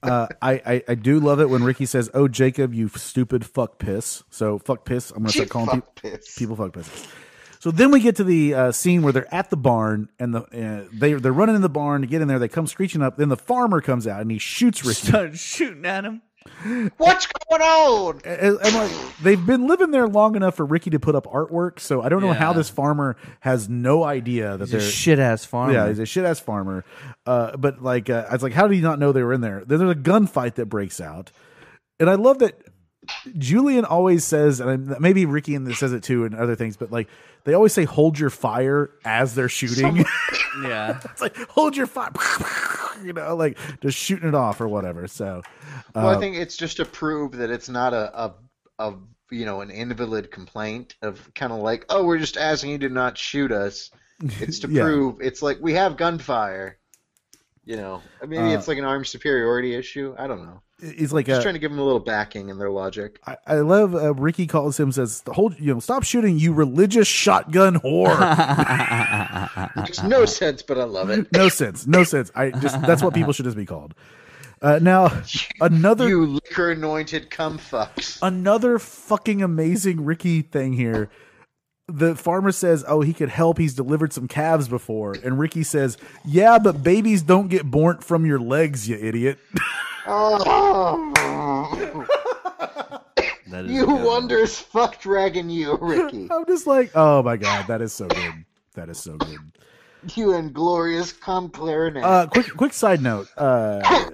Speaker 2: Uh, I, I I do love it when Ricky says, "Oh Jacob, you stupid fuck piss." So fuck piss. I'm gonna
Speaker 6: You
Speaker 2: start calling people.
Speaker 6: fuck piss.
Speaker 2: people fuck pussies. So then we get to the uh, scene where they're at the barn and the uh, they they're running in the barn to get in there. They come screeching up. Then the farmer comes out and he shoots Ricky.
Speaker 4: Start shooting at him.
Speaker 6: What's going on?
Speaker 2: And- and like, they've been living there long enough for Ricky to put up artwork. So I don't know how
Speaker 4: Yeah.
Speaker 2: this farmer has no idea that
Speaker 4: He's a
Speaker 2: they're
Speaker 4: shit ass farmer.
Speaker 2: yeah he's a shit ass farmer. Uh, but like uh, I was like, how did he not know they were in there? Then there's a gunfight that breaks out, and I love that. Julian always says, and I'm- maybe Ricky and says it too, and other things, but like they always say, "Hold your fire" as they're shooting.
Speaker 4: yeah.
Speaker 2: It's like hold your fire, you know, like just shooting it off or whatever. So, uh,
Speaker 6: Well, I think it's just to prove that it's not a, a, a you know an invalid complaint of kind of like oh we're just asking you to not shoot us. It's to
Speaker 2: Yeah.
Speaker 6: prove it's like we have gunfire. You know, maybe
Speaker 2: Uh,
Speaker 6: it's like an armed superiority issue. I don't know.
Speaker 2: he's like,
Speaker 6: Just
Speaker 2: uh,
Speaker 6: trying to give them a little backing in their logic.
Speaker 2: I, I love uh, Ricky calls him says, "Hold, you know, stop shooting, you religious shotgun whore."
Speaker 6: Makes no sense, but I love it.
Speaker 2: no sense, no sense. I just that's what people should just be called. Uh, now, another
Speaker 6: You liquor anointed cum fucks.
Speaker 2: another fucking amazing Ricky thing here. The farmer says, "Oh, he could help. He's delivered some calves before." And Ricky says, "Yeah, but babies don't get born from your legs, you idiot."
Speaker 6: Oh,
Speaker 4: That is
Speaker 6: you
Speaker 4: a good one.
Speaker 6: wonders fuck dragon you, Ricky.
Speaker 2: I'm just like, oh my god, that is so good. That is so good.
Speaker 6: You inglorious cum clarinet.
Speaker 2: Uh, quick, quick side note. Uh,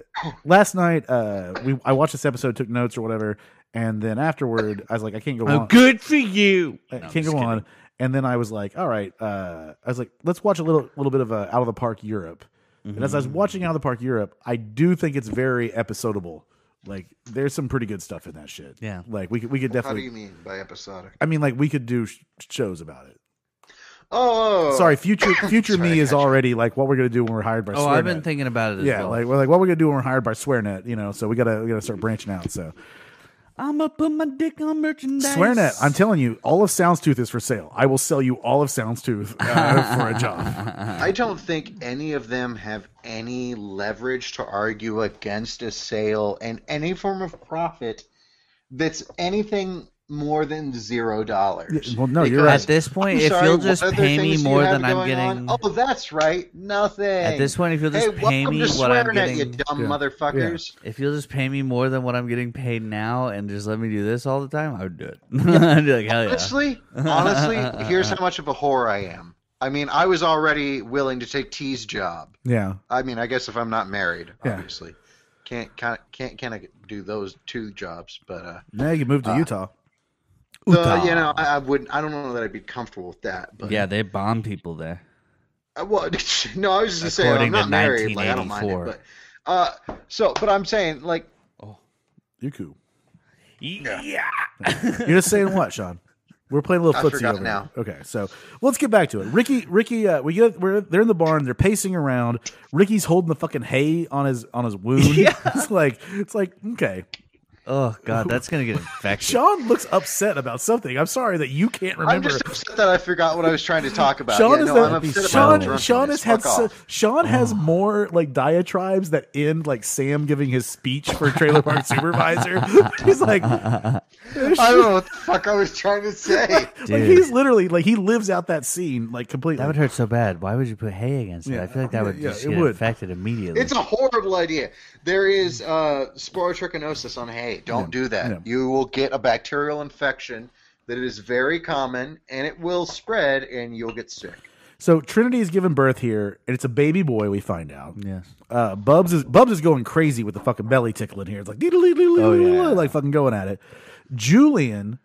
Speaker 2: last night, uh, we I watched this episode, took notes or whatever, and then afterward, I was like, I can't go
Speaker 4: Oh,
Speaker 2: on.
Speaker 4: good for you.
Speaker 2: I
Speaker 4: No, I'm
Speaker 2: can't
Speaker 4: just
Speaker 2: go
Speaker 4: kidding.
Speaker 2: on. And then I was like, all right. Uh, I was like, let's watch a little little bit of uh, Out of the Park Europe. And as I was
Speaker 4: Mm-hmm.
Speaker 2: watching Out of the Park Europe, I do think it's very episodable. Like, there's some pretty good stuff in that shit.
Speaker 4: Yeah.
Speaker 2: Like we could we could
Speaker 6: How do
Speaker 2: definitely.
Speaker 6: you mean by episodic?
Speaker 2: I mean, like we could do sh- shows about it.
Speaker 6: Oh,
Speaker 2: Sorry, future future
Speaker 6: Sorry, I
Speaker 2: me is
Speaker 6: got you.
Speaker 2: already like what we're gonna do when we're hired by.
Speaker 4: Oh, I've been
Speaker 2: SwearNet.
Speaker 4: thinking about it as
Speaker 2: Yeah,
Speaker 4: well.
Speaker 2: like we're like what we're gonna do when we're hired by SwearNet, you know. So we gotta we gotta start branching out. So
Speaker 4: I'm gonna put my dick on merchandise.
Speaker 2: SwearNet, I'm telling you, all of Soundstooth is for sale. I will sell you all of Soundstooth uh, for a job.
Speaker 6: I don't think any of them have any leverage to argue against a sale and any form of profit that's anything more than zero dollars.
Speaker 2: Yeah, well, no, you're right.
Speaker 4: at this point,
Speaker 6: I'm
Speaker 4: if
Speaker 6: sorry,
Speaker 4: you'll
Speaker 6: what
Speaker 4: just
Speaker 6: other
Speaker 4: pay me
Speaker 6: things do you
Speaker 4: more
Speaker 6: have
Speaker 4: than I'm
Speaker 6: going
Speaker 4: getting.
Speaker 6: on? Oh, that's right. Nothing.
Speaker 4: At this point, if you'll just
Speaker 6: hey,
Speaker 4: pay
Speaker 6: welcome
Speaker 4: me
Speaker 6: to
Speaker 4: what I'm
Speaker 6: swearing at
Speaker 4: getting,
Speaker 6: you dumb
Speaker 2: Yeah.
Speaker 6: motherfuckers.
Speaker 4: if you'll just pay me more than what I'm getting paid now, and just let me do this all the time, I would do it. I'd be like, hell yeah.
Speaker 6: Honestly, honestly, here's how much of a whore I am. I mean, I was already willing to take T's job.
Speaker 2: Yeah,
Speaker 6: I mean, I guess if I'm not married,
Speaker 2: Yeah.
Speaker 6: obviously, can't can't can't can I do those two jobs? But uh,
Speaker 2: now you can move to Utah.
Speaker 6: uh you know, I, I wouldn't. I don't know that I'd be comfortable with that. But
Speaker 4: Yeah, they bomb people there.
Speaker 6: I- well, no, I was just saying
Speaker 4: According
Speaker 6: I'm not
Speaker 4: to
Speaker 6: married. Like I don't mind it,
Speaker 4: 1984.
Speaker 6: but uh, so but I'm saying like
Speaker 2: You're cool.
Speaker 4: Yeah.
Speaker 2: You're just saying what, Sean? We're playing a little
Speaker 6: I
Speaker 2: footsie
Speaker 6: forgot
Speaker 2: over
Speaker 6: now.
Speaker 2: here. Okay, so let's get back to it. Ricky, Ricky, uh, we get we're they're in the barn. They're pacing around. Ricky's holding the fucking hay on his on his wound. Yeah. it's like it's like okay.
Speaker 4: Oh god, that's gonna get infected.
Speaker 2: Sean looks upset about something. I'm sorry that you can't remember.
Speaker 6: I'm just upset that I forgot what I was trying to talk about.
Speaker 2: Sean
Speaker 6: yeah,
Speaker 2: is
Speaker 6: no,
Speaker 2: the-
Speaker 6: I'm upset about
Speaker 2: Sean,
Speaker 6: drunkenness.
Speaker 2: Sean has had
Speaker 6: Fuck
Speaker 2: so,
Speaker 6: off. Mm.
Speaker 2: Sean has more like diatribes that end like Sam giving his speech for Trailer Park Supervisor. he's like,
Speaker 6: I don't know what the fuck I was trying to say.
Speaker 2: like
Speaker 4: Dude.
Speaker 2: he's literally like he lives out that scene like completely.
Speaker 4: That would hurt so bad. Why would you put hay against it?
Speaker 2: Yeah.
Speaker 4: I feel like that would
Speaker 2: Yeah,
Speaker 4: just
Speaker 2: it
Speaker 4: get
Speaker 2: would.
Speaker 4: infected immediately.
Speaker 6: It's a horrible idea. There is uh, sporotrichinosis on hay. Don't do that.
Speaker 2: yeah.
Speaker 6: You will get a bacterial infection that is very common, and it will spread, and you'll get sick.
Speaker 2: So Trinity is giving birth here, and it's a baby boy. We find out.
Speaker 4: yes.
Speaker 2: Uh, Bubs is Bubs is going crazy with the fucking belly tickling here. It's like
Speaker 4: yeah.
Speaker 2: oh, like fucking going at it. Julian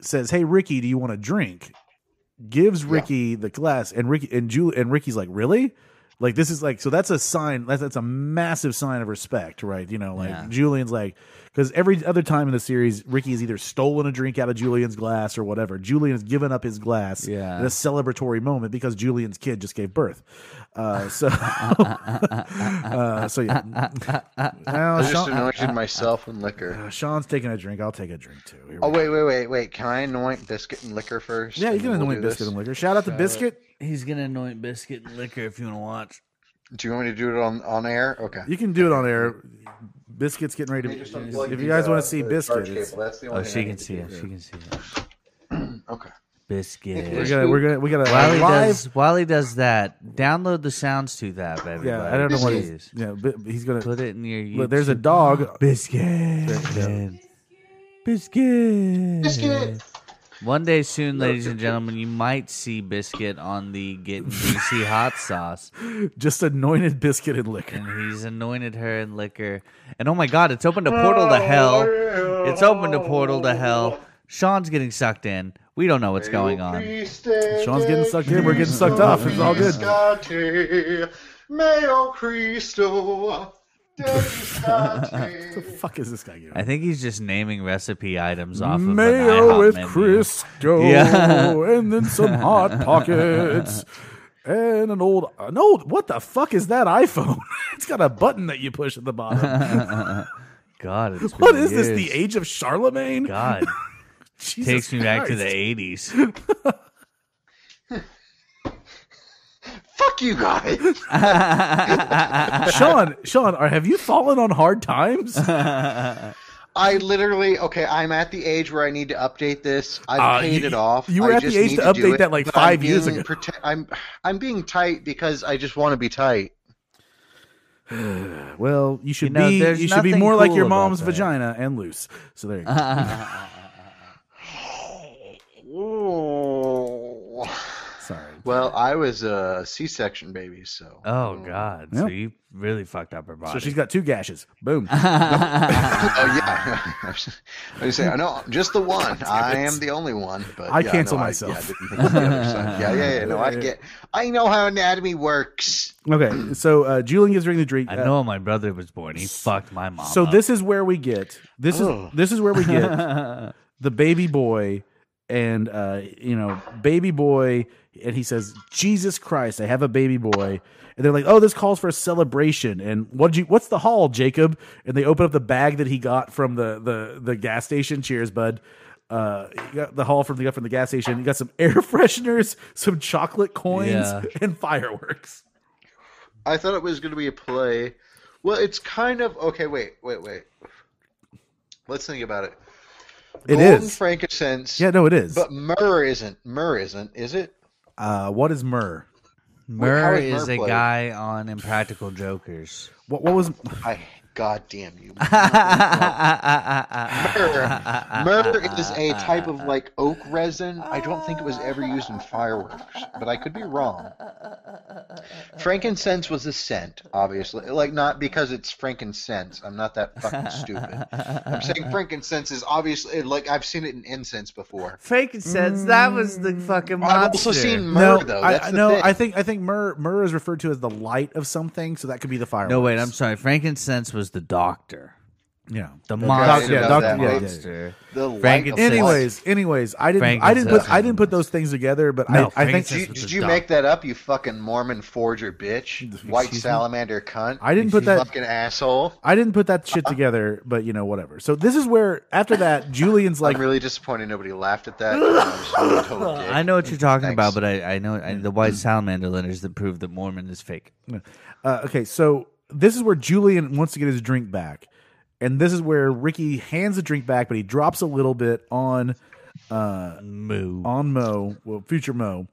Speaker 2: says, "Hey Ricky, do you want a drink?" Gives Ricky the glass, and Ricky and Jul and Ricky's like, "Really?" Like this is like so that's a sign that's that's a massive sign of respect, right? You know, like
Speaker 4: Yeah.
Speaker 2: Julian's like Because every other time in the series, Ricky has either stolen a drink out of Julian's glass or whatever. Julian has given up his glass
Speaker 4: Yeah.
Speaker 2: in a celebratory moment because Julian's kid just gave birth. Uh, so, uh, so yeah. Well,
Speaker 6: I just
Speaker 2: Sean-
Speaker 6: anointed myself with liquor.
Speaker 2: uh, Sean's taking a drink. I'll take a drink too. Here we
Speaker 6: Oh
Speaker 2: go.
Speaker 6: wait, wait, wait, wait! Can I anoint biscuit and liquor first?
Speaker 2: yeah, you
Speaker 6: and
Speaker 2: can
Speaker 6: then we'll
Speaker 2: anoint
Speaker 6: do
Speaker 2: biscuit
Speaker 6: this?
Speaker 2: and liquor. Shout out to biscuit.
Speaker 4: He's gonna anoint biscuit and liquor if you want to watch.
Speaker 6: Do you want me to do it on on air? Okay.
Speaker 2: You can do it on air. Biscuit's getting ready
Speaker 6: Hey, just
Speaker 2: to.
Speaker 6: unplug
Speaker 2: If
Speaker 6: the,
Speaker 2: you guys want
Speaker 6: uh,
Speaker 2: to see
Speaker 6: the
Speaker 2: biscuit,
Speaker 6: charge
Speaker 2: it's-
Speaker 6: cable. That's the only
Speaker 4: Oh,
Speaker 6: thing
Speaker 4: she
Speaker 6: I
Speaker 4: can
Speaker 6: need to
Speaker 4: see
Speaker 6: do.
Speaker 4: it. She can see it.
Speaker 6: Okay.
Speaker 4: Biscuit.
Speaker 2: we're gonna we're gonna we got to
Speaker 4: While he
Speaker 2: live.
Speaker 4: does, while he does that, download the SoundStooth app, everybody.
Speaker 2: yeah, I don't know what he's.
Speaker 4: Please.
Speaker 2: Yeah, but he's gonna.
Speaker 4: Put it in your. YouTube.
Speaker 2: Look, there's a dog.
Speaker 4: biscuit. Biscuit.
Speaker 6: Biscuit.
Speaker 4: One day soon, ladies and gentlemen, you might see biscuit on the Get BC hot sauce,
Speaker 2: Just anointed biscuit and liquor.
Speaker 4: and he's anointed her in liquor. And oh my God, it's opened a portal to hell. It's opened a portal to hell. Sean's getting sucked in. We don't know what's going on.
Speaker 2: Sean's getting sucked in, we're getting sucked off, it's all good.
Speaker 6: good. Mayo Cristo.
Speaker 2: What the fuck is this guy doing?
Speaker 4: I think he's just naming recipe items off of an
Speaker 2: Mayo
Speaker 4: IHOP
Speaker 2: with
Speaker 4: menu.
Speaker 2: Crisco,
Speaker 4: Yeah.
Speaker 2: and then some hot pockets, and an old an old. What the fuck is that iPhone? it's got a button that you push at the bottom.
Speaker 4: God, it's
Speaker 2: what
Speaker 4: been
Speaker 2: is this? The
Speaker 4: years.
Speaker 2: age of Charlemagne?
Speaker 4: God
Speaker 2: Jesus
Speaker 4: takes me back to the
Speaker 2: Christ. Oh.
Speaker 4: eighties.
Speaker 6: Fuck you guys.
Speaker 2: Sean. Sean, are, have you fallen on hard times?
Speaker 6: I literally okay. I'm at the age where I need to update this. I've
Speaker 2: Uh,
Speaker 6: paid
Speaker 2: you-
Speaker 6: it off.
Speaker 2: you were
Speaker 6: I
Speaker 2: at the
Speaker 6: just
Speaker 2: age
Speaker 6: need
Speaker 2: to
Speaker 6: do
Speaker 2: update
Speaker 6: it,
Speaker 2: that, like,
Speaker 6: but
Speaker 2: five
Speaker 6: I'm
Speaker 2: years
Speaker 6: being
Speaker 2: ago.
Speaker 6: prote- I'm I'm being tight because I just want to be tight.
Speaker 2: well, you should
Speaker 4: You know,
Speaker 2: be.
Speaker 4: there's
Speaker 2: You should be
Speaker 4: nothing
Speaker 2: more like
Speaker 4: cool
Speaker 2: your
Speaker 4: about
Speaker 2: mom's
Speaker 4: that.
Speaker 2: vagina and loose. So there you go.
Speaker 6: Ooh.
Speaker 2: Sorry.
Speaker 6: Well, I was a C-section baby, so
Speaker 2: Uh.
Speaker 4: Oh God! So
Speaker 2: Yep.
Speaker 4: you really fucked up her body.
Speaker 2: So she's got two gashes. Boom.
Speaker 6: oh yeah. I was just saying, no, just the one. I am the only one. But
Speaker 2: I
Speaker 6: yeah,
Speaker 2: cancel
Speaker 6: no,
Speaker 2: myself.
Speaker 6: I, yeah, I didn't think of the other side. yeah, yeah, yeah. No, I get. I know how anatomy works.
Speaker 2: Okay. So uh, Julian gives her the drink.
Speaker 4: I
Speaker 2: uh,
Speaker 4: know when my brother was born. He fucked my mom.
Speaker 2: So
Speaker 4: up.
Speaker 2: this is where we get this
Speaker 6: Ugh.
Speaker 2: is this is where we get the baby boy and uh you know baby boy and he says Jesus Christ I have a baby boy and they're like oh this calls for a celebration and what you what's the haul Jacob and they open up the bag that he got from the the the gas station cheers bud uh he got the haul from the got from the gas station he got some air fresheners some chocolate coins
Speaker 4: Yeah.
Speaker 2: and fireworks
Speaker 6: I thought it was going to be a play. Well, it's kind of okay. Wait, wait, wait. Let's think about it.
Speaker 2: It is.
Speaker 6: Golden frankincense.
Speaker 2: yeah no it is
Speaker 6: But myrrh isn't. Myrrh isn't. Is it?
Speaker 2: uh what is myrrh
Speaker 4: Murr
Speaker 6: is Murr
Speaker 4: is a
Speaker 6: played?
Speaker 4: guy on Impractical Jokers.
Speaker 2: what what was
Speaker 6: I. God damn you. myrrh. Myrrh is a type of like oak resin. I don't think it was ever used in fireworks, but I could be wrong. Frankincense was a scent, obviously. Like not because it's frankincense. I'm not that fucking stupid. I'm saying frankincense is obviously like I've seen it in incense before.
Speaker 4: Frankincense. That was the fucking monster.
Speaker 6: I've also seen myrrh though.
Speaker 2: I-
Speaker 6: That's
Speaker 2: I,
Speaker 6: the
Speaker 2: Mm. no,
Speaker 6: thing.
Speaker 2: I think I think myrrh myrrh is referred to as the light of something, so that could be the fireworks.
Speaker 4: No wait, I'm sorry. Frankincense was the doctor,
Speaker 2: yeah.
Speaker 4: the monster,
Speaker 6: yeah,
Speaker 4: the
Speaker 6: doctor- yeah, yeah,
Speaker 4: monster.
Speaker 6: the light of
Speaker 4: Frankincense.
Speaker 6: life.
Speaker 2: Anyways, anyways, I didn't I didn't put I didn't put those things together, but
Speaker 4: No,
Speaker 2: I, I think
Speaker 6: Did you,
Speaker 4: frankincense-
Speaker 6: did you make that up, you fucking Mormon forger bitch? White salamander cunt.
Speaker 2: I didn't put
Speaker 6: you
Speaker 2: that-
Speaker 6: fucking asshole.
Speaker 2: I didn't put that shit together, but you know whatever. So this is where after that Julian's like
Speaker 6: I'm really disappointed nobody laughed at that. I'm just a total dick.
Speaker 4: I know what you're talking about,
Speaker 6: Thanks.
Speaker 4: but I, I know I, the white salamander lineage that proved that Mormon is fake.
Speaker 2: Uh, okay, so this is where Julian wants to get his drink back, and this is where Ricky hands the drink back, but he drops a little bit on, uh,
Speaker 4: Moo.
Speaker 2: on Mo, well, future Mo.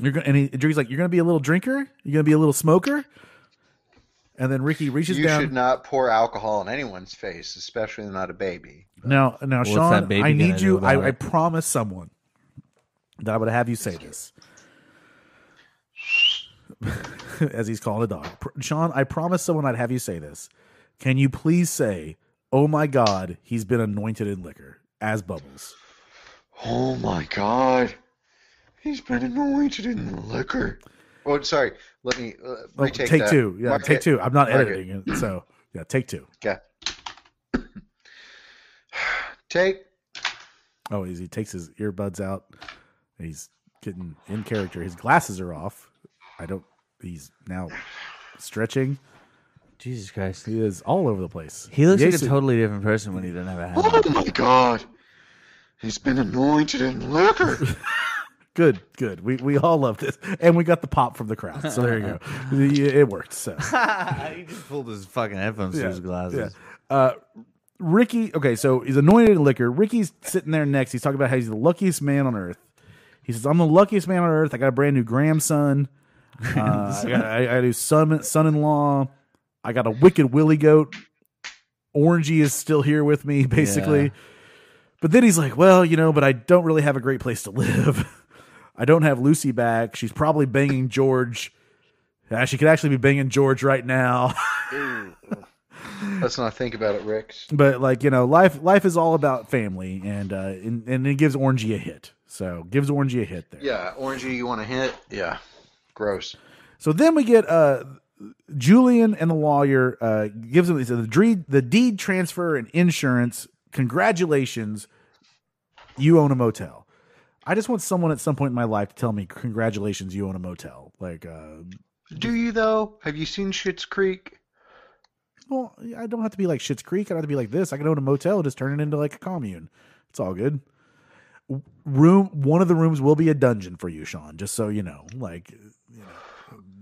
Speaker 2: You're gonna, and he, Ricky's like, "You're gonna be a little drinker. You're gonna be a little smoker." And then Ricky reaches
Speaker 6: You
Speaker 2: down.
Speaker 6: should not pour alcohol in anyone's face, especially not a baby.
Speaker 2: Now, now,
Speaker 4: that
Speaker 2: Sean,
Speaker 4: baby
Speaker 2: I
Speaker 4: gonna
Speaker 2: need
Speaker 4: do
Speaker 2: you.
Speaker 4: about
Speaker 2: I, I
Speaker 4: it?
Speaker 2: promise someone that I would have you say this, as he's calling a dog. Pr- Sean, I promise someone I'd have you say this. Can you please say, "Oh my God, he's been anointed in liquor as bubbles."
Speaker 6: Oh my god. He's been anointed in liquor. Oh, sorry. Let me uh,
Speaker 2: Oh,
Speaker 6: retake
Speaker 2: take
Speaker 6: that.
Speaker 2: two, yeah,
Speaker 6: Mark
Speaker 2: take
Speaker 6: it.
Speaker 2: two. I'm not
Speaker 6: Mark it.
Speaker 2: editing it, so yeah, take two.
Speaker 6: Okay. Take.
Speaker 2: Oh, he's, he takes his earbuds out. He's getting in character. His glasses are off. I don't. He's now stretching.
Speaker 4: Jesus Christ.
Speaker 2: He is all over the place.
Speaker 4: He looks like
Speaker 2: Yesu-
Speaker 4: a totally different person when he doesn't have a hat.
Speaker 1: Oh
Speaker 4: on.
Speaker 1: my god. He's been anointed in liquor.
Speaker 2: good. Good. We we all love this, and we got the pop from the crowd. So there you go. The- it worked. So
Speaker 4: he just pulled his fucking headphones through his glasses.
Speaker 2: yeah. Uh, Ricky. Okay, so he's anointed in liquor. Ricky's sitting there next. He's talking about how he's the luckiest man on earth. He says, "I'm the luckiest man on earth. I got a brand new grandson. Uh, I got I, I got a new son son-in-law. I got a wicked willy goat. Orangey is still here with me, basically."
Speaker 4: Yeah.
Speaker 2: But then he's like, "Well, you know, but I don't really have a great place to live. I don't have Lucy back. She's probably banging George. Uh, she could actually be banging George right now."
Speaker 6: Let's not think about it, Rick.
Speaker 2: but like you know life life is all about family and uh and, and it gives orangey a hit so gives orangey a hit there
Speaker 6: Yeah, orangey, you want to hit? Yeah. Gross.
Speaker 2: so then we get uh julian and the lawyer uh gives him he said, the deed the deed transfer and insurance congratulations you own a motel i just want someone at some point in my life to tell me congratulations you own a motel like uh
Speaker 6: Do you though? Have you seen Schitt's Creek?
Speaker 2: well i don't have to be like Schitt's creek i don't have to be like this i can own a motel and just turn it into like a commune it's all good W- room one of the rooms will be a dungeon for you sean just so you know like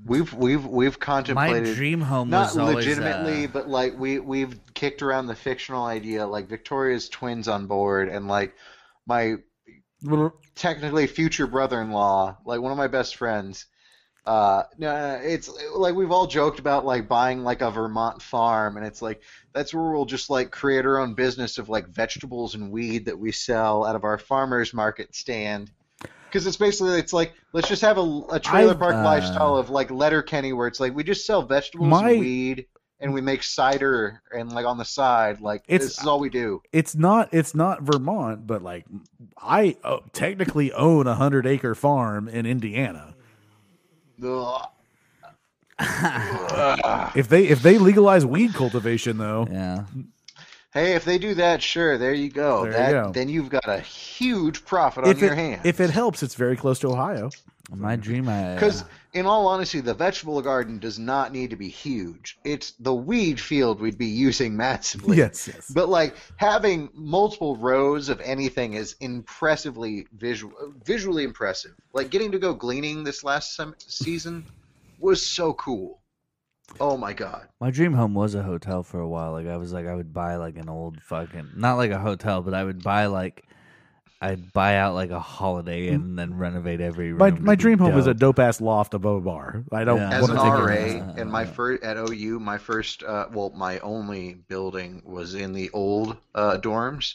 Speaker 6: We've we've we've
Speaker 4: My
Speaker 6: contemplated
Speaker 4: dream home
Speaker 6: not
Speaker 4: was always
Speaker 6: legitimately,
Speaker 4: uh,
Speaker 6: but like we we've kicked around the fictional idea like Victoria's twins on board and like my technically future brother-in-law, like one of my best friends. Uh, no, no, no, it's like we've all joked about like buying like a Vermont farm, and it's like that's where we'll just like create our own business of like vegetables and weed that we sell out of our farmers market stand. Because it's basically it's like let's just have a, a trailer
Speaker 2: I've,
Speaker 6: park
Speaker 2: uh,
Speaker 6: lifestyle of like Letterkenny, where it's like we just sell vegetables
Speaker 2: My-
Speaker 6: and weed, and we make cider and like on the side, like
Speaker 2: It's-
Speaker 6: this is all we do.
Speaker 2: it's not it's not vermont but like i uh, technically own a hundred acre farm in indiana
Speaker 6: Ugh.
Speaker 2: if they if they legalize weed cultivation though
Speaker 4: yeah.
Speaker 6: Hey, if they do that, sure, there you go.
Speaker 2: There you
Speaker 6: that
Speaker 2: go.
Speaker 6: then you've got a huge profit
Speaker 2: if
Speaker 6: on your
Speaker 2: it,
Speaker 6: hands.
Speaker 2: if it helps it's very close to ohio
Speaker 4: My dream I
Speaker 6: because in all honesty, the vegetable garden does not need to be huge. It's the weed field we'd be using massively.
Speaker 2: yes yes
Speaker 6: But like having multiple rows of anything is impressively visual, visually impressive. Like getting to go gleaning this last sem- season was so cool. Oh my god!
Speaker 4: My dream home was a hotel for a while. Like I was like I would buy like an old fucking not like a hotel, but I would buy like I'd buy out like a holiday Inn and then renovate every room.
Speaker 2: my,
Speaker 4: to
Speaker 2: my
Speaker 4: be
Speaker 2: dream home was a
Speaker 4: dope.
Speaker 2: dope ass loft above a bar. I don't
Speaker 4: Yeah.
Speaker 6: as
Speaker 2: want
Speaker 6: an
Speaker 2: to
Speaker 4: wanna
Speaker 6: RA
Speaker 4: take it.
Speaker 6: and my first at OU, my first uh, well, my only building was in the old uh, dorms.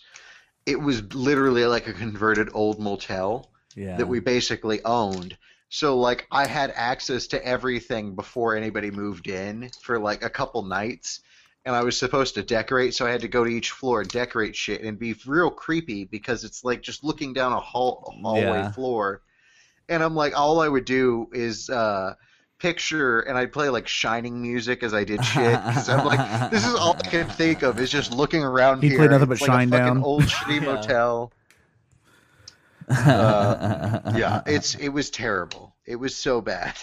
Speaker 6: It was literally like a converted old motel
Speaker 4: yeah.
Speaker 6: that we basically owned. So like I had access to everything before anybody moved in for like a couple nights. And I was supposed to decorate, so I had to go to each floor and decorate shit and be real creepy because it's like just looking down a hall hallway
Speaker 4: Yeah.
Speaker 6: floor. And I'm like, all I would do is uh, picture, and I'd play like shining music as I did shit. 'cause I'm like, this is all I can think of is just looking around
Speaker 2: He'd
Speaker 6: here.
Speaker 2: play nothing
Speaker 6: It's
Speaker 2: but
Speaker 6: like a
Speaker 2: Shine
Speaker 6: fucking
Speaker 2: Down.
Speaker 6: Old shitty motel. Uh, yeah, it's it was terrible. It was so bad.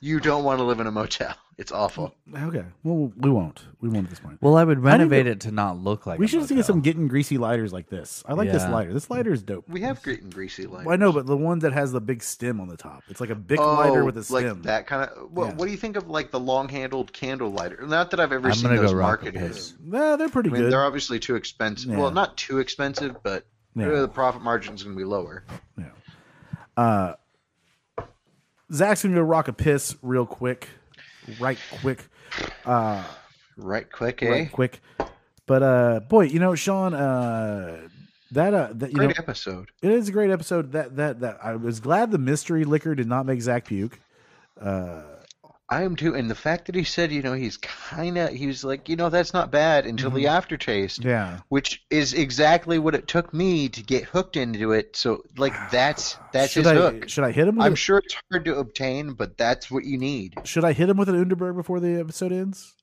Speaker 6: You don't want to live in a motel. It's awful.
Speaker 2: Okay. Well, we won't. We won't at this point.
Speaker 4: well, I would
Speaker 2: need
Speaker 4: renovate it to not look like.
Speaker 2: We
Speaker 4: a
Speaker 2: should just get
Speaker 4: motel.
Speaker 2: some getting greasy lighters like this. I like this
Speaker 4: Yeah.
Speaker 2: lighter. This lighter is dope.
Speaker 6: We have grit and greasy light.
Speaker 2: Well, I know, but the one that has the big stem on the top. It's like a big lighter with a stem.
Speaker 6: Oh, like that kind of. What,
Speaker 2: Yeah.
Speaker 6: what do you think of like the long-handled candle lighter? Not that I've ever
Speaker 4: I'm
Speaker 6: seen
Speaker 4: gonna go
Speaker 6: those
Speaker 4: rock with
Speaker 6: marketed.
Speaker 4: this.
Speaker 2: Nah, they're pretty
Speaker 6: I mean,
Speaker 2: good.
Speaker 6: they're obviously too expensive.
Speaker 2: Yeah.
Speaker 6: Well, not too expensive, but
Speaker 2: Yeah.
Speaker 6: uh, the profit margin's going to be lower.
Speaker 2: Zach's gonna go rock a piss real quick, right quick,
Speaker 6: Right quick, eh?
Speaker 2: right quick. But uh, boy, you know, Sean, uh, that uh, that you
Speaker 6: Great
Speaker 2: know,
Speaker 6: episode.
Speaker 2: It is a great episode. That that that I was glad the mystery liquor did not make Zach puke.
Speaker 6: I am too. And the fact that he said, you know, he's kind of, he was like, you know, that's not bad until the aftertaste.
Speaker 2: Mm-hmm. Yeah.
Speaker 6: Which is exactly what it took me to get hooked into it. So, like, that's that's
Speaker 2: should
Speaker 6: his
Speaker 2: I
Speaker 6: hook.
Speaker 2: should I hit him? With
Speaker 6: I'm
Speaker 2: a-
Speaker 6: sure it's hard to obtain, but that's what you need.
Speaker 2: should I hit him with an Underberg before the episode ends?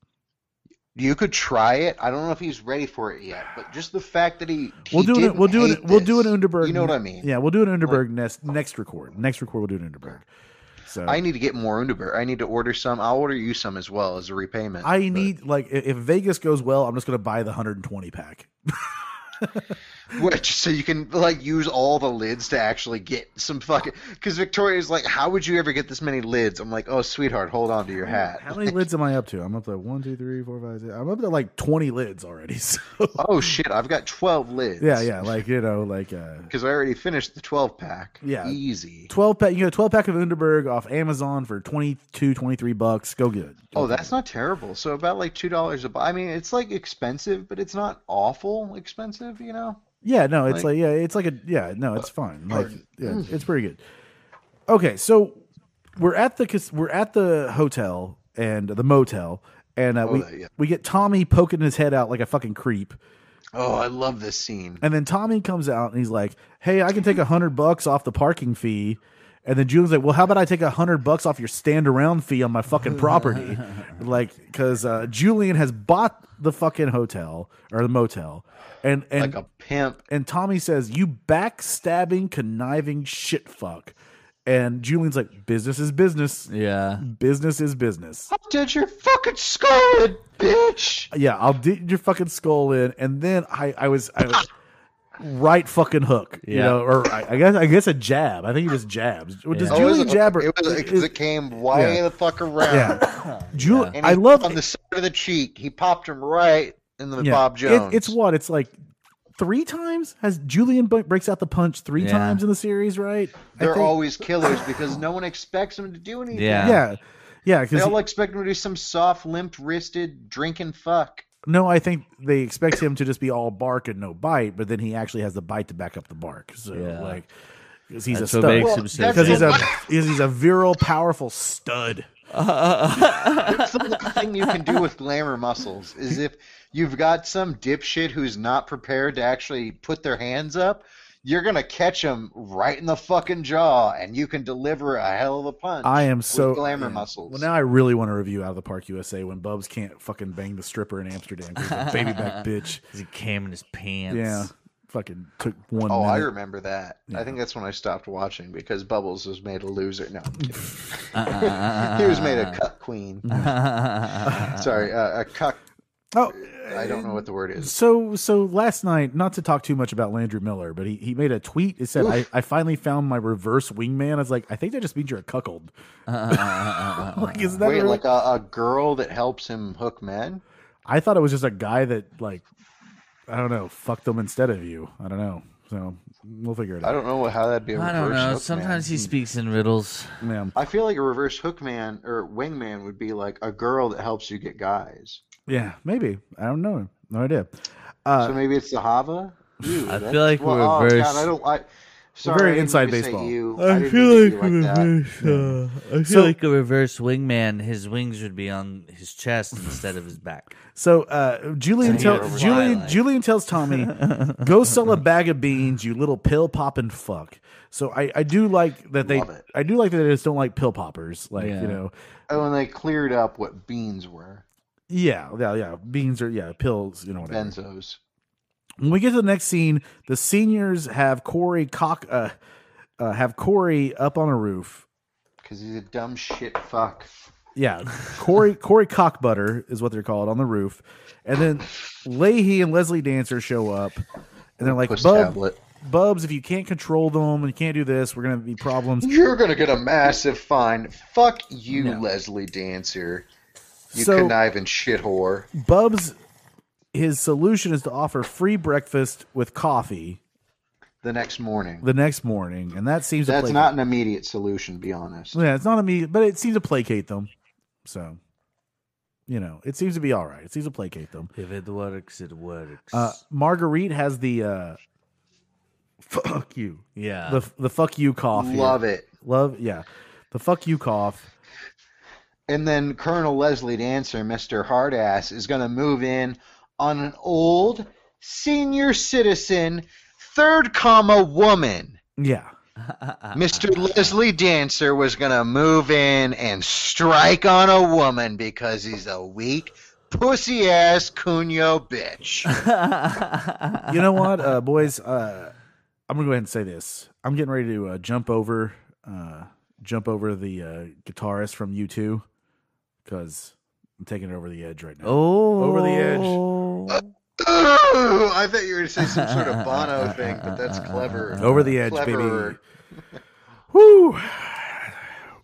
Speaker 6: You could try it. I don't know if he's ready for it yet, but just the fact that he, he
Speaker 2: We'll do it.
Speaker 6: didn't
Speaker 2: We'll do it.
Speaker 6: hate
Speaker 2: We'll do an
Speaker 6: this.
Speaker 2: Underberg.
Speaker 6: You know what I mean?
Speaker 2: Yeah, we'll do an Underberg next next record. Next record, we'll do an Underberg. So
Speaker 6: I need to get more Underberg. I need to order some. I'll order you some as well as a repayment.
Speaker 2: I
Speaker 6: but-
Speaker 2: need like i- if Vegas goes well, I'm just gonna buy the 120 pack.
Speaker 6: Which so you can like use all the lids to actually get some fucking. Because Victoria's like, how would you ever get this many lids? I'm like, oh sweetheart, hold on to your hat.
Speaker 2: How many lids am I up to? I'm up to one, two, three, four, five, six. I'm up to like 20 lids already. So
Speaker 6: Oh shit, I've got twelve lids.
Speaker 2: yeah, yeah, like you know, like uh,
Speaker 6: Because I already finished the twelve pack.
Speaker 2: Yeah.
Speaker 6: easy.
Speaker 2: 12 pack. You get a 12 pack of Underberg off Amazon for 22, 23 bucks. Go good.
Speaker 6: Oh, that's not terrible. So about like two dollars a bo- I mean, it's like expensive, but it's not awful expensive. You know.
Speaker 2: Yeah, no, it's
Speaker 6: Like- uh,
Speaker 2: like, yeah, it's like a yeah, no, it's fine. Like yeah, it's pretty good. Okay, so we're at the cas- we're at the hotel and the motel, and uh, we
Speaker 6: Oh, that- yeah.
Speaker 2: we get Tommy poking his head out like a fucking creep,
Speaker 6: Oh, I love this scene.
Speaker 2: and then Tommy comes out and he's like, "Hey, I can take a hundred bucks off the parking fee." And then Julian's like, "Well, how about I take a hundred bucks off your stand around fee on my fucking property?" like, because uh, Julian has bought the fucking hotel or the motel, and and
Speaker 6: Like a pimp.
Speaker 2: and Tommy says, "You backstabbing, conniving shit fuck." And Julian's like, "Business is business.
Speaker 4: Yeah.
Speaker 2: Business is business.
Speaker 6: I did your fucking skull, in, bitch.
Speaker 2: Yeah, I'll dig your fucking skull in." And then I, I was, I was right fucking hook, you
Speaker 4: Yeah.
Speaker 2: know, or I, I guess, I guess a jab. I think he just jabs. Does
Speaker 4: Yeah.
Speaker 6: Oh, it was
Speaker 2: Julian
Speaker 6: a-
Speaker 2: jab or
Speaker 6: It was because it, came way
Speaker 2: yeah.
Speaker 6: the fuck around.
Speaker 2: yeah, Julian.
Speaker 6: And
Speaker 2: I
Speaker 6: he-
Speaker 2: love
Speaker 6: on the side of the cheek. He popped him right in the
Speaker 2: yeah.
Speaker 6: Bob
Speaker 2: It-
Speaker 6: Jones.
Speaker 2: it's what it's like. Three times has Julian b- breaks out the punch three
Speaker 4: Yeah.
Speaker 2: times in the series, right? I
Speaker 6: They're
Speaker 2: think-
Speaker 6: always killers because no one expects them to do anything.
Speaker 4: Yeah.
Speaker 2: yeah, yeah.
Speaker 6: They
Speaker 2: Because
Speaker 6: all expect him to do some soft, limp wristed drinking fuck.
Speaker 2: No, I think they expect him to just be all bark and no bite, but then he actually has the bite to back up the bark. So
Speaker 4: Yeah.
Speaker 2: like, 'cause he's
Speaker 4: That's
Speaker 2: a
Speaker 4: what
Speaker 2: stud.
Speaker 4: makes
Speaker 6: Well,
Speaker 4: him
Speaker 6: that's
Speaker 2: Because
Speaker 4: so.
Speaker 2: he's a he's, he's a virile, powerful stud.
Speaker 6: That's the one thing you can do with glamour muscles is if you've got some dipshit who's not prepared to actually put their hands up, you're gonna catch him right in the fucking jaw, and you can deliver a hell of a punch.
Speaker 2: I am so
Speaker 6: with glamour
Speaker 2: yeah.
Speaker 6: muscles.
Speaker 2: Well, now I really want to review Out of the Park USA when Bubs can't fucking bang the stripper in Amsterdam. 'cause he's a baby back bitch.
Speaker 4: He came in his pants.
Speaker 2: Yeah, fucking took one.
Speaker 6: Oh, I
Speaker 2: minute.
Speaker 6: remember that. I think that's when I stopped watching because Bubbles was made a loser. No, I'm kidding.
Speaker 4: Uh-uh.
Speaker 6: he was made a cuck queen. Sorry, uh, a cuck.
Speaker 2: Oh,
Speaker 6: I don't know what the word is.
Speaker 2: So so last night, not to talk too much about Landry Miller, but he, he made a tweet. It said, I, I finally found my reverse wingman. I was like, I think that just means you're a cuckold.
Speaker 6: Uh,
Speaker 2: like, is that
Speaker 6: Wait,
Speaker 2: really-
Speaker 6: like a, a girl that helps him hook men?
Speaker 2: I thought it was just a guy that like I don't know, fucked them instead of you. I don't know. So we'll figure it
Speaker 6: I
Speaker 2: out.
Speaker 6: don't know how that'd be. A
Speaker 4: I
Speaker 6: reverse
Speaker 4: don't know.
Speaker 6: hook
Speaker 4: Sometimes
Speaker 6: man.
Speaker 4: he speaks in riddles.
Speaker 2: Yeah.
Speaker 6: I feel like a reverse hook man or wingman would be like a girl that helps you get guys.
Speaker 2: yeah, maybe. I don't know. No idea.
Speaker 6: so maybe it's the Hava. Ew,
Speaker 4: Uh, I
Speaker 6: that's-
Speaker 4: feel like
Speaker 6: well,
Speaker 4: we're
Speaker 6: oh,
Speaker 4: reverse-
Speaker 6: God, I don't. I, sorry,
Speaker 2: very
Speaker 6: I didn't mean
Speaker 2: inside
Speaker 6: to say
Speaker 2: baseball.
Speaker 6: you. I, didn't mean to do like that.
Speaker 4: Uh, I feel
Speaker 2: So-
Speaker 4: like a reverse wingman. His wings would be on his chest instead of his back.
Speaker 2: So uh, Julian
Speaker 4: Take
Speaker 2: tells
Speaker 4: over.
Speaker 2: Julian
Speaker 4: Twilight.
Speaker 2: Julian tells Tommy, "Go sell a bag of beans, you little pill popping fuck." So I, I do like that they
Speaker 6: Love it.
Speaker 2: I do like that they just don't like pill poppers, like
Speaker 4: Yeah.
Speaker 2: you know,
Speaker 6: Oh, and they cleared up what beans were.
Speaker 2: yeah, yeah, yeah, beans are yeah pills, you know whatever.
Speaker 6: Benzos.
Speaker 2: When we get to the next scene, the seniors have Corey cock uh, uh have Corey up on a roof.
Speaker 6: Because he's a dumb shit fuck.
Speaker 2: Yeah, Corey Corey Cockbutter is what they're called on the roof, and then Leahy and Leslie Dancer show up, and they're like,
Speaker 6: Puss
Speaker 2: "Bub,
Speaker 6: tablet.
Speaker 2: Bubs, if you can't control them and you can't do this, we're gonna be problems.
Speaker 6: You're going to get a massive fine. Fuck you,
Speaker 2: No.
Speaker 6: Leslie Dancer. You
Speaker 2: So-
Speaker 6: conniving shit whore.
Speaker 2: Bubs, his solution is to offer free breakfast with coffee
Speaker 6: The next morning.
Speaker 2: the next morning, and that seems to
Speaker 6: That's
Speaker 2: placate.
Speaker 6: not an immediate solution, be honest.
Speaker 2: yeah, it's not immediate, but it seems to placate them. So, you know, it seems to be all right. It seems to placate them.
Speaker 4: If it works, it works.
Speaker 2: Uh, Marguerite has the uh, fuck you,
Speaker 4: yeah.
Speaker 2: the the fuck you cough. here.
Speaker 6: Love it.
Speaker 2: love, yeah, the fuck you cough.
Speaker 6: And then Colonel Leslie Dancer, Mr. Hardass, is going to move in on an old senior citizen, third comma woman.
Speaker 2: Yeah,
Speaker 6: Mr. Leslie Dancer was going to move in and strike on a woman because he's a weak pussy ass cuno bitch.
Speaker 2: you know what, uh, boys? Uh, I'm gonna go ahead and say this. I'm getting ready to uh, jump over, uh, jump over the uh, guitarist from U2 because I'm taking it over the edge right now.
Speaker 4: Oh,
Speaker 2: Over the edge.
Speaker 4: edge.
Speaker 6: Oh, I thought you were going to say some sort of Bono thing, but that's clever.
Speaker 2: Over the edge,
Speaker 6: Cleverer.
Speaker 2: baby. Woo!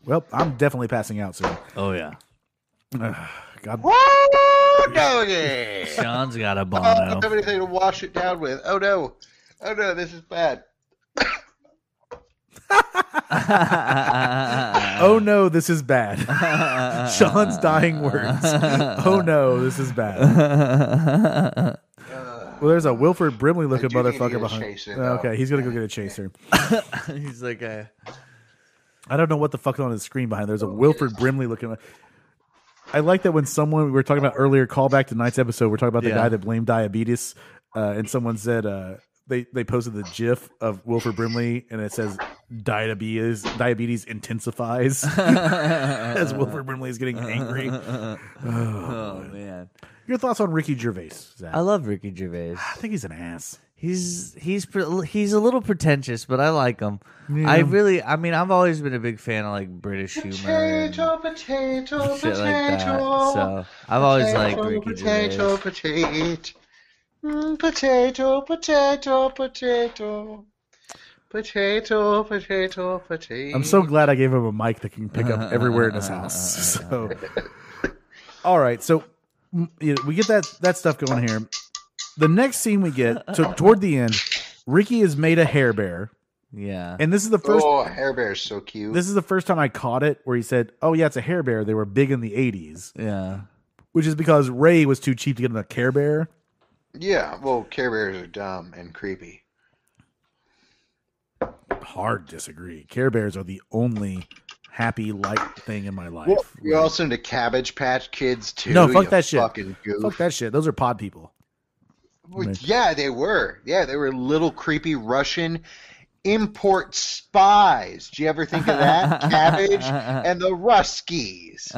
Speaker 2: Well, I'm definitely passing out soon.
Speaker 4: Oh yeah,
Speaker 2: God,
Speaker 6: Woo, doggy!
Speaker 4: Sean's got a
Speaker 6: Oh, I
Speaker 4: bono.
Speaker 6: don't have anything to wash it down with. Oh no, oh no, this is bad.
Speaker 2: oh no, this is bad. Sean's dying words. oh no, this is bad. Well, there's a Wilford Brimley looking
Speaker 6: do need to
Speaker 2: motherfucker
Speaker 6: get a
Speaker 2: behind.
Speaker 6: chaser, though.
Speaker 2: okay, he's gonna go get a chaser.
Speaker 4: He's like a.
Speaker 2: I don't know what the fuck is on his screen behind. There's a Wilford Brimley looking. I like that when someone we were talking about earlier, callback to tonight's episode, we're talking about the
Speaker 4: Yeah.
Speaker 2: guy that blamed diabetes, uh, and someone said uh, they they posted the GIF of Wilford Brimley, and it says diabetes diabetes intensifies as Wilford Brimley is getting angry.
Speaker 4: Oh man,
Speaker 2: Your thoughts on Ricky Gervais? Zach?
Speaker 4: I love Ricky Gervais.
Speaker 2: I think he's an ass.
Speaker 4: He's he's pre- he's a little pretentious, but I like him. I really, I mean, I've always been a big fan of like British humor and
Speaker 6: Potato, potato,
Speaker 4: shit like that.
Speaker 6: potato.
Speaker 4: So I've always liked
Speaker 6: potato,
Speaker 4: Ricky
Speaker 6: potato,
Speaker 4: Gervais.
Speaker 6: potato, Mm, potato, potato, potato, potato, potato, potato.
Speaker 2: I'm so glad I gave him a mic that can pick up everywhere in his house. So, all right, so mm, you know, we get that that stuff going here. The next scene we get so toward the end, Ricky is made a hair bear,
Speaker 4: Yeah.
Speaker 2: and this is the first
Speaker 6: Oh, Hair Bear's so cute.
Speaker 2: this is the first time I caught it where he said, "Oh yeah, it's a hair bear." They were big in the '80s,
Speaker 4: Yeah.
Speaker 2: which is because Ray was too cheap to get him a care bear.
Speaker 6: Yeah, well, Care Bears are dumb and creepy.
Speaker 2: Hard disagree. Care bears are the only happy light thing in my life.
Speaker 6: You're also into Cabbage Patch Kids too.
Speaker 2: No, fuck
Speaker 6: you
Speaker 2: that shit.
Speaker 6: Fucking goof.
Speaker 2: Fuck that shit. Those are pod people.
Speaker 6: Well,
Speaker 2: Mitch.
Speaker 6: Yeah, they were. Yeah, they were little creepy Russian import spies. Do you ever think of that? Cabbage and the Ruskies.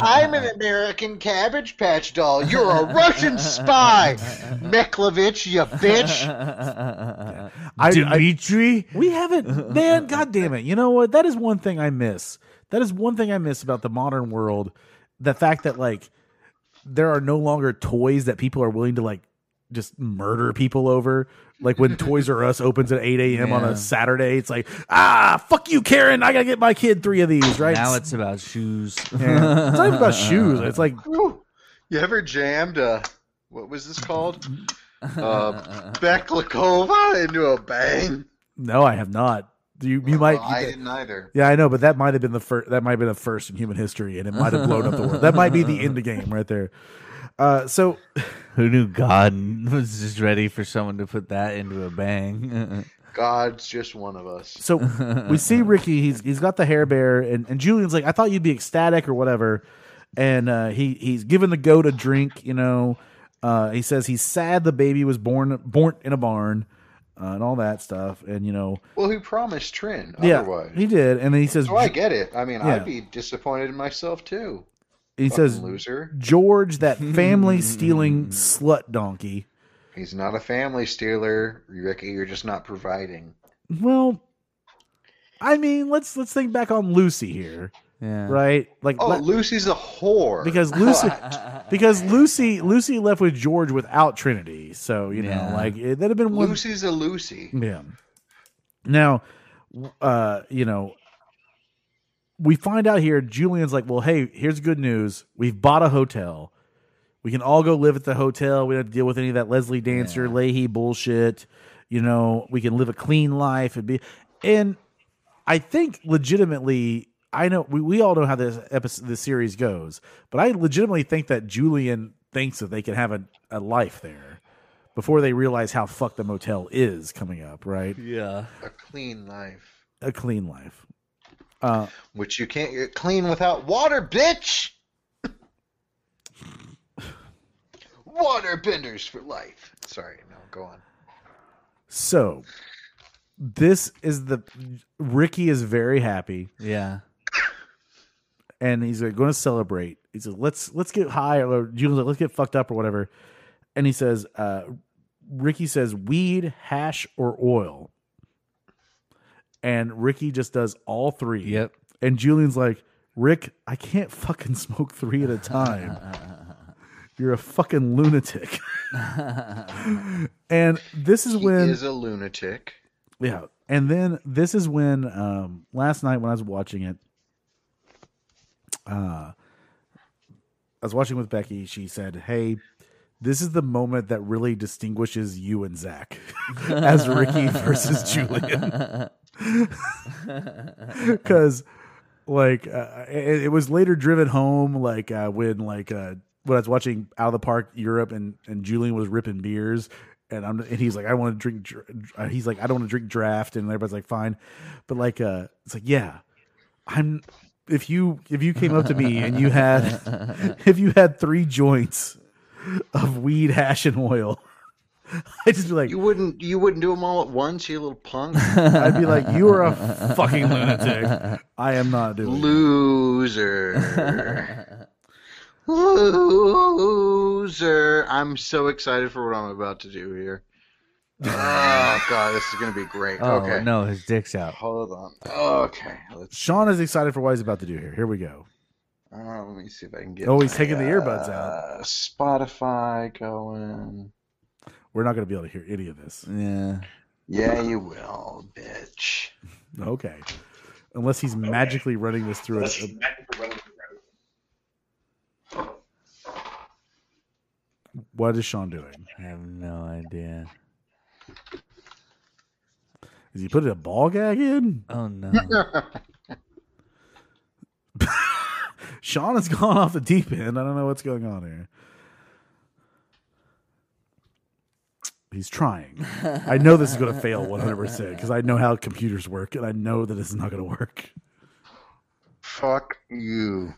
Speaker 6: I'm an American Cabbage Patch doll. You're a Russian spy, Meklovich, you bitch.
Speaker 2: I, I,
Speaker 4: Dimitri.
Speaker 2: We haven't, man. God damn it! You know what? That is one thing I miss. That is one thing I miss about the modern world. The fact that like there are no longer toys that people are willing to like just murder people over. Like when Toys R Us opens at eight a.m. on
Speaker 4: Yeah.
Speaker 2: a Saturday, it's like ah, fuck you, Karen. I gotta get my kid three of these. Right
Speaker 4: Now it's about shoes.
Speaker 2: Yeah. It's not even about shoes. It's like
Speaker 6: Whew. You ever jammed a what was this called? Uh, Beklikova into a bang?
Speaker 2: no, I have not. You you might.
Speaker 6: Well, I didn't either.
Speaker 2: yeah, I know, but that might have been the first. That might have been the first in human history, and it might have blown up the world. That might be the end of game right there. Uh, so
Speaker 4: Who knew God was just ready for someone to put that into a bang?
Speaker 6: God's just one of us.
Speaker 2: So we see Ricky. He's he's got the hair bear, and, and Julian's like, I thought you'd be ecstatic or whatever. And uh, he he's given the goat a drink. You know, uh, he says he's sad the baby was born born in a barn, uh, and all that stuff. And you know,
Speaker 6: Well, he promised Trin
Speaker 2: yeah,
Speaker 6: otherwise.
Speaker 2: he did. And then he says,
Speaker 6: So Oh, I get it. I mean,
Speaker 2: Yeah.
Speaker 6: I'd be disappointed in myself too.
Speaker 2: he
Speaker 6: Fucking
Speaker 2: says
Speaker 6: loser.
Speaker 2: George, that family stealing slut donkey.
Speaker 6: He's not a family stealer, Ricky. You're just not providing.
Speaker 2: Well, I mean, let's let's think back on Lucy here,
Speaker 4: yeah.
Speaker 2: right? Like
Speaker 6: Oh,
Speaker 2: la-
Speaker 6: Lucy's a whore.
Speaker 2: because Lucy because Lucy Lucy left with George without Trinity. So you know,
Speaker 4: Yeah.
Speaker 2: like it, that'd have been one.
Speaker 6: Lucy's a Lucy.
Speaker 2: Yeah. Now, uh, you know, we find out here. Julian's like, well, hey, here's good news. We've bought a hotel. We can all go live at the hotel. We don't have to deal with any of that Leslie Dancer, Leahy bullshit. You know, we can live a clean life and be. And I think legitimately, I know we, we all know how this episode, this series goes, but I legitimately think that Julian thinks that they can have a, a life there before they realize how fucked the motel is coming up, right?
Speaker 4: Yeah.
Speaker 6: A clean life,
Speaker 2: A clean life. Uh,
Speaker 6: which you can't you're clean without water, bitch. water benders for life. Sorry, no, go on.
Speaker 2: so this is the Ricky is very happy
Speaker 4: Yeah.
Speaker 2: and he's going to celebrate. he says let's let's get high or Julian's like let's get fucked up or whatever, and he says uh, Ricky says weed, hash, or oil, and Ricky just does all three.
Speaker 4: Yep.
Speaker 2: And Julian's like Rick, I can't fucking smoke three at a time. You're a fucking lunatic. and this is
Speaker 6: He
Speaker 2: when
Speaker 6: is a lunatic.
Speaker 2: yeah. And then this is when um last night when I was watching it uh I was watching with Becky, she said, Hey, this is the moment that really distinguishes you and Zach as Ricky versus Julian. Cause like uh, it, it was later driven home like uh when like uh when I was watching Out of the Park Europe and and Julian was ripping beers and I'm and he's like I want to drink dr- uh, he's like I don't want to drink draft and everybody's like fine but like uh it's like yeah I'm if you if you came up to me and you had if you had three joints of weed hash and oil I'd just be like
Speaker 6: You wouldn't you wouldn't do them all at once, you little punk.
Speaker 2: I'd be like you are a fucking lunatic I am not doing it."
Speaker 6: Loser. Loser. I'm so excited for what I'm about to do here. Oh god, this is gonna be great.
Speaker 4: Oh
Speaker 6: okay.
Speaker 4: no, his dick's out.
Speaker 6: Hold on. Okay. Let's
Speaker 2: Sean is excited for what he's about to do here here we go
Speaker 6: uh, let me see if I can get
Speaker 2: Oh, he's
Speaker 6: my,
Speaker 2: taking the earbuds out.
Speaker 6: uh, Spotify going.
Speaker 2: we're not going to be able to hear any of this
Speaker 4: Yeah.
Speaker 6: Yeah, you will, bitch.
Speaker 2: okay unless he's magically running this through a, a what is Sean doing
Speaker 4: I have no idea.
Speaker 2: is he putting a ball gag in
Speaker 4: Oh no.
Speaker 2: Sean has gone off the deep end. I don't know what's going on here. He's trying. I know this is going to fail 100% because I know how computers work and I know that it's not going to work.
Speaker 6: Fuck you.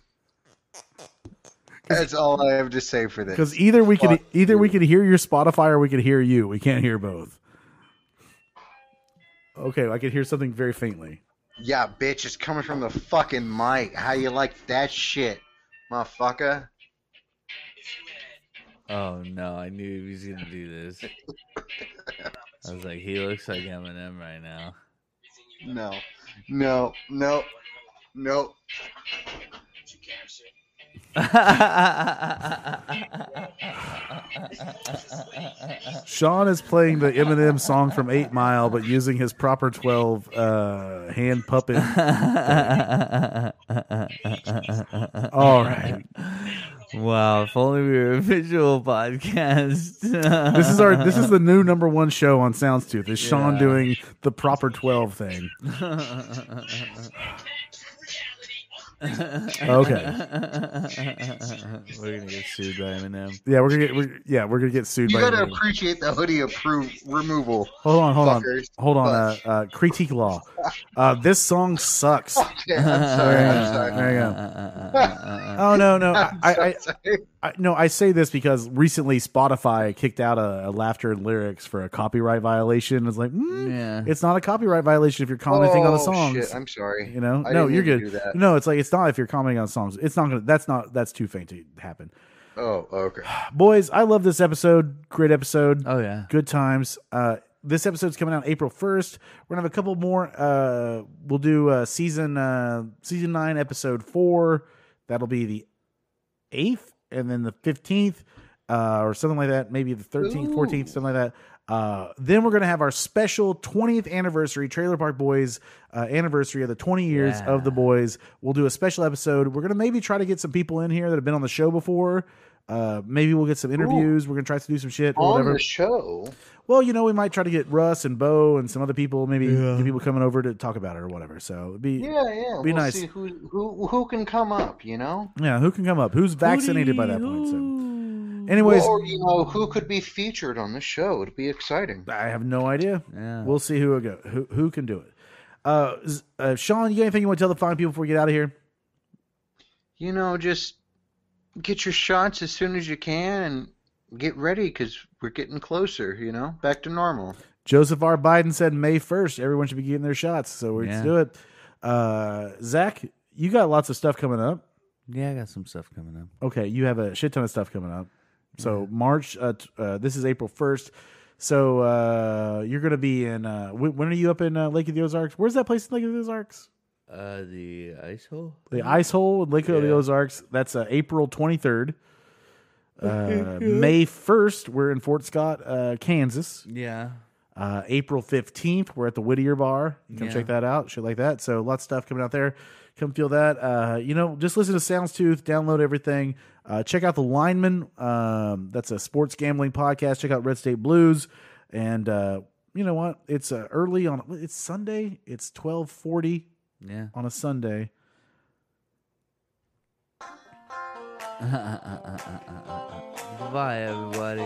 Speaker 6: That's all I have to say for this.
Speaker 2: Because either we can
Speaker 6: Fuck
Speaker 2: either we can hear your Spotify or we can hear you. We can't hear both. Okay, I can hear something very faintly.
Speaker 6: Yeah, bitch, it's coming from the fucking mic. How you like that shit, motherfucker?
Speaker 4: Oh no, I knew he was gonna do this. I was like, he looks like Eminem right now.
Speaker 6: No, no, no, no.
Speaker 2: Sean is playing the Eminem song from Eight Mile, but using his proper twelve uh, hand puppet. All right,
Speaker 4: wow, if only we were a visual podcast.
Speaker 2: this is our this is the new number one show on Soundstooth. Is Sean
Speaker 4: Yeah.
Speaker 2: doing the proper twelve thing? Okay,
Speaker 4: We're gonna get sued by Eminem.
Speaker 2: yeah, we're gonna get we're, yeah we're gonna get sued
Speaker 6: You
Speaker 2: by.
Speaker 6: gotta
Speaker 2: Eminem.
Speaker 6: appreciate the hoodie appro- removal.
Speaker 2: Hold on, hold on,
Speaker 6: Fuckers.
Speaker 2: hold on. Uh,
Speaker 6: Fuck.
Speaker 2: uh, critique law. Uh, this song sucks.
Speaker 6: Okay, I'm sorry, I'm sorry.
Speaker 2: There you go. Oh no, no, I, I, I,
Speaker 6: Sorry.
Speaker 2: I no, I say this because recently Spotify kicked out a, a laughter and lyrics for a copyright violation. It's like, mm,
Speaker 4: Yeah.
Speaker 2: it's not a copyright violation if you're commenting on the
Speaker 6: Oh,
Speaker 2: songs.
Speaker 6: shit, I'm sorry.
Speaker 2: you know,
Speaker 6: I
Speaker 2: no, you're
Speaker 6: didn't mean
Speaker 2: good.
Speaker 6: to do that.
Speaker 2: No, it's like it's not if you're commenting on songs. It's not gonna. That's not. That's too faint to happen.
Speaker 6: Oh, okay.
Speaker 2: Boys, I love this episode. Great episode.
Speaker 4: Oh yeah.
Speaker 2: Good times. Uh, this episode's coming out April first. We're gonna have a couple more. Uh, we'll do uh, season uh, season nine, episode four. That'll be the eighth, and then the fifteenth, uh, or something like that. Maybe the thirteenth, fourteenth, something like that. Uh, then we're gonna have our special twentieth anniversary Trailer Park Boys uh, anniversary of the twenty years
Speaker 4: Yeah.
Speaker 2: of the boys. We'll do a special episode. We're gonna maybe try to get some people in here that have been on the show before. Uh, maybe we'll get some interviews. We're gonna try to do some shit or
Speaker 6: On
Speaker 2: whatever.
Speaker 6: the show,
Speaker 2: Well, you know, we might try to get Russ and Bo and some other people, maybe get people coming over to talk about it or whatever. So it'd be yeah,
Speaker 6: yeah, yeah.
Speaker 2: Be
Speaker 6: we'll
Speaker 2: nice.
Speaker 6: See who who who can come up? You know.
Speaker 2: who can come up? Who's vaccinated by that point? So, anyways,
Speaker 6: or you know who could be featured on the show? It'd be exciting.
Speaker 2: I have no idea.
Speaker 4: Yeah.
Speaker 2: We'll see who will go, who who can do it. Uh, Z- uh, Sean, you got anything you want to tell the fine people before we get out of here?
Speaker 6: You know, just get your shots as soon as you can and get ready because we're getting closer. You know, back to normal.
Speaker 2: Joseph R. Biden said May first, everyone should be getting their shots. So let's
Speaker 4: Yeah.
Speaker 2: do it. Uh, Zach, you got lots of stuff coming up.
Speaker 4: Yeah, I got some stuff coming up.
Speaker 2: Okay, you have a shit ton of stuff coming up. So March, uh, t- uh, this is April first. So uh, you're gonna be in. Uh, wh- when are you up in uh, Lake of the Ozarks? Where's that place in Lake of the Ozarks?
Speaker 4: Uh, the ice hole.
Speaker 2: The Ice Hole in Lake of the
Speaker 4: Yeah.
Speaker 2: Ozarks. That's uh, April 23rd. Uh, May 1st, we're in Fort Scott, uh, Kansas.
Speaker 4: Yeah.
Speaker 2: Uh, April 15th, we're at the Whittier Bar. You Come
Speaker 4: Yeah.
Speaker 2: check that out, shit like that. So lots of stuff coming out there. Come feel that. Uh, you know, just listen to Soundstooth, download everything. Uh, check out The Lineman. Um, that's a sports gambling podcast. Check out Red State Blues. And uh, you know what? It's uh, early on. It's Sunday. It's 1240
Speaker 4: Yeah.
Speaker 2: on a Sunday.
Speaker 4: Bye, everybody.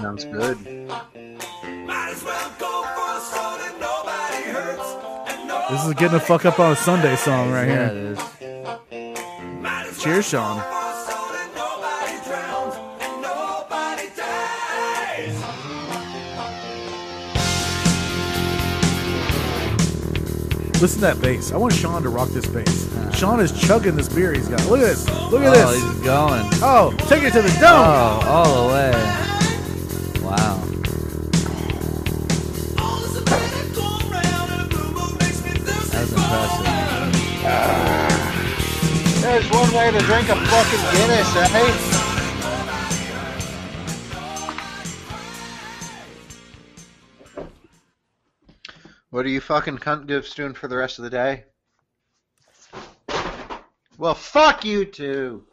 Speaker 6: Sounds good.
Speaker 3: Might as well go for a stroll and nobody hurts. And no
Speaker 2: This is getting a fuck up on a Sunday song right
Speaker 4: Yeah,
Speaker 2: here.
Speaker 4: it is.
Speaker 3: might as
Speaker 2: Cheers, Sean.
Speaker 3: well go for a stroll and nobody drowns. And nobody dies.
Speaker 2: Listen to that bass. I want Sean to rock this bass. Sean is chugging this beer he's got. Look at this. Look at
Speaker 4: Uh-huh. Oh,
Speaker 2: this.
Speaker 4: he's going.
Speaker 2: Oh, take it to the dome.
Speaker 4: Oh, all the way. Wow.
Speaker 3: All this Atlantic going round and the blue moon makes me thirsty
Speaker 4: That was
Speaker 3: for
Speaker 4: impressive.
Speaker 3: more.
Speaker 6: There's one way to drink a fucking Guinness, eh? What are you fucking cunt goofs doing for the rest of the day? Well, fuck you two.